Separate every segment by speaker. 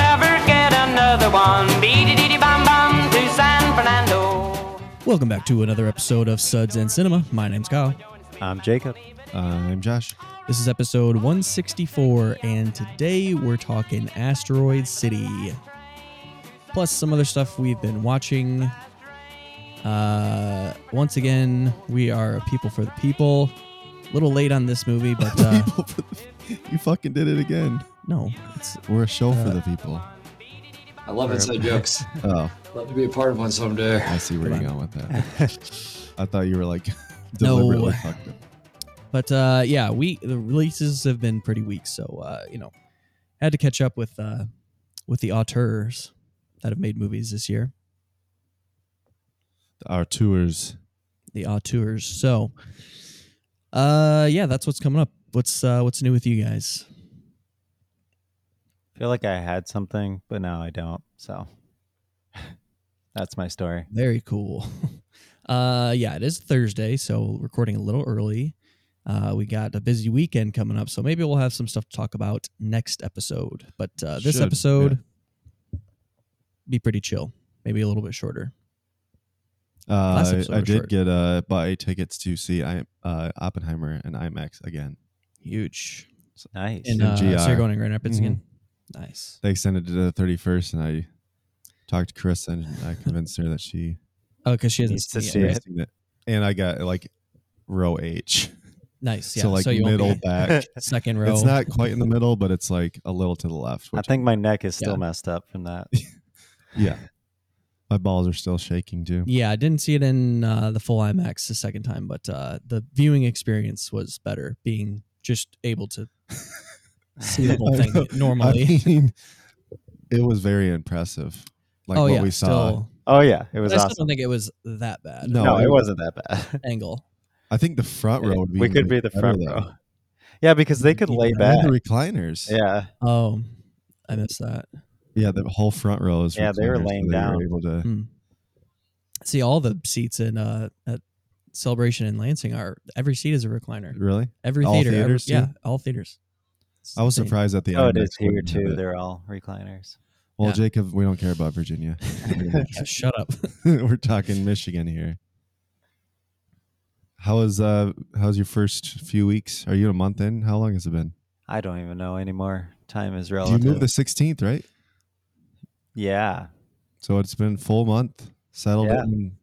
Speaker 1: Oh,
Speaker 2: Welcome back to another episode of Suds and Cinema. My name's Kyle.
Speaker 3: I'm Um, Jacob.
Speaker 4: Uh, I'm Josh.
Speaker 2: This is episode 164, and today we're talking Asteroid City. Plus some other stuff we've been watching. Uh, once again, we are a people for the people. A little late on this movie, but uh,
Speaker 4: People for the- you fucking did it again.
Speaker 2: no, it's
Speaker 4: We're a show for
Speaker 2: Uh,
Speaker 4: the people.
Speaker 5: I love inside jokes.
Speaker 4: Oh,
Speaker 5: Love to be a part of one someday.
Speaker 4: I see where
Speaker 2: come
Speaker 4: you're going with that. I thought you were like deliberately fucked up.
Speaker 2: But uh, yeah, we the releases have been pretty weak, so uh, you know, had to catch up with uh, with the auteurs that have made movies this year,
Speaker 4: Our tours.
Speaker 2: the auteurs. So, uh, yeah, that's what's coming up. What's uh, what's new with you guys?
Speaker 3: feel like I had something, but now I don't. So that's my story.
Speaker 2: Very cool. uh, yeah, it is Thursday, so recording a little early. Uh, we got a busy weekend coming up, so maybe we'll have some stuff to talk about next episode. But uh, this
Speaker 4: Should, yeah.
Speaker 2: episode be pretty chill, maybe a little bit shorter.
Speaker 4: Uh,
Speaker 2: episode
Speaker 4: I, I
Speaker 2: was
Speaker 4: did
Speaker 2: short.
Speaker 4: get uh, buy tickets to see I, uh, Oppenheimer and IMAX again.
Speaker 2: Huge.
Speaker 3: Nice.
Speaker 2: And
Speaker 4: in
Speaker 2: uh, so you're
Speaker 4: GR.
Speaker 2: going to Grand Rapids again. Nice.
Speaker 4: They extended it to the 31st, and I talked to Chris and I convinced her that she
Speaker 2: Oh, because she hasn't
Speaker 3: Needs to
Speaker 2: seen it.
Speaker 3: see it.
Speaker 4: missed it. And I got like row H.
Speaker 2: Nice. Yeah.
Speaker 4: so like
Speaker 2: you won't
Speaker 4: middle
Speaker 2: be
Speaker 4: back.
Speaker 2: second row.
Speaker 4: It's not quite in the middle, but it's like a little to the left.
Speaker 3: I
Speaker 4: Which
Speaker 3: think my neck is still
Speaker 2: Yeah.
Speaker 3: messed up from that.
Speaker 4: Yeah. My balls are still shaking too.
Speaker 2: Yeah, I didn't see it in uh, the full IMAX the second time, but uh, the viewing experience was better. Being just able to see the whole
Speaker 4: I know.
Speaker 2: thing normally.
Speaker 4: I mean, it was very impressive. Like
Speaker 2: oh
Speaker 4: what
Speaker 2: yeah,
Speaker 4: we saw.
Speaker 2: still.
Speaker 3: Oh yeah, it
Speaker 2: But
Speaker 3: was
Speaker 2: I still
Speaker 3: awesome.
Speaker 2: don't think it was that bad.
Speaker 4: No,
Speaker 3: No,
Speaker 4: I-
Speaker 3: it wasn't that bad.
Speaker 2: angle.
Speaker 4: I think the front row would be
Speaker 3: we
Speaker 4: even
Speaker 3: could be the
Speaker 4: better,
Speaker 3: front
Speaker 4: though.
Speaker 3: row. Yeah, because they could lay
Speaker 2: Yeah.
Speaker 4: And
Speaker 3: back.
Speaker 4: the recliners.
Speaker 3: Yeah,
Speaker 2: Oh, I missed that.
Speaker 4: Yeah, the whole front row is
Speaker 3: Yeah, they were
Speaker 4: recliners, so
Speaker 3: laying
Speaker 4: they
Speaker 3: down.
Speaker 4: able to,
Speaker 2: Hmm. See, all the seats in uh, at Celebration in Lansing are every seat is a recliner.
Speaker 4: really?
Speaker 2: Every
Speaker 4: All
Speaker 2: theater, every-
Speaker 4: theaters, too?
Speaker 2: yeah, all theaters. It's
Speaker 4: I was
Speaker 2: insane.
Speaker 4: surprised at the
Speaker 3: oh, it
Speaker 4: IMAX
Speaker 3: is here
Speaker 4: wouldn't have
Speaker 3: too.
Speaker 4: it.
Speaker 3: They're all recliners.
Speaker 4: Well,
Speaker 2: Yeah.
Speaker 4: Jacob, we don't care about Virginia.
Speaker 2: Yeah, Shut up.
Speaker 4: we're talking Michigan here. How is uh how's your first few weeks? Are you a month in? How long has it been?
Speaker 3: I don't even know anymore. Time is
Speaker 4: you
Speaker 3: relative.
Speaker 4: moved the 16th, right?
Speaker 3: yeah,
Speaker 4: So it's been full month settled
Speaker 3: Yeah.
Speaker 4: in.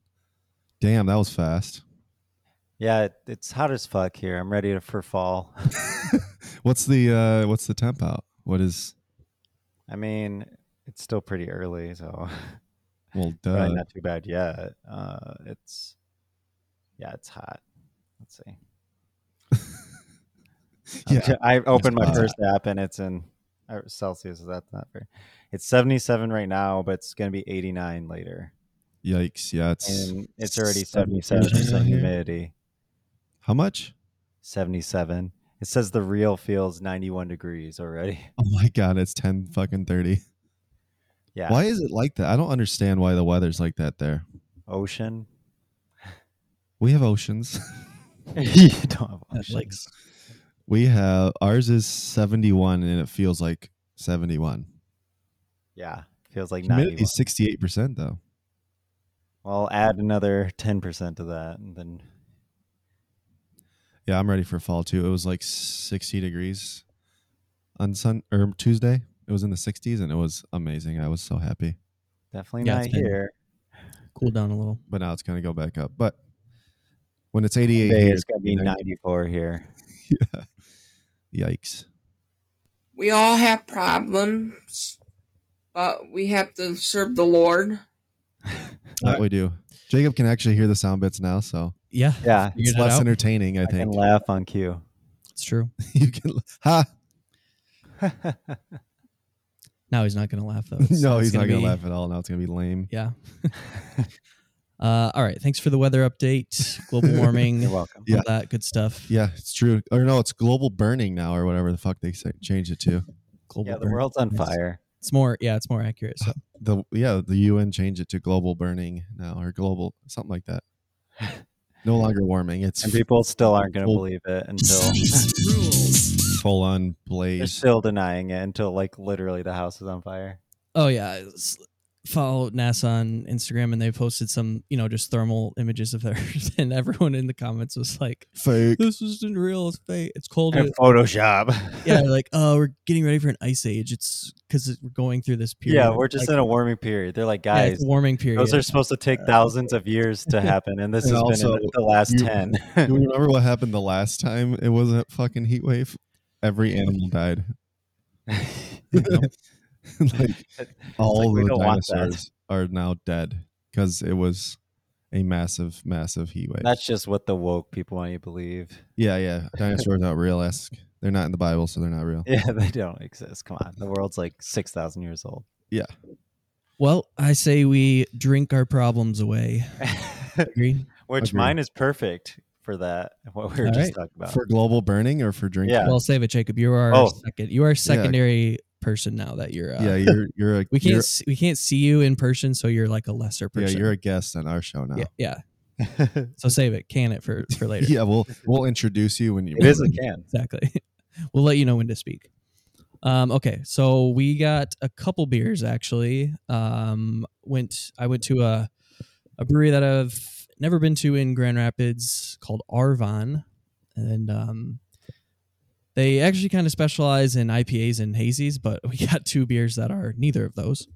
Speaker 4: Damn, that was fast.
Speaker 3: yeah. It, it's hot as fuck here. I'm ready for fall.
Speaker 4: What's the uh what's the temp out? What is
Speaker 3: I mean, it's still pretty early, so
Speaker 4: well duh.
Speaker 3: probably not too bad yet. Uh, it's yeah, it's hot. Let's see. I'm
Speaker 4: Yeah.
Speaker 3: ju- I opened my
Speaker 4: hot.
Speaker 3: first app and it's in uh, Celsius. Is that not fair? It's 77 right now, but it's gonna be 89 later,
Speaker 4: Yikes, yeah, it's
Speaker 3: and it's already 77
Speaker 4: 77
Speaker 3: percent
Speaker 4: out here.
Speaker 3: humidity.
Speaker 4: how much?
Speaker 3: 77. It says the real feels 91 degrees already.
Speaker 4: Oh my god, it's ten fucking thirty.
Speaker 3: Yeah,
Speaker 4: Why is it like that? I don't understand why the weather's like that there.
Speaker 3: ocean.
Speaker 4: We have oceans.
Speaker 3: you don't have ocean.
Speaker 2: Like,
Speaker 4: We have ours is seventy one and it feels like seventy one.
Speaker 3: yeah, feels like 91.
Speaker 4: Humidity sixty eight percent though.
Speaker 3: Well, add another ten percent to that, and then
Speaker 4: Yeah, I'm ready for fall too. It was like 60 degrees on Sun or Tuesday. It was in the 60s and it was amazing. I was so happy.
Speaker 3: definitely
Speaker 2: Yeah,
Speaker 3: not
Speaker 2: it's been-
Speaker 3: here.
Speaker 2: cool down a little.
Speaker 4: But now it's going to go back up. But when it's 88
Speaker 3: Today
Speaker 4: here,
Speaker 3: it's gonna be
Speaker 4: you know,
Speaker 3: ninety-four here.
Speaker 4: Yikes.
Speaker 6: we all have problems, but we have to serve the Lord.
Speaker 4: That we do. Jacob can actually hear the sound bits now, so
Speaker 2: Yeah,
Speaker 3: Yeah,
Speaker 2: Figured
Speaker 4: it's
Speaker 2: it
Speaker 4: less
Speaker 2: out.
Speaker 4: entertaining, I
Speaker 3: I can
Speaker 4: think.
Speaker 3: laugh on cue.
Speaker 2: it's true.
Speaker 4: you can ha.
Speaker 3: Oh,
Speaker 2: Now he's not gonna laugh though. It's-
Speaker 4: No,
Speaker 2: it's
Speaker 4: he's not going
Speaker 2: be-
Speaker 4: to laugh at all. Now it's going to be lame.
Speaker 2: Yeah. uh, all right. Thanks for the weather update. Global warming.
Speaker 3: You're
Speaker 2: all
Speaker 3: welcome.
Speaker 4: Yeah.
Speaker 2: that good stuff.
Speaker 4: Yeah, it's true. Or no, it's global burning now or whatever the fuck they say, changed it to.
Speaker 2: Global
Speaker 3: Yeah, the
Speaker 2: burn.
Speaker 3: world's on
Speaker 2: Nice.
Speaker 3: fire.
Speaker 2: It's more. Yeah, it's more accurate. So
Speaker 4: The yeah, the UN changed it to global burning now or global something like that. No longer warming. It's
Speaker 3: And people still aren't gonna
Speaker 4: Well-
Speaker 3: believe it until
Speaker 4: full on
Speaker 3: they're
Speaker 4: blaze.
Speaker 3: still denying it until like literally the house is on fire.
Speaker 2: Oh yeah, it's- follow NASA on Instagram, and they posted some, you know, just thermal images of Earth, and everyone in the comments was like,
Speaker 4: Fake.
Speaker 2: "This isn't real. It's fake. It's cold.
Speaker 3: And Photoshop.
Speaker 2: yeah, like, oh, we're getting ready for an ice age. It's because we're going through this period.
Speaker 3: yeah, we're just
Speaker 2: Like,
Speaker 3: in a warming period. They're like,
Speaker 2: yeah, it's
Speaker 3: guys,
Speaker 2: a warming period.
Speaker 3: those are supposed to take thousands of years to happen, and this
Speaker 4: And
Speaker 3: has
Speaker 4: also,
Speaker 3: been in the last
Speaker 4: you-
Speaker 3: ten.
Speaker 4: Do you remember what happened the last time it was a fucking heat wave? Every animal died. like all
Speaker 3: we
Speaker 4: the
Speaker 3: don't want that.
Speaker 4: dinosaurs are now dead because it was a massive, massive heat wave.
Speaker 3: That's just what the woke people want you to believe.
Speaker 4: yeah, yeah. Dinosaurs aren't real. Ask. They're not in the Bible, so they're not real.
Speaker 3: Yeah, they don't exist. Come on, the world's like six thousand years old.
Speaker 2: well, I say we drink our problems away. Agree?
Speaker 3: Which
Speaker 4: Agree.
Speaker 3: mine is perfect for that. What we were
Speaker 2: All
Speaker 3: just
Speaker 2: right.
Speaker 3: talking about.
Speaker 4: For global burning or for drinking?
Speaker 3: Yeah.
Speaker 2: Well, save it, Jacob. You're our
Speaker 3: Oh.
Speaker 2: second. You are secondary person now that you're. Uh,
Speaker 4: yeah. You're you're a
Speaker 2: We
Speaker 4: you're-
Speaker 2: can't see, we can't see you in person, so you're like a lesser
Speaker 4: yeah.
Speaker 2: person.
Speaker 4: You're a guest on our show now.
Speaker 2: yeah, yeah. So save it, can it for for later.
Speaker 4: Yeah, we'll we'll introduce you when you.
Speaker 3: it is a can.
Speaker 2: exactly. we'll let you know when to speak. Um, okay, so we got a couple beers actually. Um, went I went to a a brewery that I've never been to in Grand Rapids called Arvon, and um, they actually kind of specialize in IPAs and hazies, but we got two beers that are neither of those.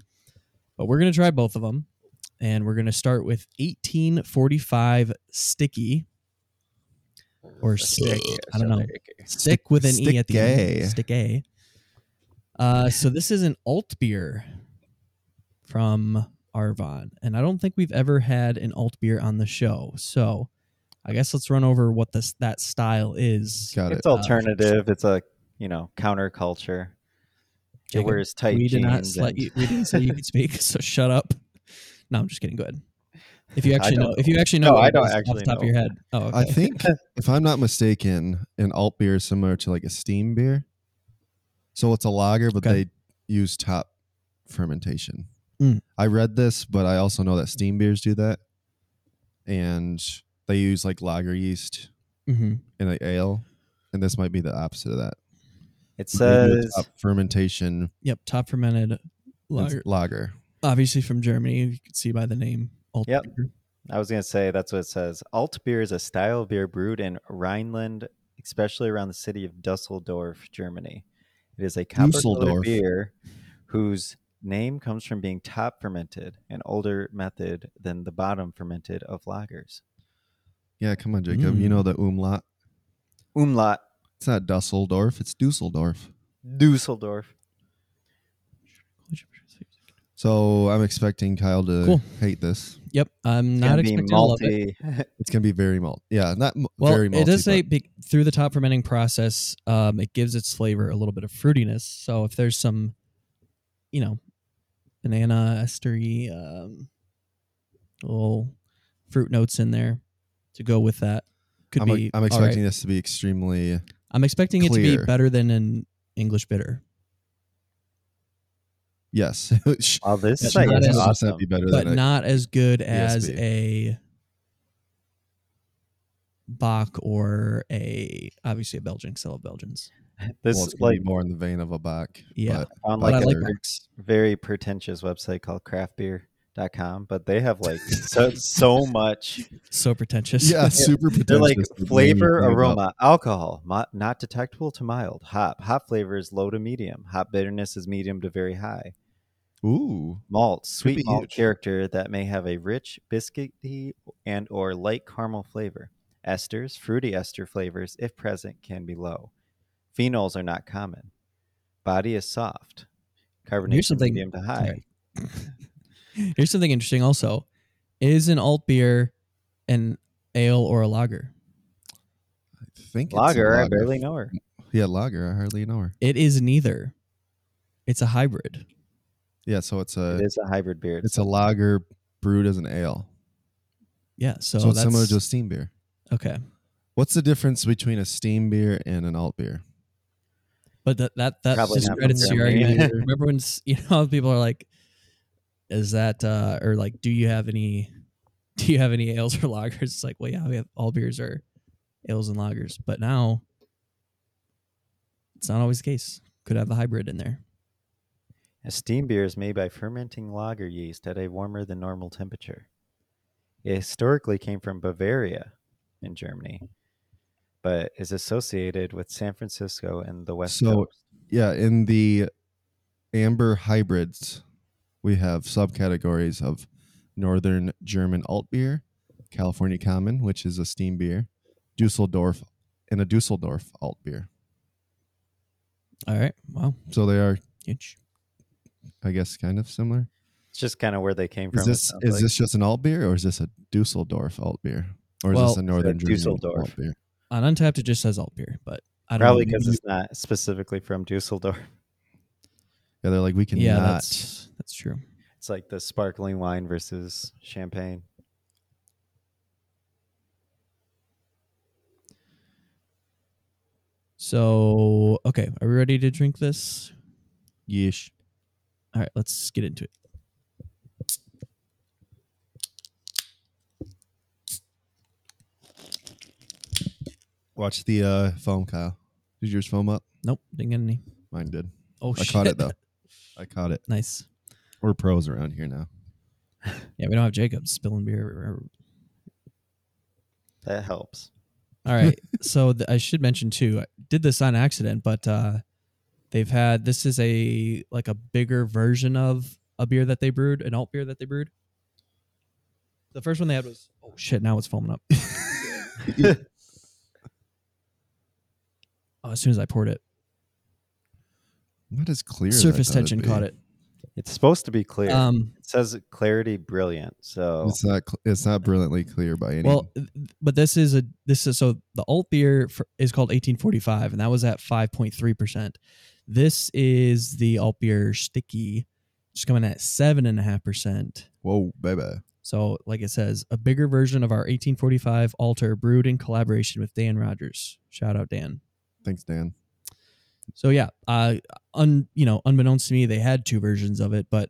Speaker 2: But we're gonna try both of them, and we're gonna start with 1845 Sticky or Stick. I don't know stick with an e at the
Speaker 4: Stick-ay.
Speaker 2: end. Stick a. Uh, so this is an alt beer from Arvon, and I don't think we've ever had an alt beer on the show. So I guess let's run over what this that style is.
Speaker 4: Got it.
Speaker 3: It's alternative. It's a you know counterculture. It
Speaker 2: Jacob,
Speaker 3: wears tight
Speaker 2: we
Speaker 3: jeans.
Speaker 2: did not let
Speaker 3: and-
Speaker 2: you. We didn't say you could speak, so shut up. No, I'm just kidding. Go ahead. If you actually know,
Speaker 3: don't
Speaker 2: if you actually know,
Speaker 3: No,
Speaker 2: what
Speaker 3: I
Speaker 2: it
Speaker 3: don't
Speaker 2: is off
Speaker 3: actually
Speaker 2: the top of
Speaker 3: know.
Speaker 2: your head. Oh, okay.
Speaker 4: I think, if I'm not mistaken, an alt beer is similar to like a steam beer. So it's a lager, but
Speaker 2: Okay.
Speaker 4: they use top fermentation.
Speaker 2: Mm.
Speaker 4: I read this, but I also know that steam beers do that, and they use like lager yeast
Speaker 2: hmm
Speaker 4: in the ale, and this might be the opposite of that.
Speaker 3: It
Speaker 4: They do a
Speaker 3: says
Speaker 4: top fermentation
Speaker 2: Yep, top fermented lager,
Speaker 4: lager. lager.
Speaker 2: obviously from Germany. You can see by the name. Alt
Speaker 3: Yep.
Speaker 2: beer.
Speaker 3: I was going to say that's what it says. Alt beer is a style of beer brewed in Rhineland, especially around the city of Dusseldorf, Germany. It is a copper
Speaker 4: Dusseldorf.
Speaker 3: beer whose name comes from being top fermented, an older method than the bottom fermented of lagers.
Speaker 4: Yeah, come on, Jacob.
Speaker 2: Mm.
Speaker 4: You know the umlaut.
Speaker 3: Umlaut,
Speaker 4: It's not Dusseldorf. It's Dusseldorf.
Speaker 3: Dusseldorf.
Speaker 4: So I'm expecting Kyle to
Speaker 2: Cool.
Speaker 4: hate this.
Speaker 2: Yep, I'm
Speaker 3: It's
Speaker 2: not
Speaker 3: gonna be
Speaker 2: expecting to love it.
Speaker 4: It's gonna be very malt. Yeah, not m-
Speaker 2: Well,
Speaker 4: very malty.
Speaker 2: it does say
Speaker 4: but
Speaker 2: be, through the top fermenting process, um, it gives its flavor a little bit of fruitiness. So if there's some, you know, banana estery, um, little fruit notes in there to go with that, could
Speaker 4: I'm,
Speaker 2: be.
Speaker 4: I'm
Speaker 2: all
Speaker 4: expecting
Speaker 2: right.
Speaker 4: this to be extremely.
Speaker 2: I'm expecting it to be
Speaker 4: clear.
Speaker 2: better than an English bitter,
Speaker 4: Yes, Sh-
Speaker 3: Wow, this
Speaker 2: It's
Speaker 3: site
Speaker 2: not
Speaker 3: is
Speaker 2: as-
Speaker 3: awesome.
Speaker 4: be better
Speaker 2: but
Speaker 4: than a-
Speaker 2: not as good as
Speaker 4: ESB.
Speaker 2: a Bach or a obviously a Belgian. 'cause I love Belgians.
Speaker 3: This
Speaker 4: well,
Speaker 3: is
Speaker 4: it's gonna
Speaker 3: like
Speaker 4: be more in the vein of a Bach.
Speaker 2: Yeah.
Speaker 4: but
Speaker 3: on
Speaker 2: but
Speaker 3: like,
Speaker 2: I like
Speaker 3: a
Speaker 2: Bachs.
Speaker 3: very pretentious website called craftbeer.com, but they have like so, so much
Speaker 2: So pretentious.
Speaker 4: yeah, super.
Speaker 3: They're like
Speaker 4: pretentious. It made me
Speaker 3: flavor,
Speaker 4: think about-
Speaker 3: aroma, alcohol, mo- not detectable to mild, hop. Hop flavor is low to medium. Hop bitterness is medium to very high.
Speaker 4: Ooh,
Speaker 3: Malt,
Speaker 4: be
Speaker 3: sweet malt
Speaker 4: huge.
Speaker 3: character that may have a rich biscuity and or light caramel flavor. Esters, fruity ester flavors, if present, can be low. Phenols are not common. Body is soft. Carbonation
Speaker 2: something-
Speaker 3: medium to high.
Speaker 2: Sorry. Here's something interesting also. Is an alt beer an ale or a lager?
Speaker 4: I think it's a
Speaker 3: Lager, I
Speaker 4: lager.
Speaker 3: barely know her.
Speaker 4: Yeah, lager. I hardly know her.
Speaker 2: It is neither. It's a hybrid.
Speaker 4: Yeah, so it's a
Speaker 3: it is a hybrid beer.
Speaker 4: it's a lager brewed as an ale.
Speaker 2: Yeah, so,
Speaker 4: So, it's
Speaker 2: that's
Speaker 4: similar to a steam beer.
Speaker 2: okay.
Speaker 4: What's the difference between a steam beer and an alt beer?
Speaker 2: But that that that
Speaker 3: Probably
Speaker 2: just
Speaker 3: not
Speaker 2: credits your
Speaker 3: Germany.
Speaker 2: argument. Remember when s- you know people are like, "Is that uh or like do you have any do you have any ales or lagers?" It's like, well, yeah, we have all beers are ales and lagers, but now it's not always the case. Could have a hybrid in there.
Speaker 3: A steam beer is made by fermenting lager yeast at a warmer than normal temperature. It historically came from Bavaria in Germany, but is associated with San Francisco and the West
Speaker 4: So-
Speaker 3: Coast.
Speaker 4: Yeah, in the amber hybrids, we have subcategories of Northern German alt beer, California Common, which is a steam beer, Dusseldorf, and a Dusseldorf alt beer.
Speaker 2: All right. Wow.
Speaker 4: So they are,
Speaker 2: Huge.
Speaker 4: I guess, kind of similar.
Speaker 3: It's just kind of where they came from.
Speaker 4: Is
Speaker 3: it
Speaker 4: this
Speaker 3: sounds
Speaker 4: is
Speaker 3: like.
Speaker 4: this just an alt beer, or is this a Dusseldorf alt beer, or is
Speaker 2: Well-
Speaker 4: this a Northern German
Speaker 3: Dusseldorf.
Speaker 4: alt beer?
Speaker 2: On Untapped, it just says alt beer, but I don't
Speaker 3: probably
Speaker 2: know,
Speaker 3: because
Speaker 2: maybe-
Speaker 3: it's not specifically from Dusseldorf?
Speaker 4: Yeah, they're like we cannot.
Speaker 2: yeah, that's that's true.
Speaker 3: It's like the sparkling wine versus champagne.
Speaker 2: So okay, are we ready to drink this?
Speaker 4: yeesh.
Speaker 2: All right, let's get into it.
Speaker 4: Watch the uh, foam, Kyle. Did yours foam up?
Speaker 2: Nope, didn't get any.
Speaker 4: Mine did.
Speaker 2: Oh
Speaker 4: I
Speaker 2: shit!
Speaker 4: caught it though. I caught it.
Speaker 2: Nice.
Speaker 4: We're pros around here now.
Speaker 2: Yeah, we don't have Jacob spilling beer everywhere.
Speaker 3: That helps.
Speaker 2: All right. so th- I should mention too, I did this on accident, but uh, they've had this is a like a bigger version of a beer that they brewed, an alt beer that they brewed. The first one they had was oh shit, now it's foaming up. Oh, as soon as I poured it,
Speaker 4: What is clear? as I
Speaker 2: surface
Speaker 4: thought it'd
Speaker 2: tension
Speaker 4: be?
Speaker 2: caught it.
Speaker 3: It's supposed to be clear.
Speaker 2: Um,
Speaker 3: it says clarity brilliant. So
Speaker 4: Oh. It's not. cl- It's not brilliantly clear by any.
Speaker 2: well, th- but this is a this is so the alt beer for, is called 1845, and that was at 5.3 percent. This is the alt beer sticky, just coming at seven and a half percent.
Speaker 4: whoa, baby.
Speaker 2: So, like it says, a bigger version of our 1845 altar brewed in collaboration with Dan Rogers. Shout out Dan.
Speaker 4: Thanks, Dan.
Speaker 2: So yeah, uh, un you know, unbeknownst to me, they had two versions of it, but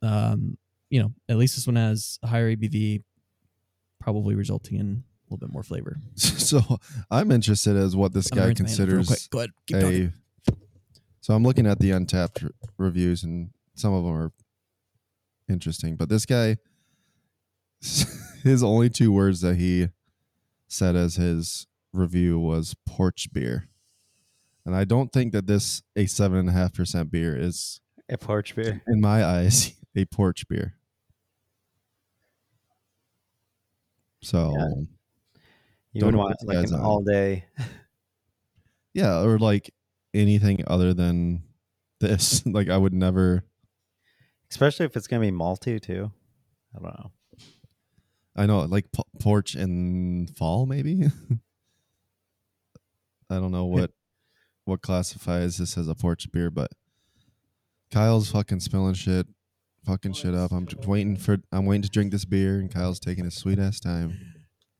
Speaker 2: um, you know, at least this one has a higher ABV, probably resulting in a little bit more flavor.
Speaker 4: So I'm interested as what this
Speaker 2: I'm gonna rinse
Speaker 4: guy
Speaker 2: my hand off real
Speaker 4: considers
Speaker 2: quick. Go ahead, keep talking.
Speaker 4: a. So I'm looking at the Untapped re- reviews, and some of them are interesting. But this guy, his only two words that he said as his review was porch beer, and I don't think that this a seven and a half percent beer is,
Speaker 3: a porch beer.
Speaker 4: in my eyes, a porch beer. So.
Speaker 3: Yeah. You
Speaker 4: Don't
Speaker 3: would
Speaker 4: know
Speaker 3: want
Speaker 4: what
Speaker 3: like
Speaker 4: guys
Speaker 3: an
Speaker 4: are.
Speaker 3: all day.
Speaker 4: Yeah, or like anything other than this. like I would never.
Speaker 3: Especially if it's gonna be malty too. I don't know.
Speaker 4: I know, like po- porch in fall, maybe. I don't know what what classifies this as a porch beer, but Kyle's fucking spilling shit, fucking shit up. I'm just waiting for. I'm waiting to drink this beer, and Kyle's taking his sweet ass time.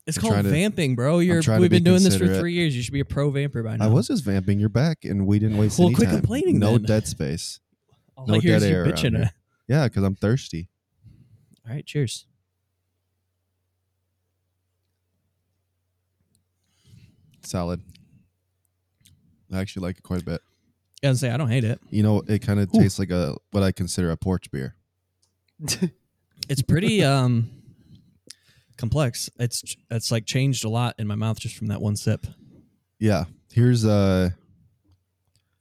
Speaker 2: It's
Speaker 4: I'm
Speaker 2: called
Speaker 4: trying to-
Speaker 2: vamping, bro. You're
Speaker 4: trying to
Speaker 2: we've been
Speaker 4: be
Speaker 2: doing this for
Speaker 4: considerate.
Speaker 2: three years. You should be a pro vamper by now.
Speaker 4: I was just vamping. You're back, and we didn't waste
Speaker 2: Well,
Speaker 4: any
Speaker 2: quit
Speaker 4: time.
Speaker 2: complaining
Speaker 4: No
Speaker 2: then.
Speaker 4: dead space.
Speaker 2: All
Speaker 4: no
Speaker 2: I hear is
Speaker 4: dead
Speaker 2: you
Speaker 4: air around
Speaker 2: bitching.
Speaker 4: here. Yeah, because I'm thirsty.
Speaker 2: All right, cheers.
Speaker 4: Solid. I actually like it quite a bit.
Speaker 2: Yeah, and say I don't hate it.
Speaker 4: You know, it kind of
Speaker 2: Ooh.
Speaker 4: tastes like a what I consider a porch beer.
Speaker 2: It's pretty um complex. It's it's like changed a lot in my mouth just from that one sip.
Speaker 4: Yeah. Here's a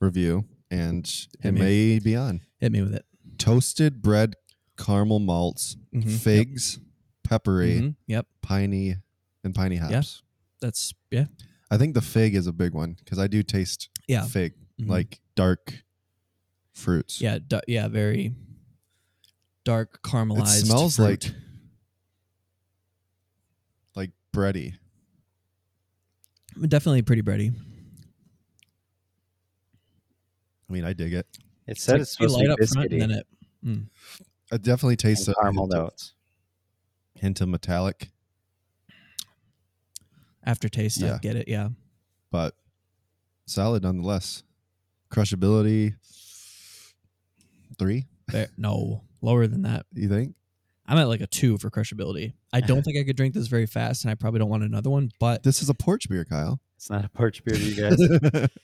Speaker 4: review, and it
Speaker 2: Hit me.
Speaker 4: may be on
Speaker 2: Hit me with it.
Speaker 4: toasted bread, caramel malts,
Speaker 2: Mhm. Yep.
Speaker 4: figs, peppery,
Speaker 2: Mhm. Yep.
Speaker 4: piney, and piney hops.
Speaker 2: That's yeah.
Speaker 4: I think the fig is a big one because I do taste
Speaker 2: Yeah.
Speaker 4: fig,
Speaker 2: Mhm.
Speaker 4: like dark fruits.
Speaker 2: yeah, du- yeah, very dark
Speaker 4: It
Speaker 2: caramelized.
Speaker 4: smells
Speaker 2: fruit.
Speaker 4: like like bready.
Speaker 2: definitely pretty bready.
Speaker 4: I mean, I dig it.
Speaker 3: It said it's,
Speaker 2: It's like
Speaker 3: supposed
Speaker 2: pretty
Speaker 3: to
Speaker 2: light
Speaker 3: be
Speaker 2: up front and then
Speaker 3: biscuity
Speaker 2: it mm.
Speaker 4: I definitely taste
Speaker 3: and
Speaker 4: a
Speaker 3: caramel
Speaker 4: hint of-
Speaker 3: notes.
Speaker 4: hint of metallic.
Speaker 2: aftertaste. I
Speaker 4: Yeah.
Speaker 2: get it. Yeah.
Speaker 4: but solid nonetheless. Crushability three,
Speaker 2: Fair- no, lower than that.
Speaker 4: you think?
Speaker 2: I'm at like a two for crushability. I don't think I could drink this very fast, and I probably don't want another one. But
Speaker 4: This is a porch beer, Kyle.
Speaker 3: It's not a porch beer to you guys.
Speaker 4: That's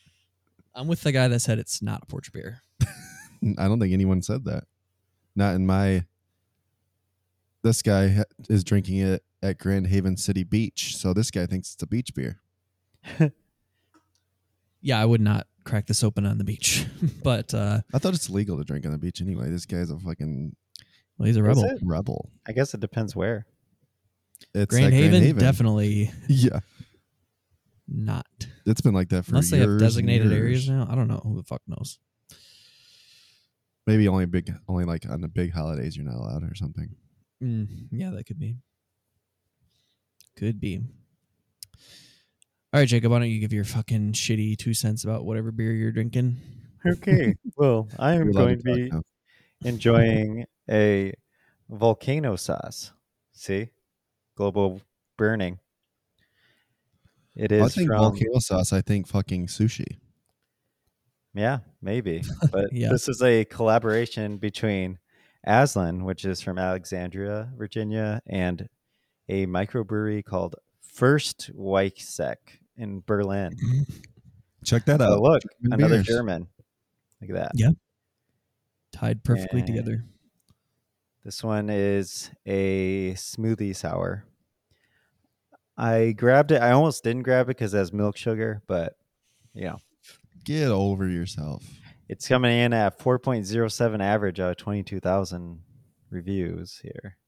Speaker 2: I'm with the guy that said it's not a porch beer.
Speaker 4: I don't think anyone said that. Not in my. This guy ha- is drinking it at Grand Haven City Beach, so this guy thinks it's a beach beer.
Speaker 2: Yeah, I would not crack this open on the beach, but uh,
Speaker 4: I thought it's illegal to drink on the beach anyway. This guy's a fucking
Speaker 2: well, he's a rebel.
Speaker 3: it?
Speaker 4: rebel.
Speaker 3: I guess it depends where.
Speaker 4: It's at
Speaker 2: Grand Haven, definitely
Speaker 4: Yeah,
Speaker 2: not.
Speaker 4: it's been like that for
Speaker 2: Unless they
Speaker 4: years
Speaker 2: have
Speaker 4: and
Speaker 2: designated
Speaker 4: years.
Speaker 2: areas now. I don't know. Who the fuck knows?
Speaker 4: Maybe only big, only like on the big holidays you're not allowed or something.
Speaker 2: Mm, yeah, that could be. Could be. All right, Jacob, why don't you give your fucking shitty two cents about whatever beer you're drinking?
Speaker 3: Okay. well, I am
Speaker 4: You're allowed
Speaker 3: going to
Speaker 4: talk
Speaker 3: be
Speaker 4: now.
Speaker 3: enjoying a volcano sauce. See? Global burning. It
Speaker 4: I
Speaker 3: is
Speaker 4: think
Speaker 3: from
Speaker 4: volcano sauce. I think fucking sushi.
Speaker 3: Yeah, maybe. But
Speaker 2: Yeah.
Speaker 3: this is a collaboration between Aslan, which is from Alexandria, Virginia, and a microbrewery called First Weichsek in Berlin.
Speaker 4: Check that
Speaker 3: So
Speaker 4: out.
Speaker 3: look,
Speaker 4: German
Speaker 3: another
Speaker 4: beers.
Speaker 3: German. Look at that.
Speaker 2: Tied perfectly
Speaker 3: Yeah.
Speaker 2: together.
Speaker 3: This one is a smoothie sour. I grabbed it. I almost didn't grab it because it has milk sugar, but you know,
Speaker 4: Get over yourself.
Speaker 3: it's coming in at 4.07 average out of 22,000 reviews here.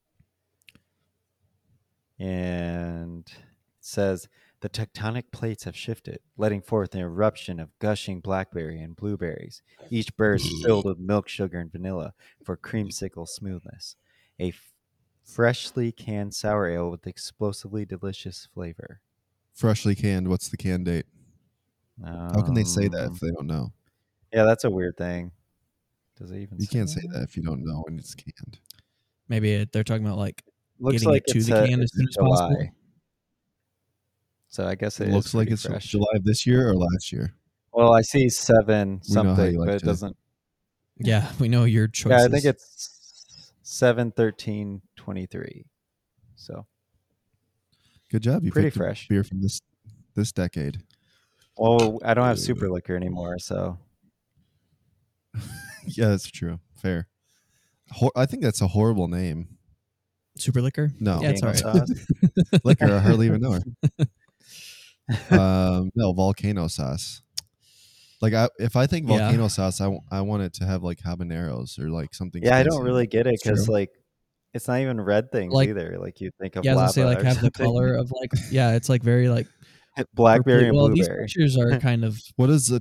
Speaker 3: And it says the tectonic plates have shifted, letting forth an eruption of gushing blackberry and blueberries, each burst filled with milk sugar and vanilla for creamsicle smoothness. A f- freshly canned sour ale with explosively delicious flavor.
Speaker 4: Freshly canned. What's the can date? How can they say that
Speaker 3: Um,
Speaker 4: if they don't know?
Speaker 3: Yeah, that's a weird thing. Does it even
Speaker 4: You can't say
Speaker 3: that?
Speaker 4: that if you don't know and it's canned.
Speaker 2: Maybe it, they're talking about like
Speaker 3: looks
Speaker 2: getting
Speaker 3: like
Speaker 2: it to
Speaker 3: it's
Speaker 2: the
Speaker 3: uh,
Speaker 2: can as
Speaker 3: it's
Speaker 2: soon as
Speaker 3: July.
Speaker 2: possible.
Speaker 3: So I guess it
Speaker 4: It looks like it's
Speaker 3: fresh.
Speaker 4: July of this year or last year.
Speaker 3: Well, I see seven
Speaker 4: We know how
Speaker 3: something,
Speaker 4: you like
Speaker 3: but it
Speaker 4: to-
Speaker 3: doesn't.
Speaker 2: Yeah, we know your choices.
Speaker 3: Yeah, I think it's seven thirteen twenty three. So
Speaker 4: Good job. You
Speaker 3: Pretty
Speaker 4: picked a
Speaker 3: fresh.
Speaker 4: beer from this this decade.
Speaker 3: well, I don't have super liquor anymore, so
Speaker 4: yeah, that's true. Fair. Hor- I think that's a horrible name.
Speaker 2: super liquor.
Speaker 4: No,
Speaker 2: Yeah, it's
Speaker 3: Volcano
Speaker 2: all right.
Speaker 3: sauce.
Speaker 4: liquor. I hardly even know her. um, no, volcano sauce. Like I, if I think
Speaker 2: Yeah.
Speaker 4: volcano sauce, I, w- I want it to have like habaneros or like something.
Speaker 3: yeah, I don't
Speaker 4: spicy.
Speaker 3: really get it
Speaker 4: It's
Speaker 3: because
Speaker 4: true.
Speaker 3: like it's not even red things
Speaker 2: Like-
Speaker 3: either. Like you think of
Speaker 2: Yeah, I was gonna say
Speaker 3: lava
Speaker 2: like
Speaker 3: or
Speaker 2: have the
Speaker 3: something.
Speaker 2: color of like yeah, it's like very like
Speaker 3: blackberry and
Speaker 2: purpley- well,
Speaker 3: blueberry.
Speaker 2: these pictures are kind of
Speaker 4: What does the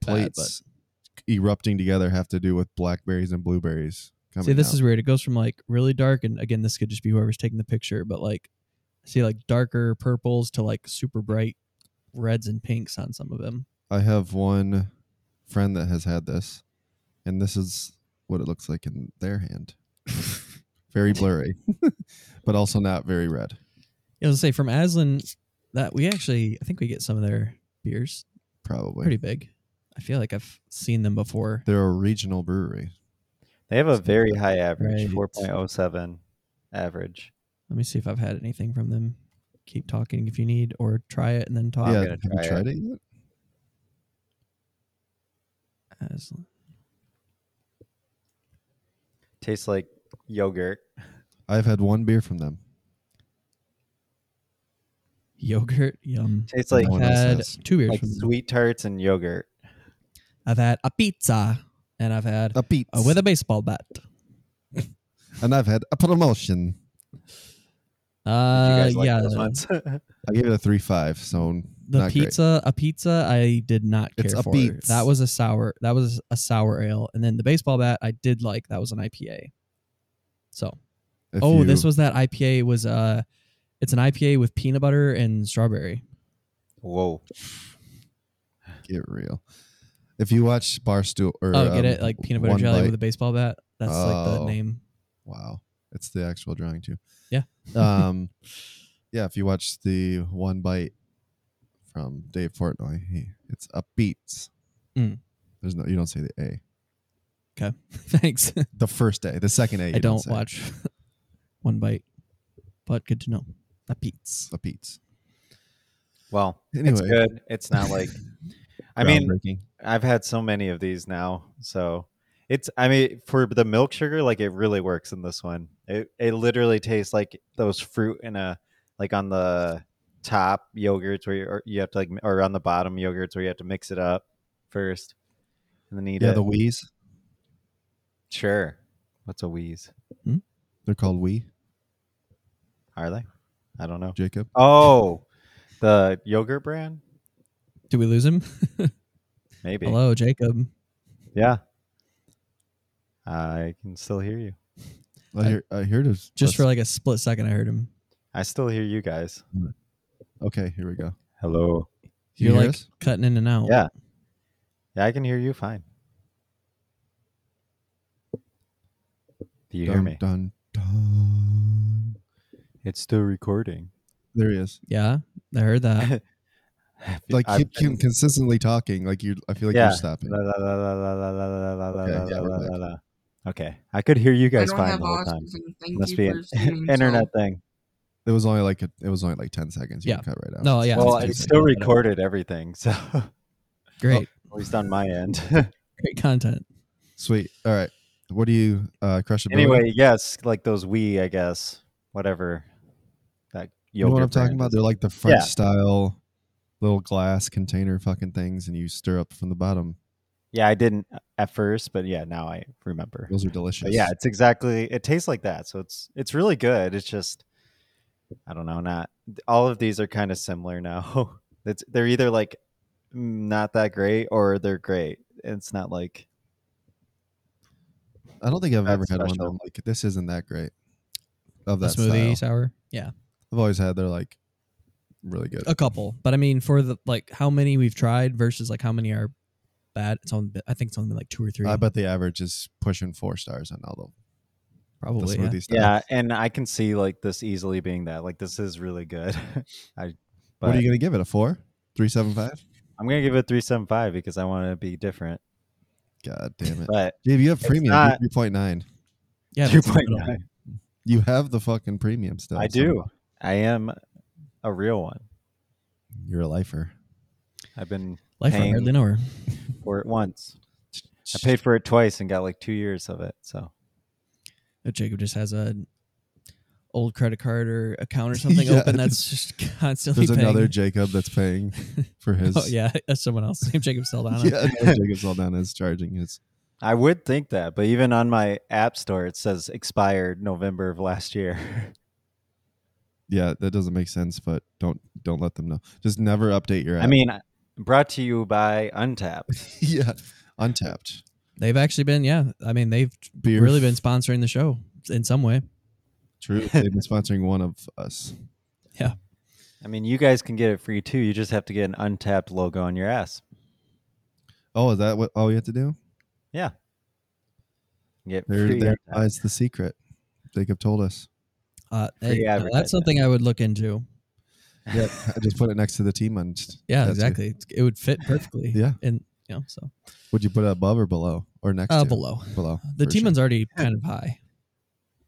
Speaker 2: Bad, but-
Speaker 4: plates erupting together have to do with blackberries and blueberries? Coming
Speaker 2: see. This
Speaker 4: out?
Speaker 2: is weird. It goes from like really dark, and again, this could just be whoever's taking the picture, but like see like darker purples to like super bright reds and pinks on some of them.
Speaker 4: I have one friend that has had this, and this is what it looks like in their hand. very blurry, but also not very red.
Speaker 2: I was gonna say from Aslan that we actually I think we get some of their beers
Speaker 4: Probably
Speaker 2: pretty big. I feel like I've seen them before.
Speaker 4: they're a regional brewery.
Speaker 3: They have a very high average,
Speaker 2: Right.
Speaker 3: four point oh seven average.
Speaker 2: Let me see if I've had anything from them. Keep talking if you need, or try it and then talk.
Speaker 4: yeah,
Speaker 3: gonna
Speaker 4: have
Speaker 3: try
Speaker 4: you
Speaker 3: it.
Speaker 4: tried it yet?
Speaker 2: Aslan.
Speaker 3: Tastes like yogurt.
Speaker 4: I've had one beer from them.
Speaker 2: yogurt. Yum.
Speaker 3: Tastes like
Speaker 4: No one
Speaker 2: I've
Speaker 4: else
Speaker 2: had
Speaker 4: has.
Speaker 2: two beers.
Speaker 3: like
Speaker 2: from them.
Speaker 3: sweet tarts and yogurt.
Speaker 2: I've had a pizza, and I've had
Speaker 4: A beat
Speaker 3: Oh.
Speaker 2: a, Uh, with a baseball bat.
Speaker 4: and I've had a promotion.
Speaker 3: Did you
Speaker 2: Uh,
Speaker 3: guys like
Speaker 2: yeah.
Speaker 3: those ones?
Speaker 4: I gave it a three five, so
Speaker 2: The
Speaker 4: not great.
Speaker 2: pizza, a pizza, I did not care
Speaker 4: It's a
Speaker 2: for.
Speaker 4: pizza.
Speaker 2: That was a sour. That was a sour ale, and then the baseball bat, I did like. That was an IPA. So,
Speaker 4: If
Speaker 2: oh, this
Speaker 4: you-
Speaker 2: was that IPA was uh, it's an IPA with peanut butter and strawberry.
Speaker 3: Whoa.
Speaker 4: get real. If you watch Barstool or
Speaker 2: Oh, get
Speaker 4: um,
Speaker 2: it? Like peanut butter
Speaker 4: One
Speaker 2: jelly
Speaker 4: Bite-
Speaker 2: with a baseball bat. That's like the
Speaker 4: Oh.
Speaker 2: name.
Speaker 4: Wow. It's the actual drawing too.
Speaker 2: Yeah.
Speaker 4: um yeah, if you watch the one bite from Dave Portnoy, he, it's upbeats.
Speaker 2: Mm.
Speaker 4: There's no you don't say the A.
Speaker 2: Okay, thanks.
Speaker 4: The first A, the second A.
Speaker 2: I
Speaker 4: you
Speaker 2: don't
Speaker 4: say.
Speaker 2: watch One Bite, but good to know. That beats.
Speaker 4: upbeats.
Speaker 3: Well, it's
Speaker 4: Anyway.
Speaker 3: good. It's not like I mean,
Speaker 4: Groundbreaking.
Speaker 3: I've had so many of these now, so It's I mean for the milk sugar, like it really works in this one. It it literally tastes like those fruit in a like on the top yogurts where you, or you have to like m- or on the bottom yogurts where you have to mix it up first and then eat
Speaker 4: yeah,
Speaker 3: it.
Speaker 4: the Wii's.
Speaker 3: sure. What's a wheeze?
Speaker 4: They're called Wii,
Speaker 3: Are they? I don't know.
Speaker 4: Jacob.
Speaker 3: Oh, the yogurt brand?
Speaker 2: Do we lose him?
Speaker 3: Maybe.
Speaker 2: Hello, Jacob.
Speaker 3: Yeah. I can still hear you.
Speaker 4: I hear, I hear it is
Speaker 2: Just for like a split second, I heard him.
Speaker 3: I still hear you guys.
Speaker 4: Okay, here we go.
Speaker 3: Hello.
Speaker 4: Can You
Speaker 2: You're
Speaker 4: hear
Speaker 2: like
Speaker 4: us?
Speaker 2: cutting in and
Speaker 4: Oh.
Speaker 2: out.
Speaker 3: Yeah. Yeah, I can hear you fine. Do you hear
Speaker 4: Dun,
Speaker 3: me?
Speaker 4: Dun, dun.
Speaker 3: It's still recording.
Speaker 4: There he is.
Speaker 2: Yeah. I heard that.
Speaker 4: Like
Speaker 3: I've
Speaker 4: keep,
Speaker 3: been-
Speaker 4: keep consistently talking. Like you, I feel like
Speaker 3: Yeah.
Speaker 4: you're stopping.
Speaker 3: La, la, la, la, la, la, la, la, la,
Speaker 4: Okay,
Speaker 3: la,
Speaker 4: yeah,
Speaker 3: la,
Speaker 4: we're
Speaker 3: la, la. Okay. I could hear you
Speaker 6: I
Speaker 3: guys
Speaker 6: don't
Speaker 3: fine
Speaker 6: have
Speaker 3: the whole time.
Speaker 6: Oscars, and thank
Speaker 3: Must
Speaker 6: you
Speaker 3: be
Speaker 6: for
Speaker 3: an
Speaker 6: streaming, so-
Speaker 3: internet thing.
Speaker 4: It was only like a, it was only like ten seconds. You
Speaker 2: Yeah.
Speaker 4: can cut right out.
Speaker 2: No, yeah,
Speaker 3: well,
Speaker 2: it's
Speaker 3: it
Speaker 2: just-
Speaker 3: still recorded everything, so at
Speaker 2: Great.
Speaker 3: least on my end.
Speaker 2: Great content.
Speaker 4: Sweet. All right. What do you uh, crush?
Speaker 3: anyway, yes, like those we, I guess, whatever that yogurt.
Speaker 4: you know what I'm talking
Speaker 3: brand
Speaker 4: about?
Speaker 3: is.
Speaker 4: They're like the French
Speaker 3: Yeah.
Speaker 4: style little glass container fucking things, and you stir up from the bottom.
Speaker 3: Yeah, I didn't at first, but yeah, now I remember.
Speaker 4: Those are delicious.
Speaker 3: But yeah, it's exactly. It tastes like that, so it's it's really good. It's just, I don't know. Not all of these are kind of similar now. It's they're either like mm, not that great or they're great. It's not like
Speaker 4: I don't think I've ever
Speaker 3: That's
Speaker 4: had one.
Speaker 3: special.
Speaker 4: That I'm like, this isn't that great. Of
Speaker 2: The
Speaker 4: that
Speaker 2: smoothie
Speaker 4: style.
Speaker 2: sour. Yeah.
Speaker 4: I've always had. They're like really good.
Speaker 2: A couple. But I mean, for the like how many we've tried versus like how many are bad, it's only, been- I think it's only been like two or three.
Speaker 4: I bet the average is pushing four stars on all the, the
Speaker 2: probably. yeah.
Speaker 4: smoothie stuff.
Speaker 3: yeah, and I can see like this easily being that. Like this is really good. I. But
Speaker 4: What are you gonna give it? A four? Three seven five?
Speaker 3: I'm gonna give it three seven five because I want to be different.
Speaker 4: God damn it,
Speaker 3: But
Speaker 4: Dave! You have
Speaker 3: It's
Speaker 4: premium
Speaker 3: not-
Speaker 4: three point nine.
Speaker 2: Yeah.
Speaker 3: two
Speaker 2: that's in the
Speaker 3: point
Speaker 2: middle.
Speaker 3: nine.
Speaker 4: You have the fucking premium stuff.
Speaker 3: I do. I am a real one.
Speaker 4: You're a lifer.
Speaker 3: I've been
Speaker 2: Life I
Speaker 3: Hang.
Speaker 2: hardly know her.
Speaker 3: for it once. I paid for it twice and got like two years of it. So
Speaker 2: Oh, Jacob just has a old credit card or account or something
Speaker 4: Yeah.
Speaker 2: open that's just constantly
Speaker 4: There's
Speaker 2: paying.
Speaker 4: another Jacob that's paying for his.
Speaker 2: Oh yeah, that's someone else. Same Jacob Saldana.
Speaker 4: yeah. another Jacob Saldana is charging his.
Speaker 3: I would think that, but even on my app store, it says expired November of last year.
Speaker 4: Yeah, that doesn't make sense, but don't don't let them know. Just never update your. App.
Speaker 3: I mean, brought to you by Untapped.
Speaker 4: yeah, untapped
Speaker 2: They've actually been, yeah. I mean, they've
Speaker 4: beer.
Speaker 2: really been sponsoring the show in some way.
Speaker 4: true. They've been sponsoring one of us.
Speaker 3: I mean, you guys can get it free too. You just have to get an Untapped logo on your ass.
Speaker 4: Oh, is that what all you have to do?
Speaker 3: Get
Speaker 4: There,
Speaker 3: free.
Speaker 4: there
Speaker 3: Untappd.
Speaker 4: lies the secret. Jacob told us.
Speaker 2: Uh,
Speaker 3: Free
Speaker 2: hey, now
Speaker 3: advertisement.
Speaker 2: that's something I would look into.
Speaker 4: Yeah, I just put it next to the team on.
Speaker 2: Yeah,
Speaker 4: tattoo.
Speaker 2: exactly. It's- It would fit perfectly.
Speaker 4: Yeah.
Speaker 2: and you know, so
Speaker 4: Would you put it above or below or next?
Speaker 2: uh,
Speaker 4: to?
Speaker 2: below
Speaker 4: Below.
Speaker 2: the
Speaker 4: for
Speaker 2: T
Speaker 4: sure.
Speaker 2: man's already kind of high.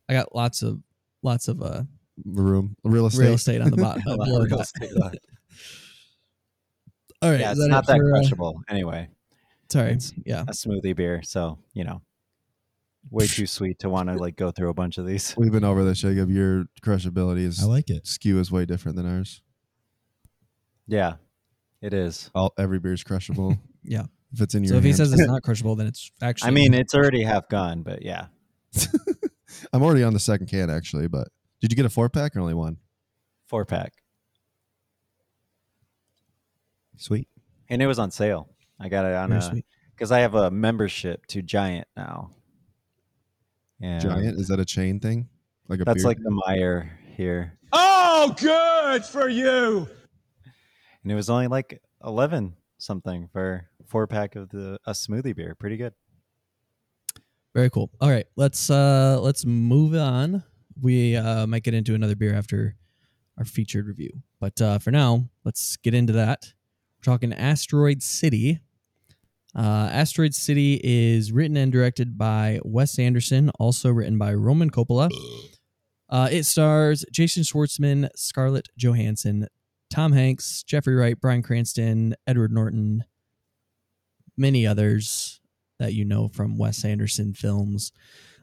Speaker 2: I got lots of lots of uh,
Speaker 4: room real estate.
Speaker 2: real estate on the bottom.
Speaker 3: A lot
Speaker 2: below
Speaker 3: of real
Speaker 2: that.
Speaker 3: estate left.
Speaker 2: All right,
Speaker 3: yeah,
Speaker 2: is
Speaker 3: it's
Speaker 2: it
Speaker 3: not that
Speaker 2: for, uh,
Speaker 3: crushable. Anyway,
Speaker 2: sorry,
Speaker 3: It's-
Speaker 2: yeah.
Speaker 3: a smoothie beer, so you know, way too sweet to want to like go through a bunch of these.
Speaker 4: We've been over this, Jacob. Your crushability is
Speaker 7: I like it.
Speaker 4: skew is way different than ours.
Speaker 3: Yeah, it is.
Speaker 4: All every beer's crushable.
Speaker 2: Yeah.
Speaker 4: If it's in your
Speaker 2: So if he
Speaker 4: hand.
Speaker 2: says it's not crushable, then it's actually.
Speaker 3: I mean, it's already half gone, but yeah,
Speaker 4: I'm already on the second can actually, but did you get a four pack or only one?
Speaker 3: four pack,
Speaker 4: Sweet.
Speaker 3: and it was on sale. I got it on
Speaker 2: very
Speaker 3: a
Speaker 2: sweet.
Speaker 3: because I have a membership to Giant now. Yeah,
Speaker 4: Giant. Is that a chain thing? Like a
Speaker 3: That's
Speaker 4: beer?
Speaker 3: like the Meyer here,
Speaker 8: Oh, good for you.
Speaker 3: and it was only like eleven something for four pack of the a smoothie beer. Pretty good.
Speaker 2: Very cool. All right, let's uh let's move on. We uh, might get into another beer after our featured review, but uh, for now, let's get into that. We're talking Asteroid City. Uh, Asteroid City is written and directed by Wes Anderson, also written by Roman Coppola. Uh, it stars Jason Schwartzman, Scarlett Johansson, Tom Hanks, Jeffrey Wright, Brian Cranston, Edward Norton, many others. that you know from Wes Anderson films.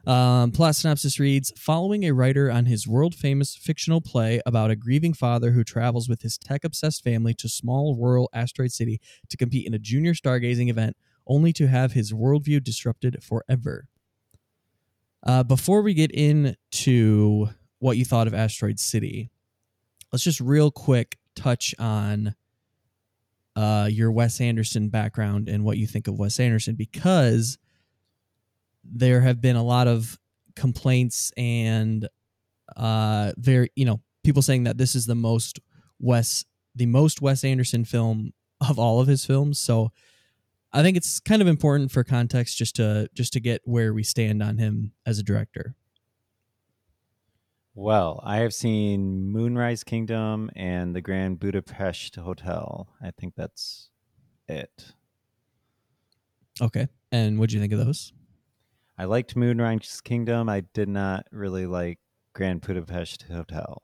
Speaker 2: Um, plot synopsis reads Following a writer on his world famous fictional play about a grieving father who travels with his tech obsessed family to small rural asteroid city to compete in a junior stargazing event, only to have his worldview disrupted forever. Uh, before we get into what you thought of Asteroid City, let's just real quick touch on uh, your Wes Anderson background and what you think of Wes Anderson because there have been a lot of complaints and uh, very you know people saying that this is the most Wes the most Wes Anderson film of all of his films. So I think it's kind of important for context just to just to get where we stand on him as a director.
Speaker 3: Well, I have seen Moonrise Kingdom and the Grand Budapest Hotel. I think that's it.
Speaker 2: Okay. And what do you think of those?
Speaker 3: I liked Moonrise Kingdom. I did not really like Grand Budapest Hotel.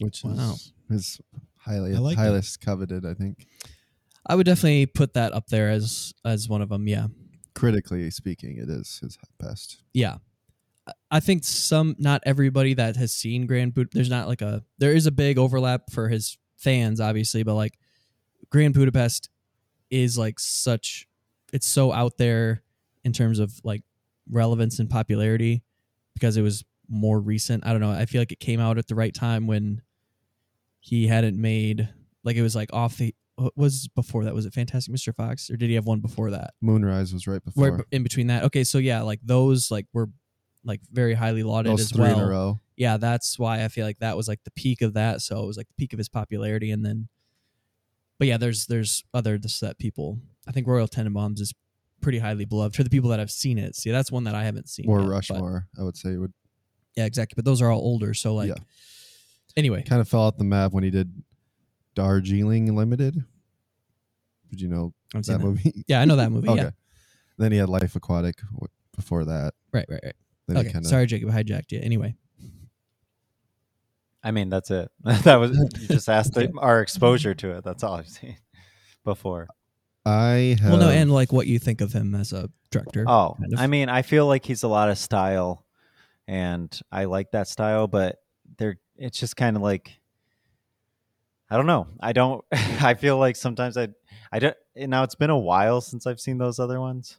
Speaker 4: which
Speaker 2: Wow.
Speaker 4: is his highly
Speaker 7: I like that.
Speaker 4: highest coveted, I think,
Speaker 2: I would definitely put that up there as as one of them. Yeah.
Speaker 4: critically speaking, it is his best.
Speaker 2: Yeah. I- I think some not everybody that has seen Grand Bud there's not like a there is a big overlap for his fans obviously but like Grand Budapest is like such it's so out there in terms of like relevance and popularity because it was more recent. I don't know. I feel like it came out at the right time when he hadn't made like it was like off the what was before that was it Fantastic Mr. Fox or did he have one before that?
Speaker 4: Moonrise was right before
Speaker 2: Right b- in between that. Okay, so yeah, like those like were like very highly lauded
Speaker 4: those
Speaker 2: as
Speaker 4: three
Speaker 2: well.
Speaker 4: in a row.
Speaker 2: Yeah, that's why I feel like that was like the peak of that. So it was like the peak of his popularity, and then, but yeah, there's there's other just that people. I think Royal Tenenbaums is pretty highly beloved for the people that have seen it. See, that's one that I haven't seen.
Speaker 4: Or
Speaker 2: yet, but-
Speaker 4: Rushmore, I would say, would
Speaker 2: yeah, exactly. But those are all older. So like,
Speaker 4: Yeah.
Speaker 2: anyway,
Speaker 4: kind of fell off the map when he did Darjeeling Limited. Did you know
Speaker 2: I've seen
Speaker 4: that
Speaker 2: that.
Speaker 4: movie?
Speaker 2: Yeah, I know that movie.
Speaker 4: okay.
Speaker 2: Yeah,
Speaker 4: Then he had Life Aquatic w- before that.
Speaker 2: right, right, right.
Speaker 4: Then he
Speaker 2: okay,
Speaker 4: kind of
Speaker 2: sorry, Jacob, I hijacked you. Anyway,
Speaker 3: I mean, that's it. that was you just asked it- our exposure to it. That's all I've seen before.
Speaker 4: I have
Speaker 2: well, no, and like what you think of him as a director?
Speaker 3: Oh,
Speaker 2: kind of.
Speaker 3: I mean, I feel like he's a lot of style, and I like that style, but they're it's just kind of like I don't know. I don't. I feel like sometimes I I don't. and Now it's been a while since I've seen those other ones,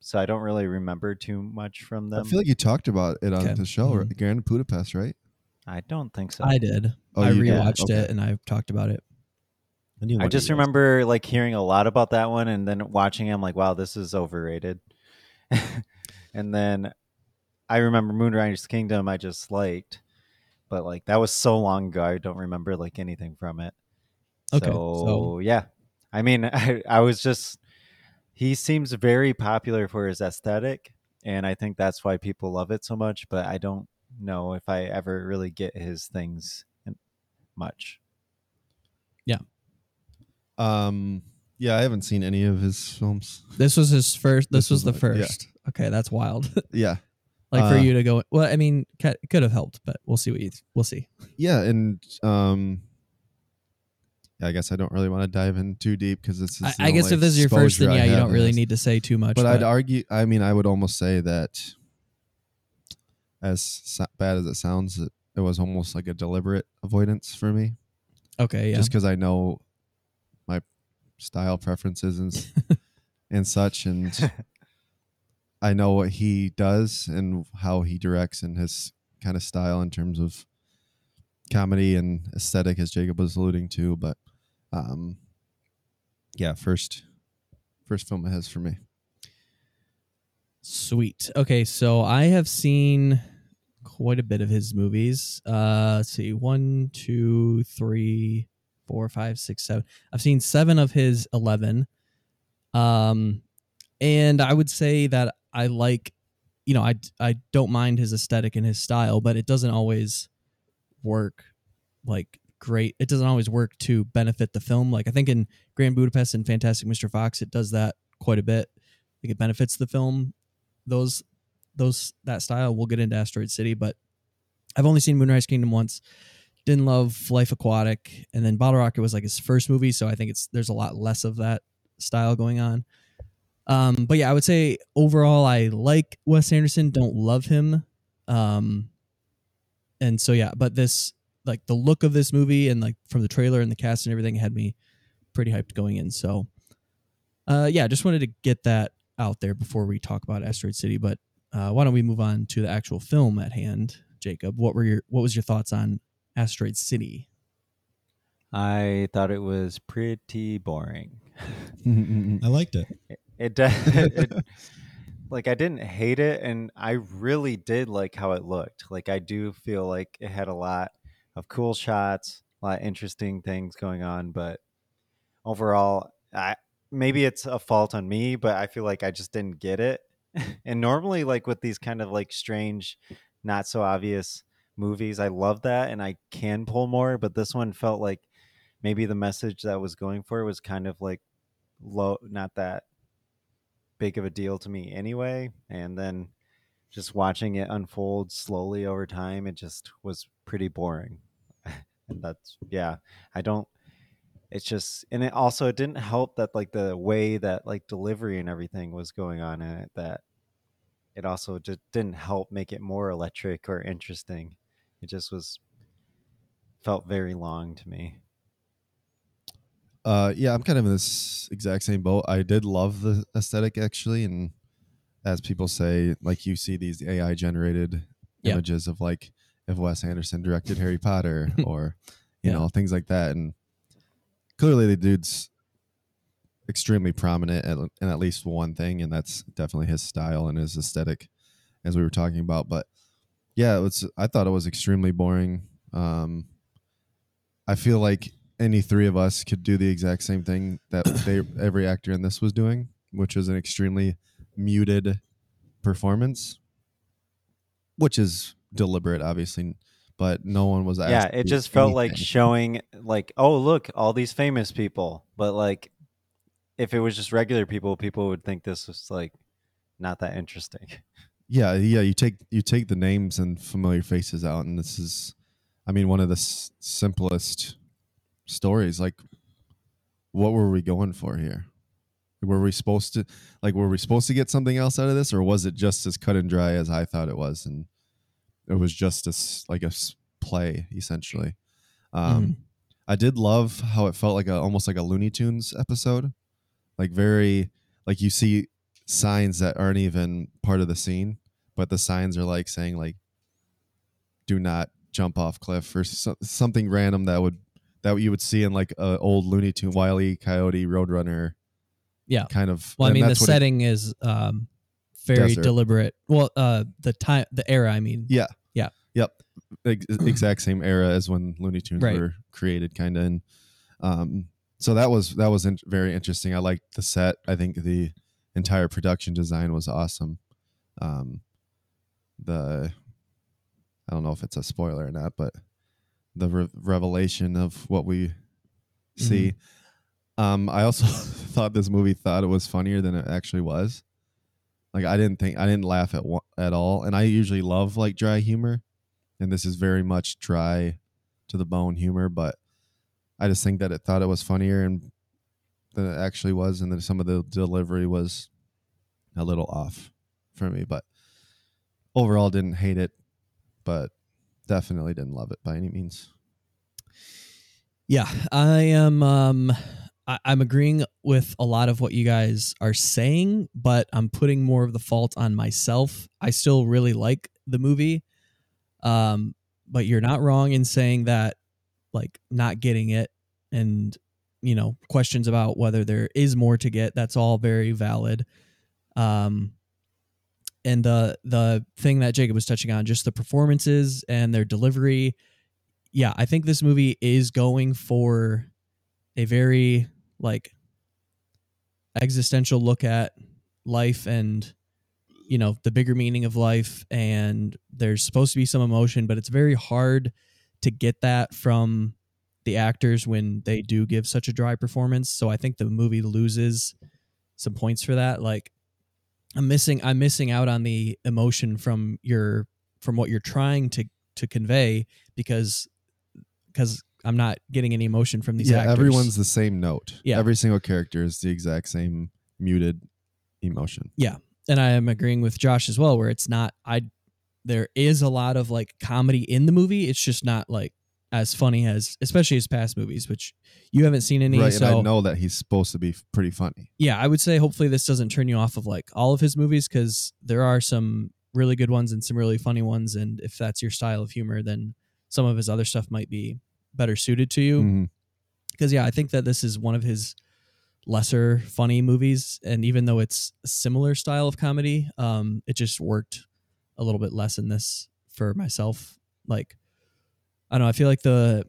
Speaker 3: so I don't really remember too much from
Speaker 4: I
Speaker 3: them.
Speaker 4: feel like you talked about it on
Speaker 2: Okay. Mm-hmm.
Speaker 4: the show, right? Grand Budapest, right?
Speaker 3: I don't think so.
Speaker 2: I did. I
Speaker 4: Oh, you did.
Speaker 2: rewatched
Speaker 4: Okay.
Speaker 2: it and I've talked about it.
Speaker 3: I
Speaker 4: knew one of
Speaker 3: just
Speaker 4: you guys.
Speaker 3: remember like hearing a lot about that one and then watching it, I'm like, wow, this is overrated. and then I remember Moonrise Kingdom I just liked. But like that was so long ago, I don't remember like anything from it.
Speaker 2: Okay,
Speaker 3: So,
Speaker 2: so-
Speaker 3: yeah. I mean, I, I was just he seems very popular for his aesthetic, and I think that's why people love it so much, but I don't know if I ever really get his things in- much.
Speaker 4: Um, yeah, I haven't seen any of his films.
Speaker 2: This was his first. This,
Speaker 4: This
Speaker 2: was,
Speaker 4: was
Speaker 2: the
Speaker 4: like- yeah.
Speaker 2: first. Okay, that's wild.
Speaker 4: Yeah,
Speaker 2: like for
Speaker 4: Uh,
Speaker 2: you to go. Well, I mean, ca- it could have helped, but we'll see what you. We'll see.
Speaker 4: yeah, and um, yeah, I guess I don't really want to dive in too deep because this is.
Speaker 2: I,
Speaker 4: the
Speaker 2: I guess
Speaker 4: only
Speaker 2: if this is your first,
Speaker 4: exposure
Speaker 2: then
Speaker 4: I
Speaker 2: yeah, you
Speaker 4: have
Speaker 2: don't
Speaker 4: in
Speaker 2: really
Speaker 4: this.
Speaker 2: need to say too much.
Speaker 4: But I'd argue. I mean, I would almost say that, as so- bad as it sounds, it, it was almost like a deliberate avoidance for me,
Speaker 2: okay, yeah,
Speaker 4: just because I know my style preferences and s- and such, and I know what he does and how he directs and his kind of style in terms of comedy and aesthetic, as Jacob was alluding to. But um, yeah, first first film it has for me.
Speaker 2: sweet. Okay, so I have seen quite a bit of his movies. Uh, let's see, one, two, three, four, five, six, seven. I've seen seven of his eleven. Um, and I would say that I like, you know, I I don't mind his aesthetic and his style, but it doesn't always work like great. It doesn't always work to benefit the film. Like I think in Grand Budapest and Fantastic Mr. Fox, it does that quite a bit. Like it benefits the film. Those those that style. We'll get into Asteroid City, but I've only seen Moonrise Kingdom once. Didn't love Life Aquatic, and then Bottle Rocket was like his first movie, so I think it's there's a lot less of that style going on. Um, but yeah, I would say overall, I like Wes Anderson. Don't love him. Um, and so yeah, but this like the look of this movie and like from the trailer and the cast and everything had me pretty hyped going in. So, uh, yeah, just wanted to get that out there before we talk about Asteroid City. But uh, why don't we move on to the actual film at hand, Jacob? What were your what was your thoughts on Asteroid City?
Speaker 3: I thought it was pretty boring.
Speaker 7: I liked it.
Speaker 3: It does. It, like I didn't hate it, and I really did like how it looked. Like I do feel like it had a lot of cool shots, a lot of interesting things going on. But overall, I maybe it's a fault on me, but I feel like I just didn't get it. And normally, like with these kind of like strange, not so obvious movies, I love that, and I can pull more. But this one felt like maybe the message that I was going for was kind of like low, not that big of a deal to me anyway. And then just watching it unfold slowly over time, it just was pretty boring. and that's yeah, I don't. It's just, and it also it didn't help that like the way that like delivery and everything was going on in it that it also just didn't help make it more electric or interesting. It just was felt very long to me.
Speaker 4: Uh, yeah, I'm kind of in this exact same boat. I did love the aesthetic actually, and as people say, like you see these AI generated
Speaker 2: Yeah.
Speaker 4: images of like if Wes Anderson directed Harry Potter or you
Speaker 2: Yeah.
Speaker 4: know things like that, and clearly the dude's extremely prominent at- in at least one thing, and that's definitely his style and his aesthetic, as we were talking about. But yeah, it was. I thought it was extremely boring. Um, I feel like any three of us could do the exact same thing that they every actor in this was doing, which was an extremely muted performance, which is deliberate, obviously, but no one was. Asked
Speaker 3: yeah,
Speaker 4: to
Speaker 3: it
Speaker 4: do
Speaker 3: just felt like
Speaker 4: anything.
Speaker 3: showing like, oh look, all these famous people. But like if it was just regular people, people would think this was like not that interesting.
Speaker 4: Yeah, yeah. You take you take the names and familiar faces out, and this is, I mean, one of the s- simplest stories. Like, what were we going for here? Were we supposed to like were we supposed to get something else out of this, or was it just as cut and dry as I thought it was, and it was just as like a s- play essentially. Um, I did love how it felt like a almost like a Looney Tunes episode, like very like you see signs that aren't even part of the scene, but the signs are like saying like, "Do not jump off cliff" or so, something random that would that you would see in like a old Looney Tune Wiley Coyote Roadrunner.
Speaker 2: Yeah.
Speaker 4: kind of.
Speaker 2: Well, I
Speaker 4: and
Speaker 2: mean, the
Speaker 4: that's what it-
Speaker 2: setting is um, very
Speaker 4: Desert.
Speaker 2: deliberate. Well, uh, the time, the era. I mean,
Speaker 4: Yeah.
Speaker 2: Yeah.
Speaker 4: Yep. Ex- exact same era as when Looney Tunes
Speaker 2: Right.
Speaker 4: were created, kind of. And um, so that was that was in- very interesting. I liked the set. I think the entire production design was awesome. Um, the I don't know if it's a spoiler or not, but the re- revelation of what we see. Um, I also thought this movie thought it was funnier than it actually was. Like I didn't think I didn't laugh at wa- at all, and I usually love like dry humor, and this is very much dry to the bone humor. But I just think that it thought it was funnier and than it actually was, and then some of the delivery was a little off for me. But overall, didn't hate it, but definitely didn't love it by any means.
Speaker 2: Yeah, I am. Um, I, I'm agreeing with a lot of what you guys are saying, but I'm putting more of the fault on myself. I still really like the movie, um, but you're not wrong in saying that, like, not getting it and you know questions about whether there is more to get. That's all very valid. Um, and the the thing that Jacob was touching on, just the performances and their delivery yeah, I think this movie is going for a very like existential look at life and you know the bigger meaning of life and there's supposed to be some emotion but it's very hard to get that from the actors when they do give such a dry performance so i think the movie loses some points for that like i'm missing i'm missing out on the emotion from your from what you're trying to to convey because because i'm not getting any emotion from these
Speaker 4: yeah,
Speaker 2: actors
Speaker 4: everyone's the same note.
Speaker 2: Yeah.
Speaker 4: every single character is the exact same muted emotion.
Speaker 2: and I am agreeing with Josh as well, where it's not I there is a lot of like comedy in the movie. It's just not like as funny as especially his past movies, which you haven't seen any.
Speaker 4: right.
Speaker 2: so
Speaker 4: and I know that he's supposed to be f- pretty funny.
Speaker 2: yeah, I would say hopefully this doesn't turn you off of like all of his movies because there are some really good ones and some really funny ones. And if that's your style of humor, then some of his other stuff might be better suited to you.
Speaker 4: Mhm.
Speaker 2: because yeah, I think that this is one of his lesser funny movies, and even though it's a similar style of comedy, um, it just worked a little bit less in this for myself. Like, I don't know. I feel like the,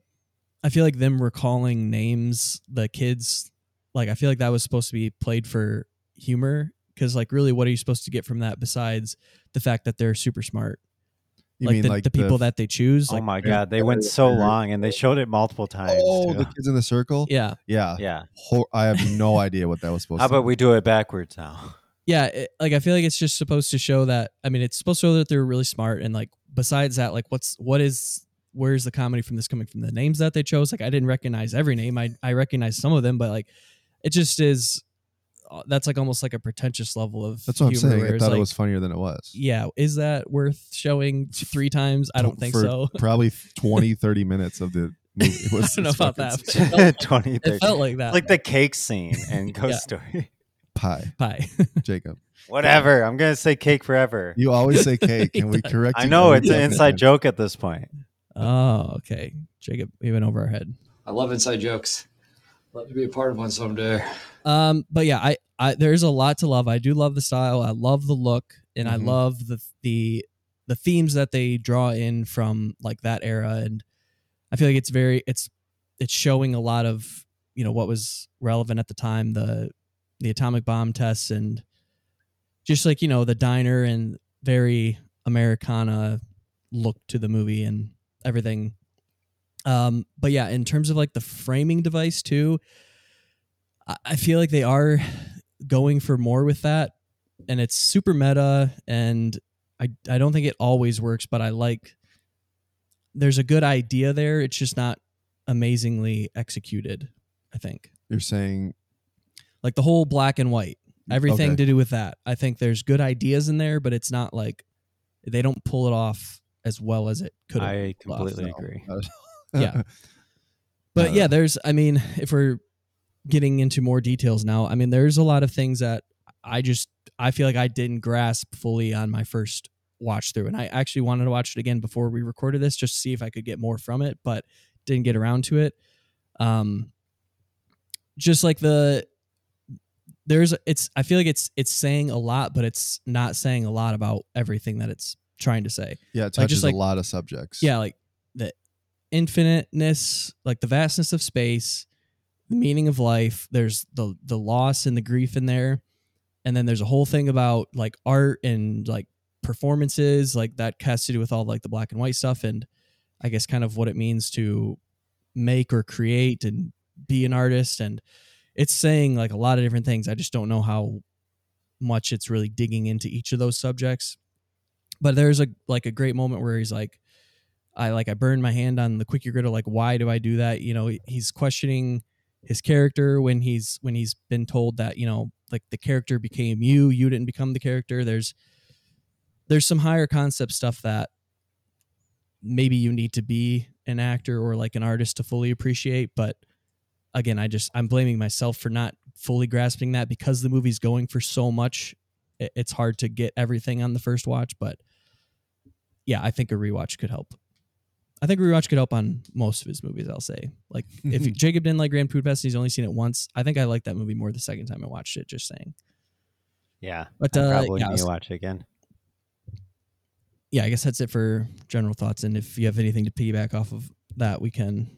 Speaker 2: I feel like them recalling names, the kids, like I feel like that was supposed to be played for humor because like really, what are you supposed to get from that besides the fact that they're super smart?
Speaker 4: You
Speaker 2: like
Speaker 4: mean
Speaker 2: the,
Speaker 4: like
Speaker 2: the people that they choose,
Speaker 3: oh
Speaker 2: like
Speaker 3: my god, they went so long and they showed it multiple times.
Speaker 4: oh
Speaker 3: too.
Speaker 4: the kids in the circle?
Speaker 2: yeah,
Speaker 4: Yeah.
Speaker 3: yeah.
Speaker 4: Hor- I have no idea what that was supposed
Speaker 3: How
Speaker 4: to.
Speaker 3: about we do it backwards now?
Speaker 2: yeah it, like i feel like it's just supposed to show that i mean it's supposed to show that they're really smart and like besides that like what's what is where's the comedy from this coming from the names that they chose like i didn't recognize every name i i recognize some of them but like it just is uh, that's like almost like a pretentious level of
Speaker 4: That's what I'm
Speaker 2: humor
Speaker 4: saying.
Speaker 2: where
Speaker 4: I
Speaker 2: it's
Speaker 4: thought
Speaker 2: like,
Speaker 4: it was funnier than it was.
Speaker 2: yeah is that worth showing three times i don't think
Speaker 4: For
Speaker 2: so
Speaker 4: Probably 20, 30 minutes of the movie.
Speaker 2: I
Speaker 4: was
Speaker 2: don't know
Speaker 4: this
Speaker 2: about
Speaker 4: fucking
Speaker 2: that, but it felt-
Speaker 3: 20,
Speaker 2: it
Speaker 3: 30.
Speaker 2: felt like that
Speaker 3: like the cake scene in Ghost
Speaker 2: Yeah.
Speaker 3: Story.
Speaker 4: pie,
Speaker 2: pie
Speaker 4: Jacob.
Speaker 3: Whatever. I'm gonna say cake forever.
Speaker 4: You always say cake, and we
Speaker 2: does.
Speaker 4: correct.
Speaker 3: I
Speaker 4: you
Speaker 3: know
Speaker 4: every
Speaker 3: it's an
Speaker 4: time.
Speaker 3: inside joke at this point.
Speaker 2: oh okay jacob we went over our head
Speaker 5: I love inside jokes. Love to be a part of one someday.
Speaker 2: Um, but yeah, I, I there's a lot to love. I do love the style. I love the look, and
Speaker 4: Mhm.
Speaker 2: I love the the the themes that they draw in from like that era. And I feel like it's very it's it's showing a lot of you know what was relevant at the time the the atomic bomb tests and just like you know the diner and very Americana look to the movie and everything. Um, but yeah, in terms of like the framing device too, I- I feel like they are going for more with that, and it's super meta. And I I don't think it always works, but I like. There's a good idea there. It's just not amazingly executed. I think
Speaker 4: You're saying
Speaker 2: like the whole black and white, everything
Speaker 4: Okay.
Speaker 2: to do with that. I think there's good ideas in there, but it's not like they don't pull it off as well as it could. have.
Speaker 3: I completely
Speaker 2: no.
Speaker 3: agree.
Speaker 2: Yeah. But
Speaker 4: Uh,
Speaker 2: yeah, there's, I mean, if we're getting into more details now, I mean, there's a lot of things that I just, I feel like I didn't grasp fully on my first watch through. And I actually wanted to watch it again before we recorded this just to see if I could get more from it, but didn't get around to it. Um, just like the, there's, it's, I feel like it's, it's saying a lot, but it's not saying a lot about everything that it's trying to say.
Speaker 4: yeah, it touches
Speaker 2: Like, just like-
Speaker 4: a lot of subjects.
Speaker 2: Yeah, like the infiniteness, like the vastness of space, the meaning of life. There's the the loss and the grief in there, and then there's a whole thing about like art and like performances, like that has to do with all like the black and white stuff, and I guess kind of what it means to make or create and be an artist, and it's saying like a lot of different things. I just don't know how much it's really digging into each of those subjects. But there's a like a great moment where he's like, I like I burned my hand on the quickie griddle. Like, why do I do that? You know, he's questioning his character when he's when he's been told that you know like the character became you, you didn't become the character. There's there's some higher concept stuff that maybe you need to be an actor or like an artist to fully appreciate. But again, I just I'm blaming myself for not fully grasping that because the movie's going for so much. it- It's hard to get everything on the first watch, but yeah, I think a rewatch could help. I think a rewatch could help on most of his movies. I'll say, like,
Speaker 3: Mm-hmm.
Speaker 2: if Jacob didn't like Grand Budapest, he's only seen it once. I think I liked that movie more the second time I watched it. Just saying,
Speaker 3: Yeah.
Speaker 2: but
Speaker 3: I
Speaker 2: uh,
Speaker 3: probably
Speaker 2: yeah, I
Speaker 3: need
Speaker 2: was-
Speaker 3: to watch it again.
Speaker 2: yeah, I guess that's it for general thoughts. And if you have anything to piggyback off of that, we can.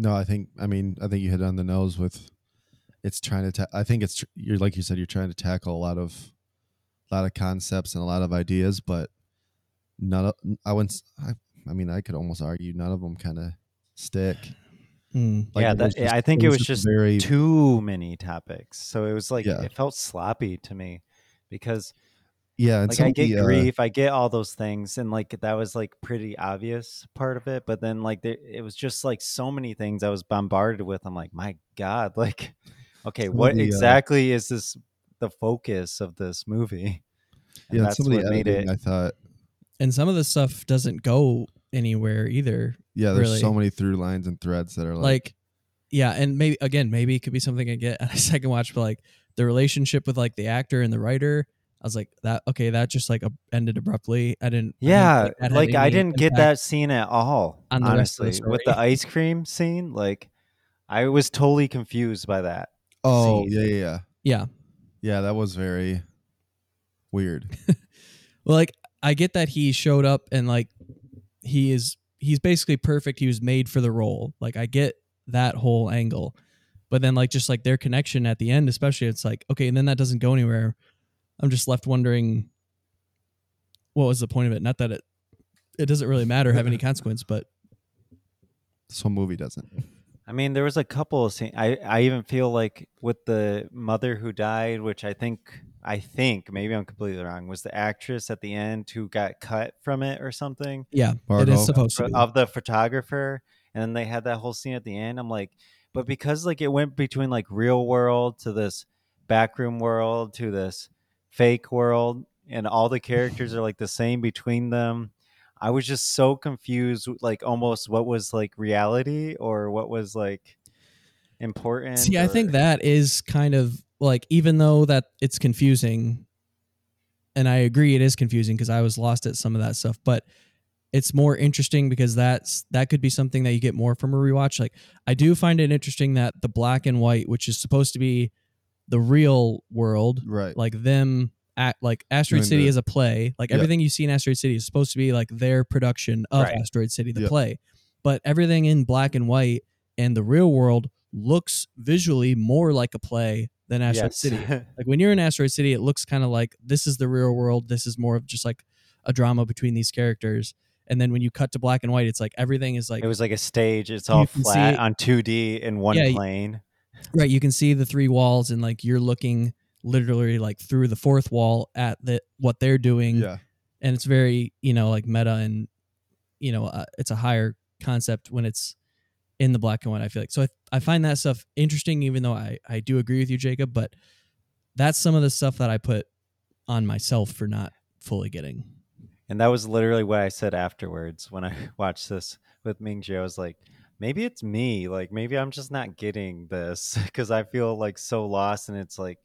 Speaker 4: No, I think I mean I think you hit it on the nose with it's trying to. Ta- I think it's tr- you're like you said you're trying to tackle a lot of a lot of concepts and a lot of ideas, but none. Of, I wouldn't. s- I, I mean, I could almost argue none of them kind of stick.
Speaker 2: Hmm.
Speaker 3: Yeah,
Speaker 4: it
Speaker 3: that-
Speaker 4: was
Speaker 3: yeah, I think it was just
Speaker 4: very.
Speaker 3: Too many topics. So it was like
Speaker 4: Yeah.
Speaker 3: it felt sloppy to me because
Speaker 4: yeah, and
Speaker 3: like
Speaker 4: some
Speaker 3: I
Speaker 4: of
Speaker 3: get
Speaker 4: the, uh,
Speaker 3: grief, I get all those things, and like that was like pretty obvious part of it. But then like there, it was just like so many things I was bombarded with. I'm like, my god, like Okay,
Speaker 4: Some of
Speaker 3: what
Speaker 4: the, uh,
Speaker 3: exactly is this the focus of this movie? And
Speaker 4: Yeah,
Speaker 3: that's
Speaker 4: some of the
Speaker 3: what made
Speaker 4: editing,
Speaker 3: it.
Speaker 4: I thought,
Speaker 2: and some of the stuff doesn't go anywhere either.
Speaker 4: yeah, there's so
Speaker 2: Really.
Speaker 4: many through lines and threads that are like,
Speaker 2: Like, yeah, and maybe again, maybe it could be something I get on a second watch, but like the relationship with like the actor and the writer, I was like that. Okay, that just like ab- ended abruptly. I didn't. I didn't
Speaker 3: Yeah,
Speaker 2: think that had
Speaker 3: like I
Speaker 2: any
Speaker 3: didn't get
Speaker 2: impact.
Speaker 3: that scene at all.
Speaker 2: on the rest of the
Speaker 3: honestly, with the ice cream scene, like I was totally confused by that.
Speaker 4: oh
Speaker 3: scene.
Speaker 4: yeah, yeah, yeah,
Speaker 2: Yeah.
Speaker 4: yeah, that was very weird.
Speaker 2: Well, like I get that he showed up and like he is he's basically perfect. He was made for the role. Like I get that whole angle. But then like just like their connection at the end, especially it's like, okay, and then that doesn't go anywhere. I'm just left wondering what was the point of it? Not that it it doesn't really matter have any consequence, but
Speaker 4: This whole movie doesn't.
Speaker 3: I mean, there was a couple of scenes. I, I even feel like with the mother who died, which I think I think maybe I'm completely wrong, was the actress at the end who got cut from it or something
Speaker 2: yeah, it
Speaker 4: Fargo.
Speaker 2: is supposed to.
Speaker 3: for-
Speaker 2: Be.
Speaker 3: of the photographer, and then they had that whole scene at the end. I'm like, but because like it went between like real world to this backroom world to this fake world, and all the characters are like the same between them. I was just so confused, with, like almost what was like reality or what was like important.
Speaker 2: See, I think
Speaker 3: or-
Speaker 2: that is kind of like even though that it's confusing, and I agree it is confusing because I was lost at some of that stuff, but it's more interesting because that's that could be something that you get more from a rewatch. Like I do find it interesting that the black and white, which is supposed to be the real world,
Speaker 4: Right.
Speaker 2: like them at like Asteroid
Speaker 4: Doing
Speaker 2: City
Speaker 4: the-
Speaker 2: is a play. Like
Speaker 4: Yeah.
Speaker 2: everything you see in Asteroid City is supposed to be like their production of
Speaker 3: Right.
Speaker 2: Asteroid City, the
Speaker 4: Yeah.
Speaker 2: play. But everything in black and white and the real world looks visually more like a play than Asteroid
Speaker 3: Yes.
Speaker 2: City. Like when you're in Asteroid City, it looks kind of like this is the real world. This is more of just like a drama between these characters. And then when you cut to black and white, it's like everything is like
Speaker 3: it was like a stage. It's all
Speaker 2: You can see
Speaker 3: flat
Speaker 2: it-
Speaker 3: on 2D in one
Speaker 2: Yeah, you-
Speaker 3: plane.
Speaker 2: Right, you can see the three walls, and like you're looking literally like through the fourth wall at the what they're doing,
Speaker 4: Yeah.
Speaker 2: and it's very you know like meta and you know uh, it's a higher concept when it's in the black and white. I feel like so I I find that stuff interesting, even though I I do agree with you, Jacob, but that's some of the stuff that I put on myself for not fully getting.
Speaker 3: And that was literally what I said afterwards when I watched this with Mingji. I was like, maybe it's me. Like, maybe I'm just not getting this because I feel like so lost and it's like,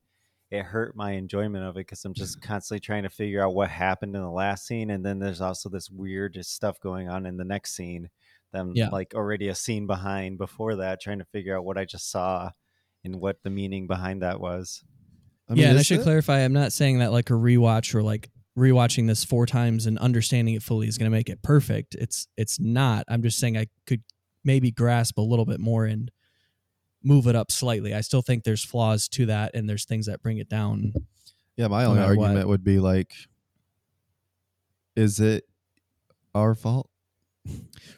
Speaker 3: it hurt my enjoyment of it because I'm just constantly trying to figure out what happened in the last scene. And then there's also this weird just stuff going on in the next scene that I'm
Speaker 2: Yeah.
Speaker 3: like already a scene behind before that, trying to figure out what I just saw and what the meaning behind that was.
Speaker 4: I mean,
Speaker 2: yeah, and I
Speaker 4: is
Speaker 2: should
Speaker 4: it?
Speaker 2: clarify, I'm not saying that like a rewatch or like rewatching this four times and understanding it fully is going to make it perfect. It's it's not. I'm just saying I could maybe grasp a little bit more and move it up slightly. I still think there's flaws to that and there's things that bring it down.
Speaker 4: Yeah, my only
Speaker 2: matter what.
Speaker 4: argument would be like, is it our fault?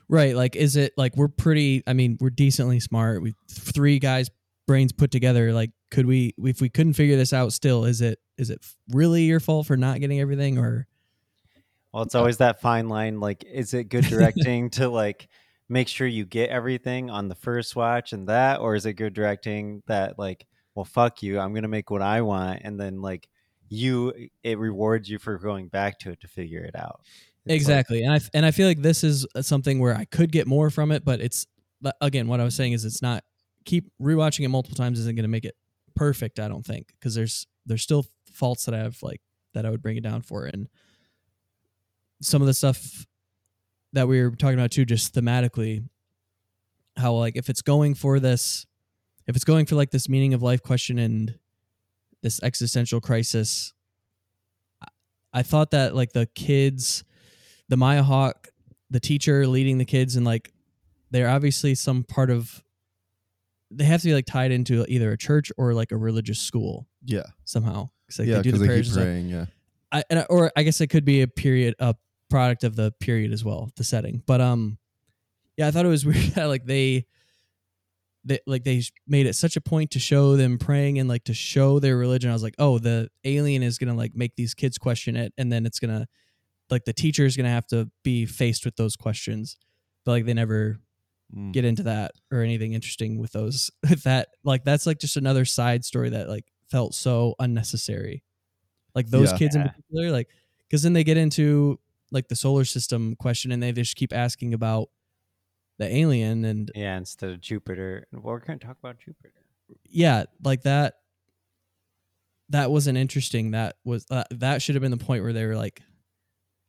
Speaker 2: Right, like is it like we're pretty I mean, we're decently smart. We three guys brains put together like could we if we couldn't figure this out still is it is it really your fault for not getting everything or
Speaker 3: Well,
Speaker 2: Uh,
Speaker 3: it's always that fine line. Like, is it good directing to like make sure you get everything on the first watch and that, or is it good directing that like, well, fuck you, I'm gonna make what I want, and then like you, it rewards you for going back to it to figure it out. It's like-
Speaker 2: exactly and i and i feel like this is uh, something where i could get more from it but it's but again what i was saying is it's not keep rewatching it multiple times isn't going to make it perfect i don't think because there's there's still faults that i have like that i would bring it down for and some of the stuff that we were talking about too just thematically how like if it's going for this if it's going for like this meaning of life question and this existential crisis I- i thought that like the kids the Maya Hawk, the teacher leading the kids, and like they're obviously some part of. They have to be like tied into either a church or like a religious school
Speaker 4: Yeah,
Speaker 2: somehow. 'Cause, like,
Speaker 4: yeah,
Speaker 2: they do
Speaker 4: because
Speaker 2: the
Speaker 4: they,
Speaker 2: prayers
Speaker 4: keep
Speaker 2: and stuff.
Speaker 4: praying. Yeah,
Speaker 2: I, and, I- or I guess it could be a period, a product of the period as well, the setting. But um, yeah, I thought it was weird that like they, they like they sh- made it such a point to show them praying and like to show their religion. I was like, oh, the alien is gonna like make these kids question it, and then it's gonna, like the teacher is gonna have to be faced with those questions. But like they never
Speaker 4: Mm.
Speaker 2: get into that or anything interesting with those with that like that's like just another side story that like felt so unnecessary like those
Speaker 4: Yeah.
Speaker 2: kids in
Speaker 3: Yeah.
Speaker 2: particular like because then they get into like the solar system question and they just keep asking about the alien and
Speaker 3: Yeah, instead of Jupiter. Well, we're going to talk about Jupiter.
Speaker 2: yeah like that that wasn't interesting that was uh, that should have been the point where they were like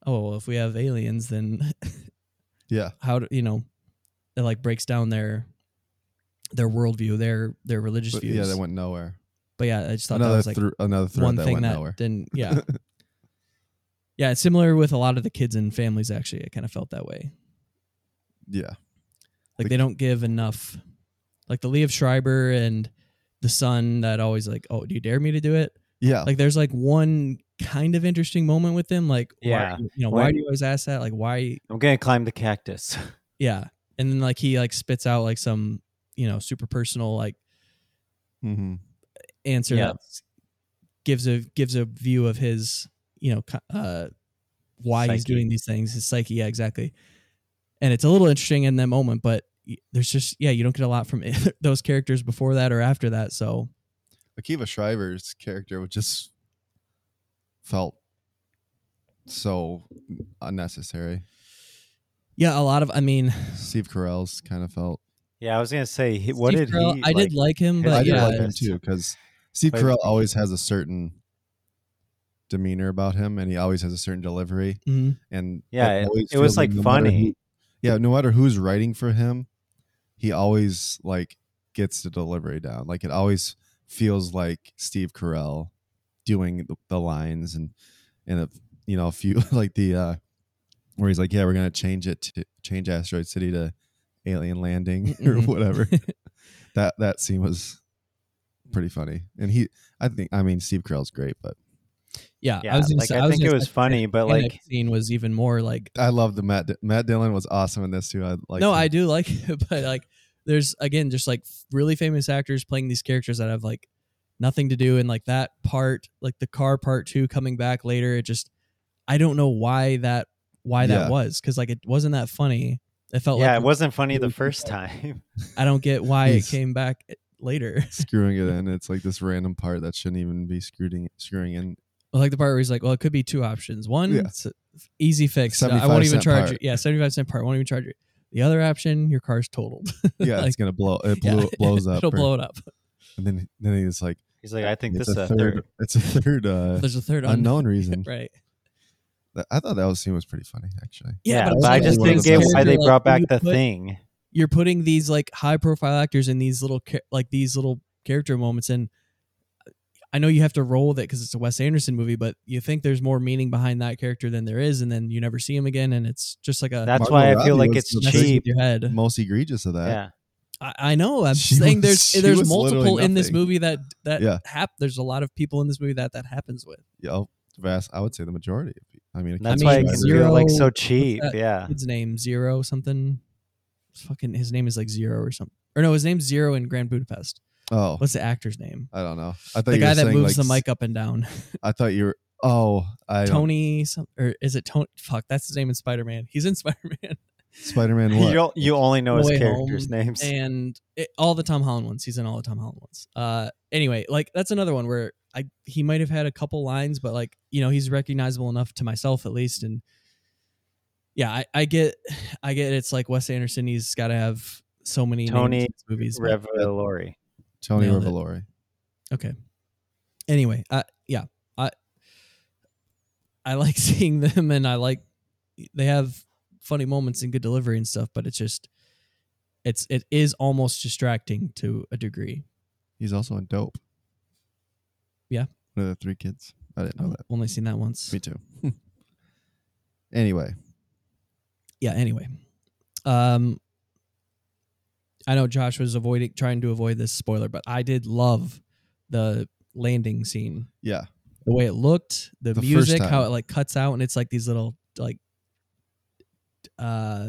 Speaker 2: oh well if we have aliens then
Speaker 4: Yeah.
Speaker 2: how do you know it like breaks down their their worldview their their religious
Speaker 4: But
Speaker 2: views
Speaker 4: yeah, that went nowhere.
Speaker 2: but yeah i just thought that
Speaker 4: Another
Speaker 2: was like
Speaker 4: thr- another thread
Speaker 2: one
Speaker 4: that
Speaker 2: thing
Speaker 4: went
Speaker 2: that
Speaker 4: nowhere.
Speaker 2: didn't yeah yeah it's similar with a lot of the kids and families actually i kind of felt that way
Speaker 4: yeah.
Speaker 2: like
Speaker 4: Like-
Speaker 2: they don't give enough like the lee of schreiber and the son that always like oh do you dare me to do it
Speaker 4: Yeah.
Speaker 2: like there's like one kind of interesting moment with them like
Speaker 3: Yeah.
Speaker 2: why, you know
Speaker 3: When-
Speaker 2: why do you always ask that like why
Speaker 3: I'm going to climb the cactus.
Speaker 2: yeah and then like he like spits out like some you know super personal like
Speaker 4: mm-hmm.
Speaker 2: answer
Speaker 3: Yeah.
Speaker 2: that gives a gives a view of his you know co- uh why he's
Speaker 3: Psyche.
Speaker 2: doing these things his psyche yeah exactly and it's a little interesting in that moment but y- there's just yeah you don't get a lot from either those characters before that or after that so
Speaker 4: Akiva Shriver's character was just felt so unnecessary.
Speaker 2: yeah a lot of i mean
Speaker 4: Steve Carell's kind of felt.
Speaker 3: Yeah, I was going to say, he- what
Speaker 2: Steve
Speaker 3: did
Speaker 2: Carell,
Speaker 3: he
Speaker 2: i did like him but
Speaker 4: I did
Speaker 2: yeah
Speaker 4: like him
Speaker 2: it's-
Speaker 4: too because Steve
Speaker 3: But-
Speaker 4: Carell always has a certain demeanor about him, and he always has a certain delivery.
Speaker 2: mhm.
Speaker 4: And
Speaker 3: Yeah,
Speaker 4: I
Speaker 3: it-
Speaker 4: always
Speaker 3: it
Speaker 4: feel
Speaker 3: was, like,
Speaker 4: no matter
Speaker 3: funny.
Speaker 4: who- yeah, no matter who's writing for him, he always like gets the delivery down. Like it always feels like Steve Carell doing the, the lines and and a, you know a few like the uh where he's like, yeah, we're gonna change it to change Asteroid City to Alien Landing or
Speaker 2: Mhm.
Speaker 4: whatever. that that scene was pretty funny, and he I think I mean Steve Carell's great, but
Speaker 2: yeah,
Speaker 3: Yeah,
Speaker 2: I was gonna
Speaker 3: like,
Speaker 2: say-
Speaker 3: I
Speaker 2: was
Speaker 3: think
Speaker 2: gonna
Speaker 3: it
Speaker 2: say
Speaker 3: was
Speaker 2: the
Speaker 3: funny, but,
Speaker 2: Titanic
Speaker 3: like-
Speaker 2: scene was even more like
Speaker 4: I love the Matt Matt Dillon was awesome in this too. I like
Speaker 2: no, I do like it, but like there's again just like really famous actors playing these characters that have like nothing to do and like that part, like the car part two coming back later, it just I don't know why that why
Speaker 4: Yeah.
Speaker 2: that was cuz like it wasn't that funny. It felt
Speaker 3: yeah,
Speaker 2: like
Speaker 3: it wasn't funny the
Speaker 2: really
Speaker 3: first time.
Speaker 2: I don't get why it
Speaker 4: He's-
Speaker 2: came back eh, later.
Speaker 4: screwing it in. It's like this random part that shouldn't even be screwing screwing in.
Speaker 2: I like the part where he's like, "Well, it could be two options. One,
Speaker 4: Yeah.
Speaker 2: it's a easy fix. Uh, I
Speaker 4: 75
Speaker 2: won't even
Speaker 4: cent
Speaker 2: charge
Speaker 4: part.
Speaker 2: you. Yeah, seventy five cent part. Won't even charge you. The other option, your car's totaled.
Speaker 4: Yeah, it's
Speaker 2: Like-
Speaker 4: gonna blow. It blew,
Speaker 2: Yeah.
Speaker 4: blows up.
Speaker 2: It'll
Speaker 4: or-
Speaker 2: blow it up.
Speaker 4: And then then he's like,
Speaker 3: He's like, I think
Speaker 4: it's
Speaker 3: this is
Speaker 4: a
Speaker 3: a
Speaker 4: third,
Speaker 3: third.
Speaker 4: It's a third uh,
Speaker 2: There's a third un-
Speaker 4: unknown reason.
Speaker 2: right?
Speaker 4: Th- I thought that was, scene was pretty funny actually.
Speaker 3: Yeah,
Speaker 2: I'm
Speaker 3: but,
Speaker 2: saying,
Speaker 3: I
Speaker 2: like,
Speaker 3: just
Speaker 4: one of
Speaker 3: didn't
Speaker 4: the
Speaker 3: get
Speaker 4: best
Speaker 3: why they
Speaker 2: character, like,
Speaker 3: brought
Speaker 2: when
Speaker 3: back
Speaker 2: you
Speaker 3: the
Speaker 2: put-
Speaker 3: thing.
Speaker 2: You're putting these like high profile actors in these little cha- like these little character moments, and uh, I know you have to roll with it because it's a Wes Anderson movie, but you think there's more meaning behind that character than there is, and then you never see him again, and it's just like a
Speaker 3: That's
Speaker 4: Margot
Speaker 3: why I
Speaker 4: Robbie
Speaker 3: feel like
Speaker 4: was
Speaker 3: it's
Speaker 4: the
Speaker 2: messes
Speaker 4: best-
Speaker 3: cheap.
Speaker 2: with your head.
Speaker 4: Most egregious of that.
Speaker 3: Yeah,
Speaker 2: I, I know. I'm
Speaker 4: She
Speaker 2: saying
Speaker 4: was- she
Speaker 2: there's there's
Speaker 4: was literally
Speaker 2: multiple in this
Speaker 4: nothing.
Speaker 2: movie that that
Speaker 4: Yeah.
Speaker 2: hap- There's a lot of people in this movie that that happens with.
Speaker 4: Yeah, oh, vast. I would say the majority. Of people. I mean, it
Speaker 3: that's
Speaker 4: could
Speaker 2: I
Speaker 3: why
Speaker 4: be
Speaker 3: it
Speaker 2: mean,
Speaker 3: can
Speaker 4: better.
Speaker 2: zero-
Speaker 3: feel like so cheap.
Speaker 2: that?
Speaker 3: Yeah,
Speaker 2: His name Zero something. Fucking his name is like Zero or something. Or no, his name's Zero in Grand Budapest.
Speaker 4: Oh,
Speaker 2: What's the actor's name?
Speaker 4: I don't know. I thought
Speaker 2: The
Speaker 4: you were
Speaker 2: guy that
Speaker 4: saying,
Speaker 2: moves
Speaker 4: like,
Speaker 2: the mic up and down.
Speaker 4: I thought you were. Oh, I Tony
Speaker 2: Tony, some, or is it Tony? Fuck, that's his name in Spider Man. He's in Spider Man
Speaker 4: Spider Man.
Speaker 3: you
Speaker 4: What?
Speaker 3: don't, you only know
Speaker 2: No
Speaker 3: his
Speaker 2: Way
Speaker 3: characters'
Speaker 2: Home
Speaker 3: names.
Speaker 2: and it, all the Tom Holland ones. He's in all the Tom Holland ones. Uh, anyway, like that's another one where I he might have had a couple lines, but like you know he's recognizable enough to myself at least. And yeah, I, I get, I get it's like Wes Anderson. He's got to have so many names
Speaker 3: Tony
Speaker 2: in his movies. but-
Speaker 3: Revelori.
Speaker 4: Tony
Speaker 2: Nailed it.
Speaker 4: Revolori.
Speaker 2: Okay. Anyway, uh, yeah, I I like seeing them, and I like they have funny moments and good delivery and stuff, but it's just it's it is almost distracting to a degree.
Speaker 4: He's also in Dope.
Speaker 2: Yeah. Um,
Speaker 4: One of the three kids. I didn't know
Speaker 2: I've
Speaker 4: that.
Speaker 2: only seen that once.
Speaker 4: Me too. anyway,
Speaker 2: Yeah. Anyway, um, I know Josh was avoiding trying to avoid this spoiler, but I did love the landing scene,
Speaker 4: yeah.
Speaker 2: the way it looked, the,
Speaker 4: The first
Speaker 2: music, how
Speaker 4: time.
Speaker 2: it like cuts out, and it's like these little like uh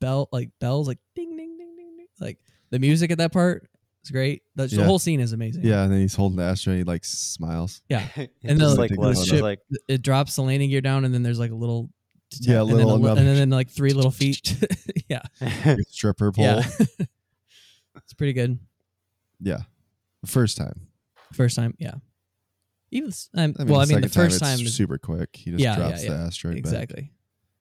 Speaker 2: bell like bells like ding ding ding ding ding like the music at that part is great the, the
Speaker 4: Yeah.
Speaker 2: whole scene is amazing
Speaker 4: Yeah, and then he's holding the asteroid. He like smiles.
Speaker 2: Yeah.
Speaker 3: and
Speaker 2: And
Speaker 3: just
Speaker 2: the-
Speaker 3: like
Speaker 4: the
Speaker 3: looks
Speaker 4: ship-
Speaker 3: just like
Speaker 2: it drops the landing gear down and then there's like a little tap,
Speaker 4: Yeah,
Speaker 2: and
Speaker 4: little
Speaker 2: then a li-
Speaker 4: another-
Speaker 2: and then like three little feet. yeah,
Speaker 4: stripper pole.
Speaker 2: yeah,
Speaker 4: Yeah.
Speaker 2: it's pretty good.
Speaker 4: The first time.
Speaker 2: First time, yeah. Even s- um,
Speaker 4: I mean,
Speaker 2: well, I
Speaker 4: the
Speaker 2: mean, the
Speaker 4: second time,
Speaker 2: first time,
Speaker 4: it's
Speaker 2: is
Speaker 4: super quick. He just
Speaker 2: Yeah, yeah,
Speaker 4: drops the
Speaker 2: yeah.
Speaker 4: asteroid back.
Speaker 2: exactly.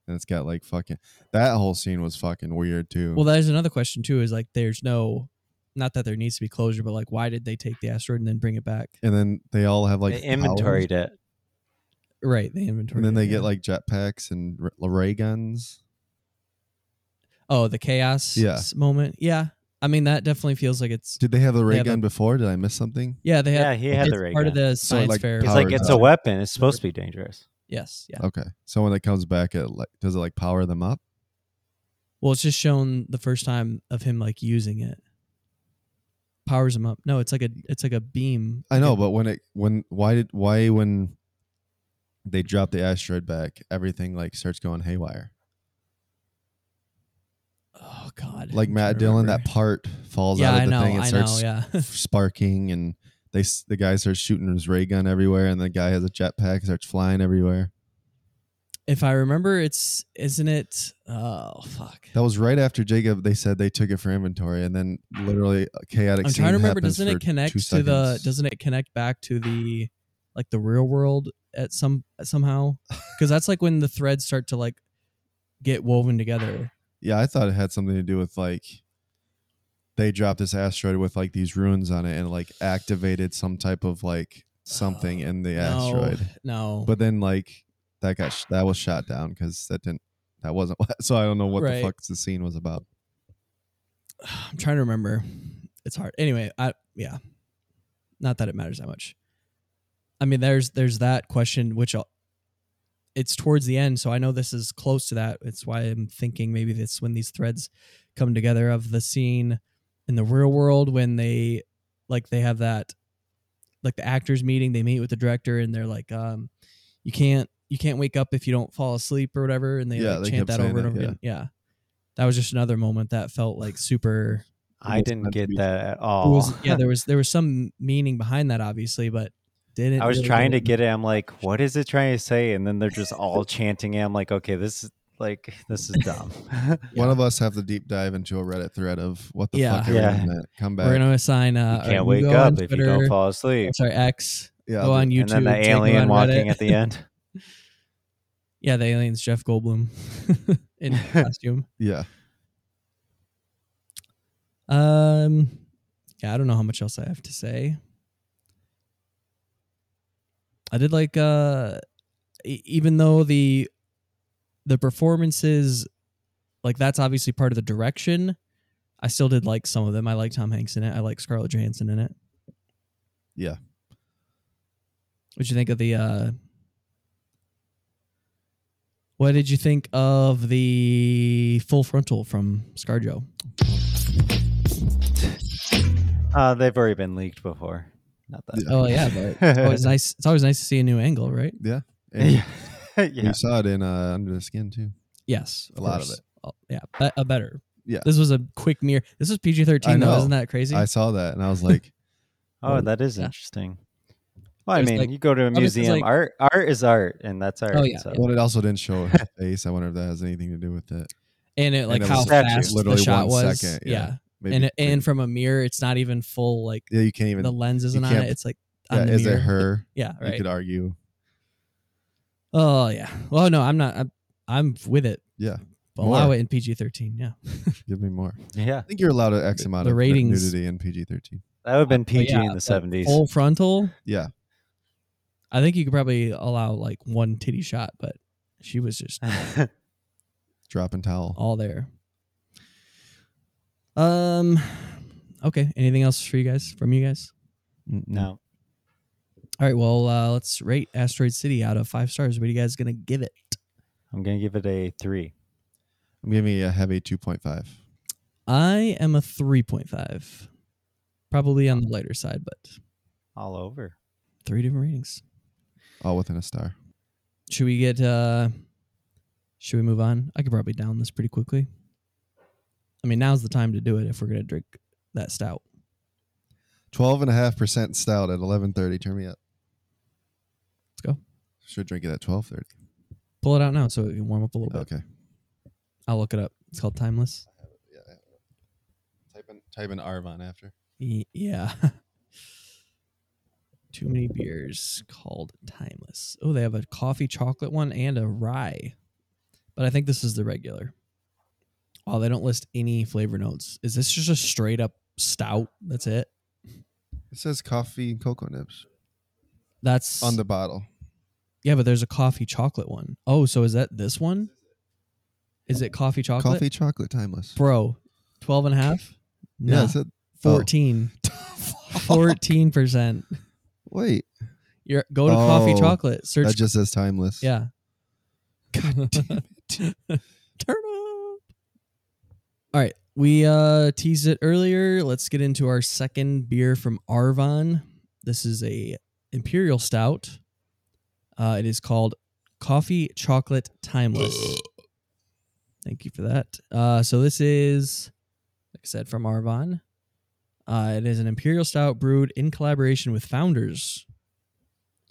Speaker 4: And it's got like fucking that whole scene was fucking weird too.
Speaker 2: Well, there's another question too. Is like, there's no, not that there needs to be closure, but like, why did they take the asteroid and then bring it back?
Speaker 4: and then they all have like
Speaker 3: they inventoried
Speaker 4: powers,
Speaker 3: it.
Speaker 2: Right, the inventory.
Speaker 4: and then they
Speaker 2: yeah.
Speaker 4: get like jetpacks and r- ray guns.
Speaker 2: oh, the chaos
Speaker 4: Yeah.
Speaker 2: s- moment. Yeah, I mean that definitely feels like it's
Speaker 4: Did they have the ray
Speaker 2: Yeah, the-
Speaker 4: gun before? Did I miss something?
Speaker 2: yeah they
Speaker 3: Yeah,
Speaker 2: had
Speaker 3: he had
Speaker 2: it's
Speaker 3: the ray
Speaker 2: part of
Speaker 3: gun.
Speaker 2: the
Speaker 4: So,
Speaker 2: science
Speaker 4: like,
Speaker 2: fair.
Speaker 3: It's like
Speaker 4: powered
Speaker 3: it's
Speaker 4: up.
Speaker 3: a weapon. It's supposed to be dangerous.
Speaker 2: yes, yeah.
Speaker 4: Okay, so when it comes back, it like does it like power them up?
Speaker 2: Well, it's just shown the first time of him like using it. Powers him up. No, it's like a it's like a beam.
Speaker 4: I know, but when it when why did why when they drop the asteroid back, everything like starts going haywire.
Speaker 2: Oh God!
Speaker 4: Like
Speaker 2: I'm
Speaker 4: Matt
Speaker 2: trying to
Speaker 4: Dillon,
Speaker 2: remember.
Speaker 4: that part falls
Speaker 2: Yeah,
Speaker 4: out of
Speaker 2: I
Speaker 4: the
Speaker 2: know.
Speaker 4: thing. It
Speaker 2: I know.
Speaker 4: starts
Speaker 2: Yeah.
Speaker 4: sparking, and they s- the guy starts shooting his ray gun everywhere, and the guy has a jetpack starts flying everywhere.
Speaker 2: if I remember, it's isn't it? Oh fuck!
Speaker 4: That was right after Jacob. They said they took it for inventory, and then literally a chaotic.
Speaker 2: I'm
Speaker 4: scene
Speaker 2: trying to remember.
Speaker 4: happens
Speaker 2: Doesn't
Speaker 4: for
Speaker 2: it connect
Speaker 4: two
Speaker 2: to the?
Speaker 4: seconds.
Speaker 2: Doesn't it connect back to the, like the real world at some somehow? Because that's like when the threads start to like get woven together.
Speaker 4: Yeah, I thought it had something to do with like they dropped this asteroid with like these ruins on it and like activated some type of like something in the asteroid.
Speaker 2: No, no.
Speaker 4: But then like that got sh- that was shot down because that didn't that wasn't so I don't know what
Speaker 2: Right.
Speaker 4: the fuck the scene was about.
Speaker 2: I'm trying to remember. It's hard. Anyway, I yeah, not that it matters that much. I mean, there's there's that question which I'll, it's towards the end, so I know this is close to that. It's why I'm thinking maybe that's when these threads come together of the scene in the real world when they like they have that like the actors meeting, they meet with the director and they're like, um, you can't you can't wake up if you don't fall asleep or whatever, and they
Speaker 4: Yeah,
Speaker 2: like,
Speaker 4: they
Speaker 2: chant that
Speaker 4: kept
Speaker 2: over
Speaker 4: saying
Speaker 2: and over
Speaker 4: that, yeah.
Speaker 2: again. Yeah. That was just another moment that felt like super
Speaker 3: I
Speaker 4: was
Speaker 3: didn't
Speaker 4: meant to
Speaker 3: get
Speaker 4: be-
Speaker 3: that at
Speaker 2: it
Speaker 3: all.
Speaker 2: was yeah there was there was some meaning behind that obviously but didn't
Speaker 3: I was
Speaker 2: really
Speaker 3: trying to get it. I'm like, what is it trying to say? And then they're just all chanting it. I'm like, okay, this is like this is dumb.
Speaker 4: One of us have to deep dive into a Reddit thread of what the
Speaker 2: Yeah.
Speaker 4: fuck everyone
Speaker 3: Yeah.
Speaker 4: meant. Come back.
Speaker 2: we're gonna assign
Speaker 3: you
Speaker 2: uh or
Speaker 3: can't
Speaker 2: you
Speaker 3: wake
Speaker 2: go
Speaker 3: up
Speaker 2: on
Speaker 3: if you don't
Speaker 2: Twitter-
Speaker 3: fall asleep.
Speaker 2: sorry x
Speaker 4: yeah,
Speaker 2: go on youtube
Speaker 3: and then the
Speaker 2: take a look
Speaker 3: alien
Speaker 2: on
Speaker 3: walking
Speaker 2: Reddit.
Speaker 3: at the end.
Speaker 2: yeah the aliens jeff goldblum in costume
Speaker 4: yeah.
Speaker 2: um yeah i don't know how much else i have to say i did like uh e- even though the the performances like that's obviously part of the direction i still did like some of them i like tom hanks in it i like scarlett johansson in it
Speaker 4: Yeah.
Speaker 2: what'd you think of the uh what did you think of the full frontal from scarjo
Speaker 3: Uh, they've already been leaked before. Not that.
Speaker 4: Yeah.
Speaker 2: oh yeah but always nice it's always nice to see a new angle right
Speaker 4: And
Speaker 3: yeah.
Speaker 4: You saw it in uh, Under the Skin too.
Speaker 2: yes
Speaker 4: A lot of
Speaker 2: course. Oh, yeah a, a better
Speaker 4: Yeah.
Speaker 2: this was a quick mirror this was
Speaker 4: I
Speaker 2: pg-13 though
Speaker 4: know.
Speaker 2: isn't that crazy
Speaker 4: I saw that and I was like,
Speaker 3: Oh, that is
Speaker 2: Yeah.
Speaker 3: interesting. Well, I
Speaker 2: There's,
Speaker 3: mean,
Speaker 2: like-
Speaker 3: you go to a
Speaker 2: mean, there's,
Speaker 3: museum.
Speaker 2: like-
Speaker 3: art, art is art, and that's art.
Speaker 2: Oh, yeah,
Speaker 3: so.
Speaker 2: yeah.
Speaker 4: well, it also didn't show her face. I wonder if that has anything to do with it.
Speaker 2: and it like
Speaker 4: it
Speaker 2: how
Speaker 4: was
Speaker 3: actually
Speaker 2: fast the
Speaker 4: literally
Speaker 2: shot
Speaker 4: one
Speaker 2: was
Speaker 4: second,
Speaker 2: yeah,
Speaker 4: yeah. Maybe,
Speaker 2: and it-
Speaker 4: maybe-
Speaker 2: and from a mirror it's not even full like
Speaker 4: yeah, you can't even.
Speaker 2: the lens isn't on
Speaker 4: can't-
Speaker 2: it it's like
Speaker 4: yeah,
Speaker 2: on the
Speaker 4: is
Speaker 2: mirror.
Speaker 4: it her?
Speaker 2: yeah
Speaker 4: You
Speaker 2: right
Speaker 4: could argue.
Speaker 2: oh yeah well no i'm not i'm, I'm with it
Speaker 4: Yeah,
Speaker 2: allow
Speaker 4: More.
Speaker 2: it in pg-13 yeah
Speaker 4: give me more.
Speaker 3: yeah.
Speaker 4: I think you're allowed an X amount
Speaker 2: the
Speaker 4: of
Speaker 2: ratings-
Speaker 4: nudity in PG-13.
Speaker 3: That would have been
Speaker 2: But
Speaker 3: PG
Speaker 2: yeah,
Speaker 3: in the
Speaker 2: but
Speaker 3: seventies.
Speaker 2: full frontal
Speaker 4: Yeah,
Speaker 2: i think you could probably allow like one titty shot but she was just
Speaker 4: dropping towel.
Speaker 2: all there. Um okay, anything else for you guys from you guys?
Speaker 4: Mm-mm.
Speaker 3: no,
Speaker 2: All right, well, uh let's rate Asteroid City out of 5 stars. What are you guys going to give it?
Speaker 3: I'm gonna give it a three.
Speaker 4: I'm giving you a heavy 2.5.
Speaker 2: I am a 3.5. Probably on the lighter side, but
Speaker 3: All over.
Speaker 2: three different ratings.
Speaker 4: All within a star.
Speaker 2: Should we get uh should we move on? I could probably down this pretty quickly. I mean, now's the time to do it if we're going to drink that stout.
Speaker 4: 12.5% stout at 11.30. Turn me up.
Speaker 2: Let's go.
Speaker 4: Should drink it at 12.30.
Speaker 2: Pull it out now so it can warm up a little bit.
Speaker 4: Okay.
Speaker 2: I'll look it up. It's called Timeless.
Speaker 4: Yeah. Type in type in Arvon after.
Speaker 2: Y- Yeah. Too many beers called Timeless. Oh, they have a coffee chocolate one and a rye. But I think this is the regular. Oh, they don't list any flavor notes. Is this just a straight up stout? That's it.
Speaker 4: It says coffee and cocoa nibs
Speaker 2: That's
Speaker 4: on the bottle.
Speaker 2: Yeah, but there's a coffee chocolate one. Oh, so is that this one? Is it coffee chocolate?
Speaker 4: Coffee chocolate timeless.
Speaker 2: Bro, 12 and a half? No,
Speaker 4: Yeah, Oh. it said
Speaker 2: 14. 14%.
Speaker 4: wait.
Speaker 2: You're, go to coffee
Speaker 4: Oh,
Speaker 2: chocolate. Search.
Speaker 4: That just says timeless.
Speaker 2: yeah. God damn it. Turn up. All right. We uh, teased it earlier. Let's get into our second beer from Arvon. This is a Imperial Stout. Uh, it is called Coffee Chocolate Timeless. Thank you for that. Uh, so this is, like I said, from Arvon. Uh, it is an Imperial Stout brewed in collaboration with Founders.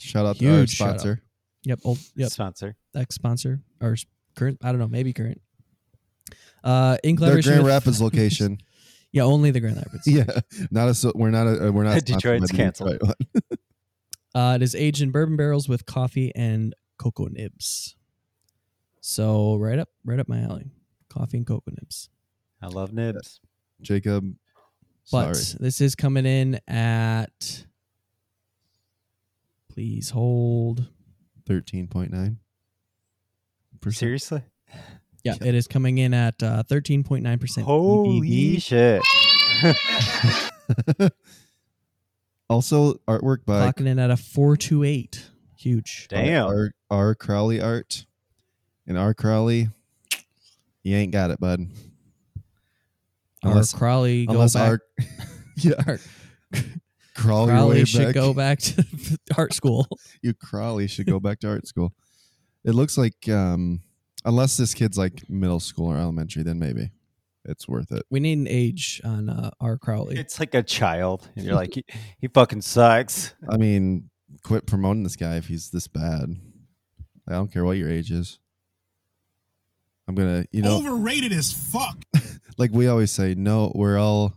Speaker 4: Shout out to our
Speaker 2: Huge shout out.
Speaker 4: sponsor.
Speaker 2: Yep, old, yep,
Speaker 3: Sponsor.
Speaker 2: ex sponsor or s- current. I don't know, maybe current. Uh, in
Speaker 4: Their
Speaker 2: collaboration
Speaker 4: Grand
Speaker 2: with-
Speaker 4: Rapids location.
Speaker 2: yeah, only the Grand Rapids.
Speaker 4: yeah, not a. so- We're not a. uh, We're not. sponsored by
Speaker 3: Detroit's
Speaker 4: the
Speaker 3: canceled.
Speaker 4: Detroit one.
Speaker 2: Uh, it is aged in bourbon barrels with coffee and cocoa nibs. So right up, right up my alley. Coffee and cocoa nibs.
Speaker 3: I love nibs.
Speaker 4: Jacob.
Speaker 2: But
Speaker 4: sorry.
Speaker 2: this is coming in at. Please hold.
Speaker 4: Thirteen point nine.
Speaker 3: Seriously?
Speaker 2: Yeah, it is coming in at uh, thirteen point nine percent. E
Speaker 3: Holy shit.
Speaker 4: also, artwork by
Speaker 2: clocking in at a four two eight. Huge.
Speaker 3: Damn.
Speaker 4: R, R. Crowley art, and R. Crowley, you ain't got it, bud.
Speaker 2: Or
Speaker 4: Unless-
Speaker 2: Crowley go
Speaker 4: Unless
Speaker 2: back.
Speaker 4: R. yeah,
Speaker 2: Our-
Speaker 4: Crowley,
Speaker 2: Crowley
Speaker 4: should
Speaker 2: should go back to art school.
Speaker 4: You Crowley should go back to art school. It looks like, um, unless this kid's like middle school or elementary, then maybe it's worth it.
Speaker 2: We need an age on uh, R. Crowley.
Speaker 3: It's like a child. And you're like, he, he fucking sucks.
Speaker 4: I mean, quit promoting this guy if he's this bad. I don't care what your age is. I'm gonna, you know,
Speaker 7: Overrated as fuck.
Speaker 4: like we always say, no, we're all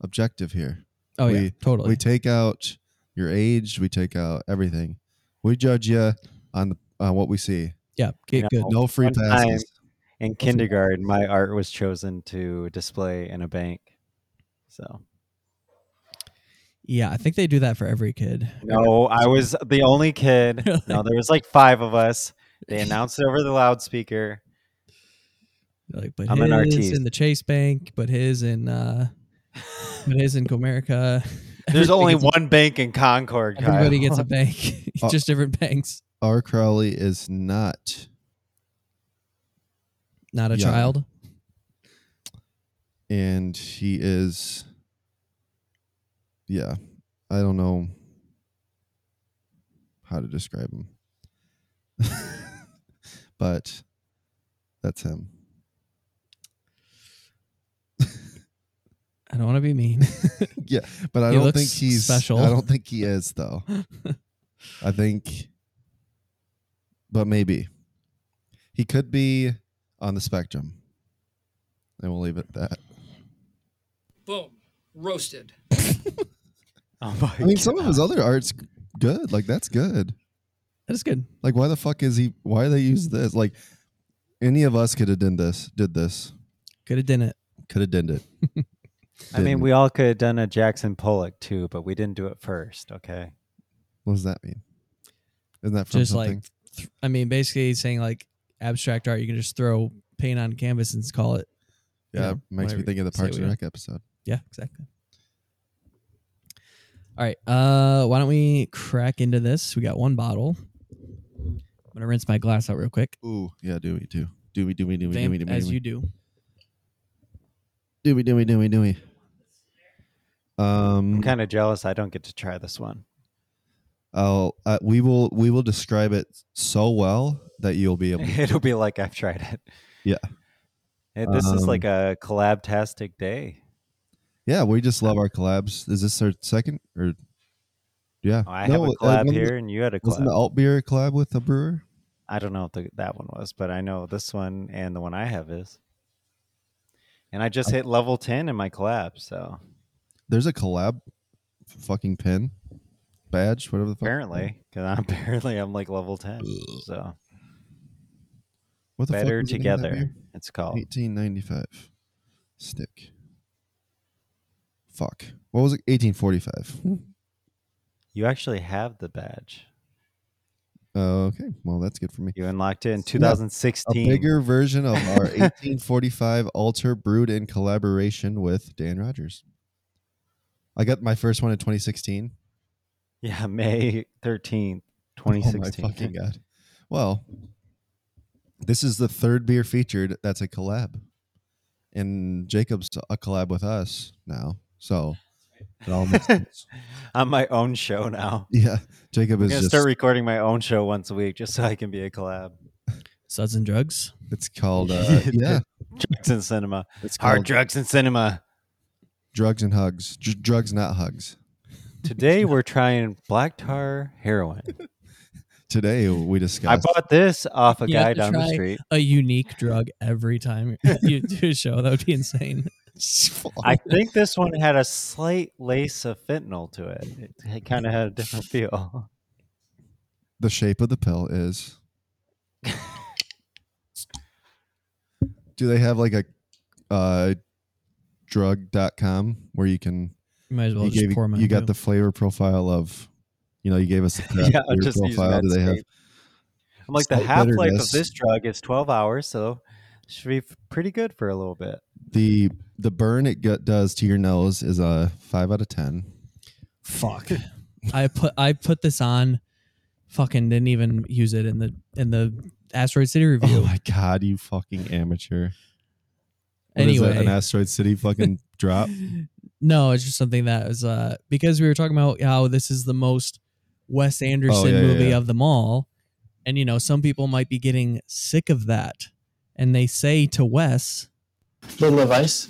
Speaker 4: objective here.
Speaker 2: oh yeah,
Speaker 4: we-
Speaker 2: totally.
Speaker 4: We take out your age. We take out everything. We judge you on the, on what we see.
Speaker 2: yeah, get
Speaker 3: You
Speaker 2: good.
Speaker 3: know,
Speaker 4: No free
Speaker 3: One time-
Speaker 4: passes.
Speaker 3: In kindergarten, my art was chosen to display in a bank. So,
Speaker 2: Yeah, I think they do that for every kid.
Speaker 3: no, I was the only kid. No, there was like five of us. They announced it over the loudspeaker.
Speaker 2: Like, but
Speaker 3: I'm
Speaker 2: his
Speaker 3: an artiste.
Speaker 2: in the Chase Bank, but his in, uh, but his in Comerica. Everybody
Speaker 3: There's only
Speaker 2: gets a-
Speaker 3: one bank in Concord. Kyle.
Speaker 2: Everybody gets a bank. It's
Speaker 4: Uh,
Speaker 2: just different banks.
Speaker 4: R. Crowley is not
Speaker 2: Not a
Speaker 4: yeah.
Speaker 2: child.
Speaker 4: and he is yeah i don't know how to describe him but that's him
Speaker 2: I don't want to be mean.
Speaker 4: yeah but i
Speaker 2: He
Speaker 4: don't
Speaker 2: looks
Speaker 4: think he's
Speaker 2: special.
Speaker 4: i don't think he is though i think but maybe he could be on the spectrum and we'll leave it at that
Speaker 9: Boom. Roasted.
Speaker 3: Oh my
Speaker 4: i mean some of
Speaker 3: God.
Speaker 4: his other art's good like that's good
Speaker 2: That's good.
Speaker 4: Like, why the fuck is he? Why they use this? Like, any of us could have done this. Did this?
Speaker 2: Could have done it.
Speaker 4: Could have done it.
Speaker 3: I mean,
Speaker 4: Didn't.
Speaker 3: we all could have done a Jackson Pollock too, but we didn't do it first. Okay.
Speaker 4: What does that mean? Isn't that from
Speaker 2: Just
Speaker 4: something?
Speaker 2: like, th- I mean, basically he's saying like abstract art. You can just throw paint on canvas and call it.
Speaker 4: yeah,
Speaker 2: yeah,
Speaker 4: it makes me
Speaker 2: whatever
Speaker 4: think
Speaker 2: you
Speaker 4: of the
Speaker 2: say
Speaker 4: Parks
Speaker 2: we
Speaker 4: and
Speaker 2: are.
Speaker 4: Rec episode.
Speaker 2: Yeah, exactly. All right. Uh, why don't we crack into this? We got one bottle. I'm gonna rinse my glass out real quick,
Speaker 4: Ooh, yeah, do we do? Do we do we do we do
Speaker 2: Vamp
Speaker 4: we do we
Speaker 2: as
Speaker 4: do
Speaker 2: you
Speaker 4: we
Speaker 2: do.
Speaker 4: do we do we do we do we? Um, Mm.
Speaker 3: I'm kind of jealous I don't get to try this one.
Speaker 4: I'll uh, we will we will describe it so well that you'll be able. to
Speaker 3: It'll be like I've tried it.
Speaker 4: Yeah.
Speaker 3: Hey, this is like
Speaker 4: Um,
Speaker 3: a collab tastic day.
Speaker 4: Yeah, we just love our collabs. Is this our second or? Yeah,
Speaker 3: Oh, I
Speaker 4: No,
Speaker 3: have
Speaker 4: uh,
Speaker 3: a collab
Speaker 4: wasn't-
Speaker 3: here and you had a
Speaker 4: Wasn't the
Speaker 3: collab.
Speaker 4: alt beer collab with a brewer?
Speaker 3: I don't know if the, that one was, but I know this one and the one I have is. And I just
Speaker 4: Oh.
Speaker 3: hit level 10 in my collab, so
Speaker 4: There's a collab fucking pin badge, whatever the fuck.
Speaker 3: apparently, because apparently I'm like level 10. So
Speaker 4: What the fuck
Speaker 3: better
Speaker 4: was the name of that
Speaker 3: together,
Speaker 4: beer?
Speaker 3: it's called.
Speaker 4: 1895. Stick. Fuck. What was it? 1845.
Speaker 3: You actually have the badge.
Speaker 4: Oh, Okay. Well, that's good for me.
Speaker 3: You unlocked it in
Speaker 4: Yeah, a
Speaker 3: 2016.
Speaker 4: A bigger version of our 1845 Alter brewed in collaboration with Dan Rogers. I got my first one in 2016.
Speaker 3: Yeah, May 13th,
Speaker 4: Oh
Speaker 3: 2016.
Speaker 4: my fucking god! Well, this is the third beer featured. That's a collab, and Jacob's a collab with us now. So it all makes sense.
Speaker 3: On my own show now.
Speaker 4: yeah, Jacob
Speaker 3: I'm
Speaker 4: is
Speaker 3: gonna
Speaker 4: just.
Speaker 3: start recording my own show once a week just so I can be a collab.
Speaker 2: Suds and drugs.
Speaker 4: it's called uh, yeah.
Speaker 3: Drugs and cinema.
Speaker 4: It's called
Speaker 3: Hard drugs and cinema.
Speaker 4: drugs and hugs. Dr- drugs not hugs.
Speaker 3: Today we're trying black tar heroin.
Speaker 4: Today we
Speaker 3: I
Speaker 4: discussed.
Speaker 3: bought this off a
Speaker 2: You
Speaker 3: guy
Speaker 2: have to
Speaker 3: down the
Speaker 2: try-
Speaker 3: street.
Speaker 2: A unique drug every time you do a show. That would be insane.
Speaker 3: I think this one had a slight lace of fentanyl to it. It, kind of had a different feel.
Speaker 4: the shape of the pill is. Do they have like a uh, drug.com where you can
Speaker 2: You might as well
Speaker 4: you,
Speaker 2: just
Speaker 4: gave,
Speaker 2: pour mine.
Speaker 4: you got
Speaker 2: too.
Speaker 4: the flavor profile of you know you gave us the crap
Speaker 3: yeah, I'm
Speaker 4: flavor
Speaker 3: just using
Speaker 4: profile
Speaker 3: that.
Speaker 4: do they have
Speaker 3: straight. I'm like the
Speaker 4: slight
Speaker 3: half life of
Speaker 4: bitterness?
Speaker 3: this drug is 12 hours, so should be pretty good for a little bit.
Speaker 4: the the burn it gut does to your nose is a 5 out of 10
Speaker 2: fuck i put i put this on fucking didn't even use it in the in the asteroid city review
Speaker 4: oh my god you fucking amateur What is that,
Speaker 2: anyway
Speaker 4: an asteroid city fucking drop
Speaker 2: no it's just something that was uh because we were talking about how this is the most wes anderson
Speaker 4: Oh, yeah, yeah,
Speaker 2: movie
Speaker 4: yeah.
Speaker 2: of them all and you know some people might be getting sick of that and they say to wes
Speaker 10: Little advice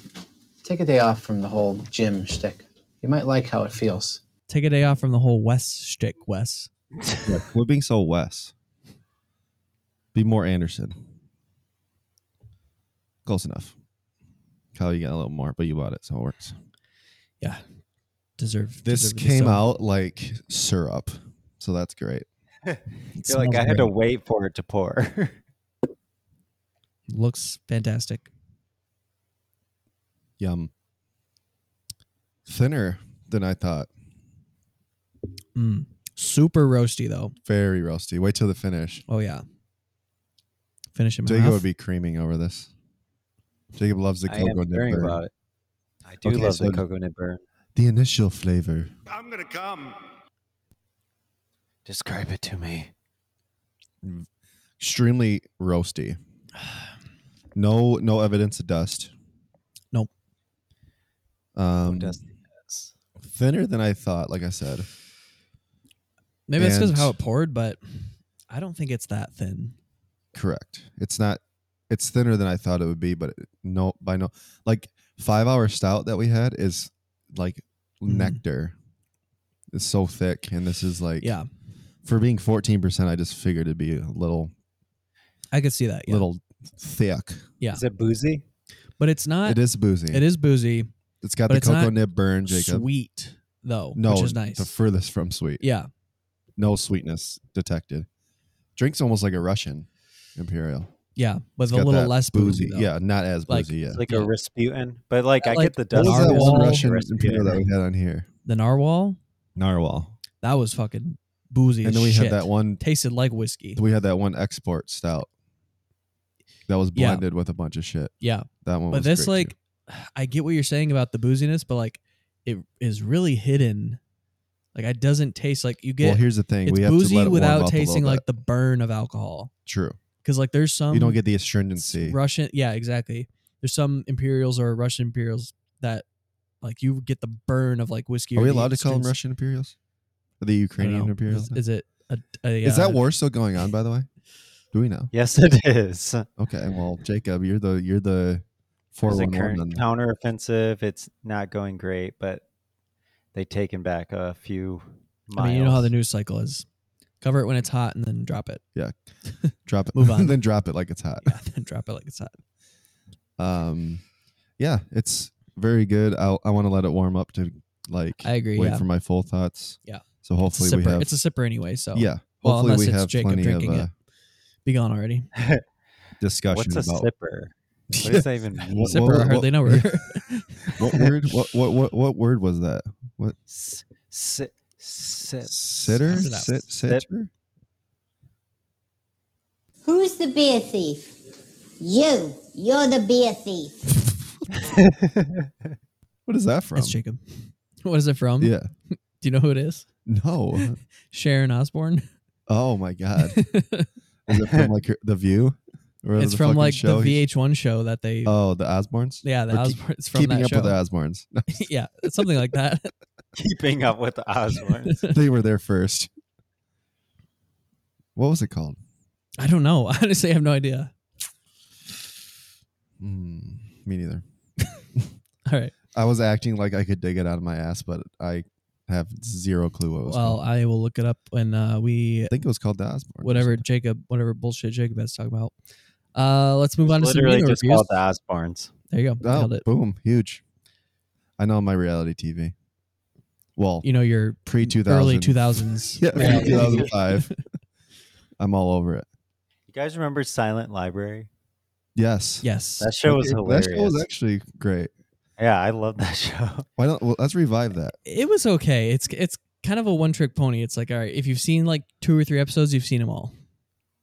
Speaker 10: take a day off from the whole gym shtick. You might like how it feels.
Speaker 2: take a day off from the whole wes shtick wes
Speaker 4: yeah, we're being so wes be more anderson close enough kyle you got a little more but you bought it so it works
Speaker 2: yeah deserve
Speaker 4: this
Speaker 2: deserve to be
Speaker 4: came
Speaker 2: so.
Speaker 4: out like syrup so that's great
Speaker 2: It
Speaker 3: feel like I
Speaker 2: smells
Speaker 3: had to
Speaker 2: great.
Speaker 3: wait for it to pour.
Speaker 2: looks fantastic
Speaker 4: Yum. Thinner than I thought.
Speaker 2: Mm. super roasty though
Speaker 4: Very rusty. Wait till the finish.
Speaker 2: Oh yeah. Finish him
Speaker 4: Jacob
Speaker 2: off.
Speaker 4: would be creaming over this. Jacob loves the
Speaker 3: I am
Speaker 4: cocoa
Speaker 3: hearing about
Speaker 4: nipper.
Speaker 3: it. I do
Speaker 4: Okay,
Speaker 3: love
Speaker 4: so-
Speaker 3: the cocoa nip burn.
Speaker 4: The initial flavor.
Speaker 8: I'm gonna come.
Speaker 3: Describe it to me.
Speaker 4: Extremely roasty. No no evidence of dust.
Speaker 2: Nope.
Speaker 4: Um,
Speaker 3: Dustiness.
Speaker 4: Thinner than I thought, like I said.
Speaker 2: Maybe that's because of
Speaker 4: and-
Speaker 2: how it poured, but I don't think it's that thin.
Speaker 4: Correct. It's not. It's thinner than I thought it would be, but it- no, by no, like five hour stout that we had is like
Speaker 2: Mhm.
Speaker 4: nectar. It's so thick, and this is like
Speaker 2: Yeah,
Speaker 4: for being fourteen percent. I just figured it'd be a little,
Speaker 2: I could see that. Yeah.
Speaker 4: little thick.
Speaker 2: yeah,
Speaker 3: Is it boozy?
Speaker 2: but it's not.
Speaker 4: It is boozy.
Speaker 2: It is boozy,
Speaker 4: It's got
Speaker 2: but
Speaker 4: the
Speaker 2: it's
Speaker 4: cocoa
Speaker 2: not
Speaker 4: nib burn, Jacob.
Speaker 2: sweet though,
Speaker 4: no,
Speaker 2: which is nice.
Speaker 4: the furthest from sweet.
Speaker 2: yeah,
Speaker 4: No sweetness detected. Drinks almost like a Russian imperial.
Speaker 2: yeah,
Speaker 4: It's
Speaker 2: with a
Speaker 4: got
Speaker 2: little
Speaker 4: that
Speaker 2: less boozy. though.
Speaker 4: yeah, not as
Speaker 2: Like-
Speaker 4: boozy.
Speaker 3: It's
Speaker 4: yeah.
Speaker 3: like
Speaker 2: Yeah.
Speaker 3: a Rasputin, but like I
Speaker 2: Like,
Speaker 3: get the
Speaker 4: What
Speaker 3: dust.
Speaker 4: was that one
Speaker 2: Narwhal.
Speaker 4: Russian imperial that we had on here?
Speaker 2: the narwhal
Speaker 4: Narwhal.
Speaker 2: that was fucking boozy.
Speaker 4: and
Speaker 2: as
Speaker 4: then we
Speaker 2: shit.
Speaker 4: had that one
Speaker 2: tasted like whiskey.
Speaker 4: we had that one export stout that was
Speaker 2: Yeah.
Speaker 4: blended with a bunch of shit
Speaker 2: Yeah,
Speaker 4: that one
Speaker 2: but
Speaker 4: was
Speaker 2: this
Speaker 4: great,
Speaker 2: like, I get what you're saying about the booziness, but like, it is really hidden. Like, it doesn't taste like you
Speaker 4: too.
Speaker 2: get.
Speaker 4: well here's the thing
Speaker 2: it's
Speaker 4: we have to
Speaker 2: boozy
Speaker 4: let it warm up
Speaker 2: without
Speaker 4: a
Speaker 2: tasting
Speaker 4: little
Speaker 2: like
Speaker 4: bit.
Speaker 2: the burn of alcohol.
Speaker 4: true
Speaker 2: Because like there's some
Speaker 4: you don't get the
Speaker 2: s-
Speaker 4: astringency
Speaker 2: Russian, yeah, exactly. There's some Imperials or Russian Imperials that like you get the burn of like whiskey.
Speaker 4: are
Speaker 2: or
Speaker 4: we
Speaker 2: the
Speaker 4: allowed to call them
Speaker 2: strings-
Speaker 4: russian imperials or the
Speaker 2: I don't
Speaker 4: ukrainian
Speaker 2: know.
Speaker 4: imperials
Speaker 2: Is, is it a, a,
Speaker 4: is that
Speaker 2: uh,
Speaker 4: war still going on by the way do we know
Speaker 3: Yes, it is.
Speaker 4: okay well jacob you're the you're the
Speaker 3: There's a
Speaker 4: 411 on
Speaker 3: current
Speaker 4: that.
Speaker 3: counteroffensive. It's not going great, but they taken back a few
Speaker 2: I
Speaker 3: miles.
Speaker 2: mean, you know how the news cycle is. Cover it when it's hot and then drop it.
Speaker 4: Drop it.
Speaker 2: Move on.
Speaker 4: then drop it like it's hot.
Speaker 2: Yeah, then drop it like it's hot.
Speaker 4: Um, yeah, it's very good. I I want to let it warm up to like
Speaker 2: I agree.
Speaker 4: wait
Speaker 2: yeah.
Speaker 4: for my full thoughts.
Speaker 2: Yeah.
Speaker 4: So
Speaker 2: it's, a
Speaker 4: hopefully we
Speaker 2: sipper.
Speaker 4: have.
Speaker 2: it's a sipper anyway, so
Speaker 4: yeah.
Speaker 2: Well,
Speaker 4: hopefully
Speaker 2: unless
Speaker 4: we
Speaker 2: it's
Speaker 4: have
Speaker 2: Jacob
Speaker 4: plenty of
Speaker 2: drinking
Speaker 4: uh,
Speaker 2: be gone already.
Speaker 4: discussion
Speaker 3: What's a
Speaker 4: about
Speaker 3: sipper? What does that even mean?
Speaker 4: What-
Speaker 2: Sipper, I hardly know her.
Speaker 4: what word. What what what what word was that? What
Speaker 3: S- si- sip.
Speaker 4: sitter?
Speaker 2: Sit up.
Speaker 4: Sit,
Speaker 3: Sit.
Speaker 4: sitter?
Speaker 11: Who's the beer thief? You. You're the beer thief.
Speaker 4: What is that from?
Speaker 2: It's Jacob. What is it from?
Speaker 4: Yeah.
Speaker 2: Do you know who it is?
Speaker 4: No.
Speaker 2: Sharon Osbourne.
Speaker 4: Oh my god. Is it from like her- the View? Or
Speaker 2: it's
Speaker 4: the
Speaker 2: from
Speaker 4: fucking
Speaker 2: like
Speaker 4: show
Speaker 2: the
Speaker 4: he-
Speaker 2: VH1 show that they.
Speaker 4: Oh, the Osbournes.
Speaker 2: yeah, the
Speaker 4: or keep-
Speaker 2: Osbourne. It's from
Speaker 4: Keeping
Speaker 2: that
Speaker 4: up
Speaker 2: show.
Speaker 4: with the Osbournes.
Speaker 2: yeah, it's something like that.
Speaker 3: Keeping up with the Osbournes.
Speaker 4: they were there first. What was it called?
Speaker 2: I don't know. Honestly, I have no idea.
Speaker 4: Mm, me neither.
Speaker 2: All right.
Speaker 4: I was acting like I could dig it out of my ass, but I have zero clue what it was.
Speaker 2: Well,
Speaker 4: called. I
Speaker 2: I will look it up when uh, we
Speaker 4: think it was called the Osbournes.
Speaker 2: whatever Jacob, whatever bullshit Jacob has talking about. Uh, let's move on to some
Speaker 3: Literally
Speaker 2: media
Speaker 3: just
Speaker 2: reviews.
Speaker 3: called the Osbournes.
Speaker 2: There you go.
Speaker 4: Oh,
Speaker 2: Nailed it.
Speaker 4: boom! Huge. I know my reality TV. Well,
Speaker 2: You know your
Speaker 4: pre two thousand,
Speaker 2: early 2000s.
Speaker 4: yeah,
Speaker 2: reality.
Speaker 4: pre two thousand five. I'm all over it.
Speaker 3: You guys remember Silent Library?
Speaker 4: Yes.
Speaker 2: Yes.
Speaker 3: That show was hilarious.
Speaker 4: That show was actually great.
Speaker 3: yeah, I love that show.
Speaker 4: Why don't well, let's revive that?
Speaker 2: it was okay. It's it's kind of a one trick pony. It's like all right, if you've seen like two or three episodes, you've seen them all.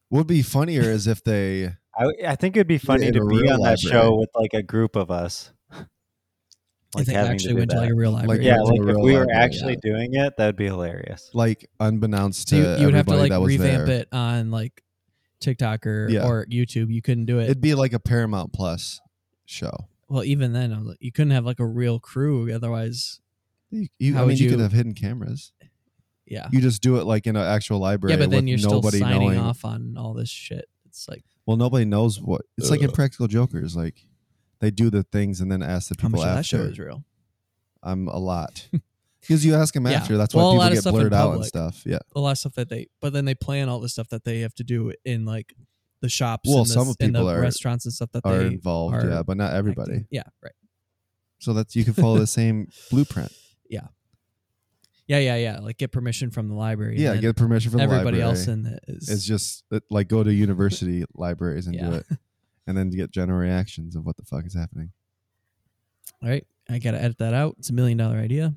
Speaker 4: Would be funnier is if they
Speaker 3: I, I think it'd be funny
Speaker 4: in
Speaker 3: to
Speaker 4: a
Speaker 3: be
Speaker 4: real
Speaker 3: on that
Speaker 4: library.
Speaker 3: show with like a group of us.
Speaker 2: I think I actually went to like a real library.
Speaker 3: yeah,
Speaker 4: went to
Speaker 3: like
Speaker 4: a
Speaker 3: if
Speaker 4: real
Speaker 3: we were
Speaker 4: library,
Speaker 3: actually doing it, that'd be hilarious.
Speaker 4: like unbeknownst
Speaker 2: so
Speaker 4: to
Speaker 2: you, you would have to
Speaker 4: everybody
Speaker 2: like
Speaker 4: that was
Speaker 2: revamp
Speaker 4: there.
Speaker 2: it on like TikTok or
Speaker 4: Yeah.
Speaker 2: or YouTube. You couldn't do it.
Speaker 4: It'd be like a Paramount Plus show.
Speaker 2: well, even then, I was like, you couldn't have like a real crew. Otherwise,
Speaker 4: You, you,
Speaker 2: How
Speaker 4: I mean,
Speaker 2: would
Speaker 4: you, could
Speaker 2: you-
Speaker 4: have hidden cameras.
Speaker 2: yeah,
Speaker 4: You just do it like in an actual library.
Speaker 2: yeah. But then
Speaker 4: with
Speaker 2: you're still
Speaker 4: nobody
Speaker 2: signing
Speaker 4: knowing.
Speaker 2: off on all this shit. It's like
Speaker 4: Well, nobody knows what it's like in Practical Jokers. Like they do the things and then ask the
Speaker 2: how
Speaker 4: people
Speaker 2: much of that show
Speaker 4: after.
Speaker 2: is real.
Speaker 4: I'm a lot because you ask them
Speaker 2: Yeah.
Speaker 4: after. That's
Speaker 2: Well, a
Speaker 4: why
Speaker 2: lot of
Speaker 4: people get
Speaker 2: stuff in
Speaker 4: blurred out and
Speaker 2: public.
Speaker 4: stuff. Yeah.
Speaker 2: A lot of stuff that they, but then they plan all the stuff that they have to do in like the shops.
Speaker 4: Well,
Speaker 2: and the,
Speaker 4: some
Speaker 2: and the
Speaker 4: people are-
Speaker 2: restaurants and stuff that
Speaker 4: Are
Speaker 2: they
Speaker 4: involved.
Speaker 2: are
Speaker 4: yeah, but not everybody.
Speaker 2: acting- Yeah, right.
Speaker 4: So that's you can follow the same blueprint.
Speaker 2: Yeah, yeah, yeah. Like get permission from the library. and
Speaker 4: Yeah,
Speaker 2: then
Speaker 4: get permission from
Speaker 2: everybody
Speaker 4: the library.
Speaker 2: else in it is.
Speaker 4: It's just uh, like go to university libraries and do
Speaker 2: Yeah.
Speaker 4: it, and then get general reactions of what the fuck is happening.
Speaker 2: all right. I gotta edit that out. It's a million dollar idea.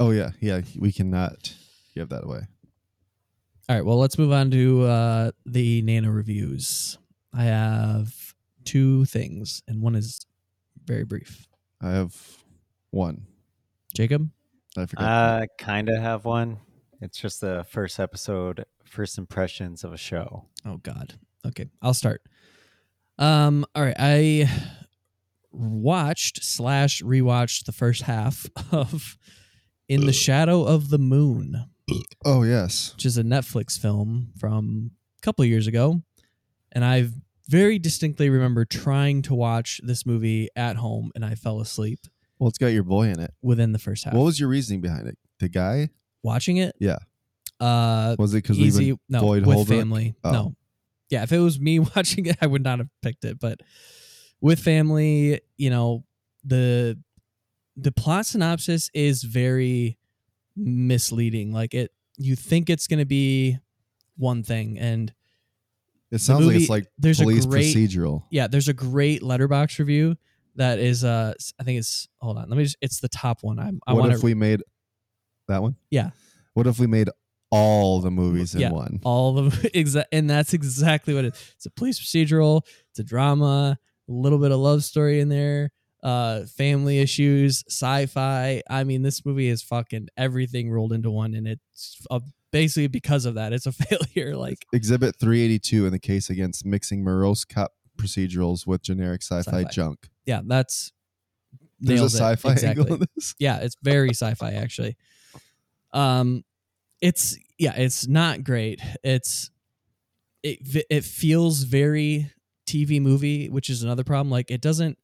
Speaker 4: Oh yeah, yeah. We cannot give that away.
Speaker 2: All right. Well, let's move on to uh, the Nano reviews. I have two things, and one is very brief.
Speaker 4: I have one.
Speaker 2: Jacob,
Speaker 4: I forgot.
Speaker 2: Uh,
Speaker 3: I kind of Uh, have one. It's just the first episode, first impressions of a show.
Speaker 2: Oh God. Okay, I'll start. Um. All right. I watched slash rewatched the first half of In the Shadow of the Moon,
Speaker 4: oh yes.
Speaker 2: which is a Netflix film from a couple years ago, and I very distinctly remember trying to watch this movie at home, and I fell asleep
Speaker 4: Well, it's got your boy in it.
Speaker 2: within the first half.
Speaker 4: What was your reasoning behind it? The guy
Speaker 2: watching it?
Speaker 4: Yeah.
Speaker 2: Uh,
Speaker 4: was it because we
Speaker 2: easy.
Speaker 4: been
Speaker 2: No,
Speaker 4: Boyd
Speaker 2: with
Speaker 4: Holbrook?
Speaker 2: family.
Speaker 4: Oh.
Speaker 2: No, yeah. If it was me watching it, I would not have picked it. But with family, you know, the the plot synopsis is very misleading. Like it, you think it's going to be one thing, and
Speaker 4: It sounds like
Speaker 2: movie-
Speaker 4: it's like
Speaker 2: there's a
Speaker 4: police
Speaker 2: great-
Speaker 4: procedural.
Speaker 2: yeah, there's a great letterbox review that is. Uh, I think it's. Hold on, let me just. It's the top one. I'm. I
Speaker 4: what
Speaker 2: want
Speaker 4: if
Speaker 2: to
Speaker 4: we made that one?
Speaker 2: Yeah.
Speaker 4: What if we made all the movies in
Speaker 2: Yeah.
Speaker 4: one?
Speaker 2: all of exa- and that's exactly what it is. It's a police procedural, it's a drama, a little bit of love story in there, uh family issues, sci-fi. I mean, this movie is fucking everything rolled into one and it's a, basically because of that it's a failure like
Speaker 4: Exhibit 382 in the case against mixing morose cop procedurals with generic sci-fi,
Speaker 2: Sci-fi.
Speaker 4: junk.
Speaker 2: yeah, that's
Speaker 4: There's
Speaker 2: nails
Speaker 4: a
Speaker 2: it.
Speaker 4: sci-fi
Speaker 2: exactly.
Speaker 4: angle in this.
Speaker 2: Yeah, it's very sci-fi actually. Um, it's yeah, it's not great. It's it v- it feels very TV movie, which is another problem. Like it doesn't.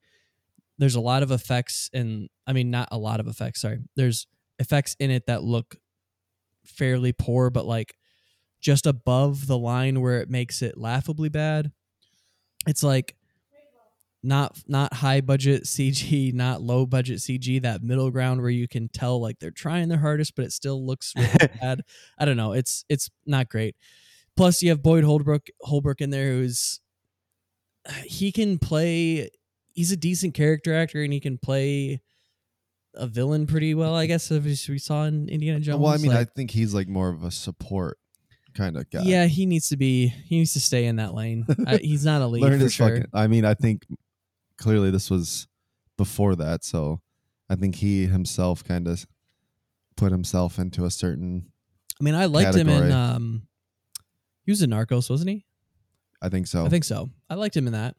Speaker 2: There's a lot of effects, and I mean not a lot of effects. Sorry, there's effects in it that look fairly poor, but like just above the line where it makes it laughably bad. It's like not not high budget CG, not low budget CG, that middle ground where you can tell like they're trying their hardest, but it still looks really bad. I don't know. It's it's not great. Plus you have Boyd Holbrook Holbrook in there who's he can play he's a decent character actor and he can play a villain pretty well, I guess, as we saw in Indiana Jones.
Speaker 4: Well, I mean,
Speaker 2: Like,
Speaker 4: I think he's like more of a support kind of guy.
Speaker 2: yeah, he needs to be he needs to stay in that lane. I, he's not a lead
Speaker 4: Learn
Speaker 2: for
Speaker 4: his
Speaker 2: sure.
Speaker 4: fucking. I mean, I think clearly this was before that, so I think he himself kind of put himself into a certain.
Speaker 2: I mean, I liked him in
Speaker 4: category.
Speaker 2: um he was in Narcos, wasn't he?
Speaker 4: I think so.
Speaker 2: I think so. I liked him in that.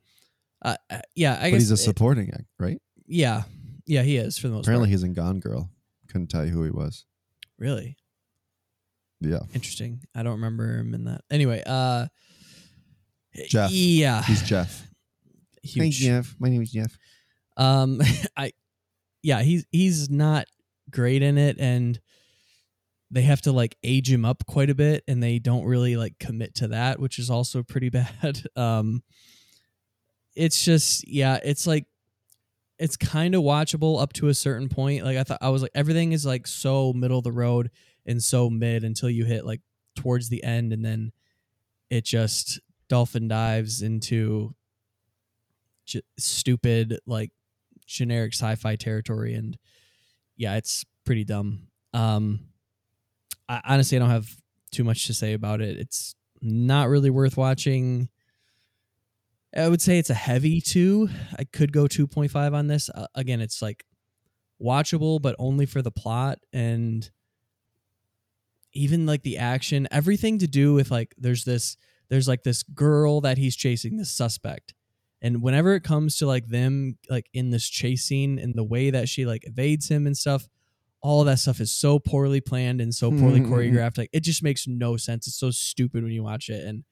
Speaker 2: Uh, uh, yeah, I
Speaker 4: Oh. but
Speaker 2: guess
Speaker 4: he's a
Speaker 2: it-
Speaker 4: supporting act, right?
Speaker 2: yeah, yeah, he is for the most
Speaker 4: Apparently,
Speaker 2: part.
Speaker 4: he's in Gone Girl. Couldn't tell you who he was.
Speaker 2: Really
Speaker 4: Yeah,
Speaker 2: interesting. I don't remember him in that. Anyway, uh,
Speaker 4: Jeff.
Speaker 2: Yeah,
Speaker 4: He's Jeff.
Speaker 2: huge.
Speaker 4: Jeff. My name is Jeff.
Speaker 2: Um, I, yeah, he's he's not great in it, and they have to like age him up quite a bit, and they don't really like commit to that, which is also pretty bad. Um, it's just yeah, it's like it's kind of watchable up to a certain point. Like I thought, I was like everything is like so middle of the road and so mid until you hit like towards the end, and then it just dolphin dives into j- stupid like generic sci-fi territory and yeah it's pretty dumb um i honestly i don't have too much to say about it it's not really worth watching i would say it's a heavy 2 i could go 2.5 on this uh, again it's like watchable but only for the plot and even like the action everything to do with like there's this there's like this girl that he's chasing this suspect and whenever it comes to like them like in this chase scene and the way that she like evades him and stuff all that stuff is so poorly planned and so poorly choreographed like it just makes no sense it's so stupid when you watch it and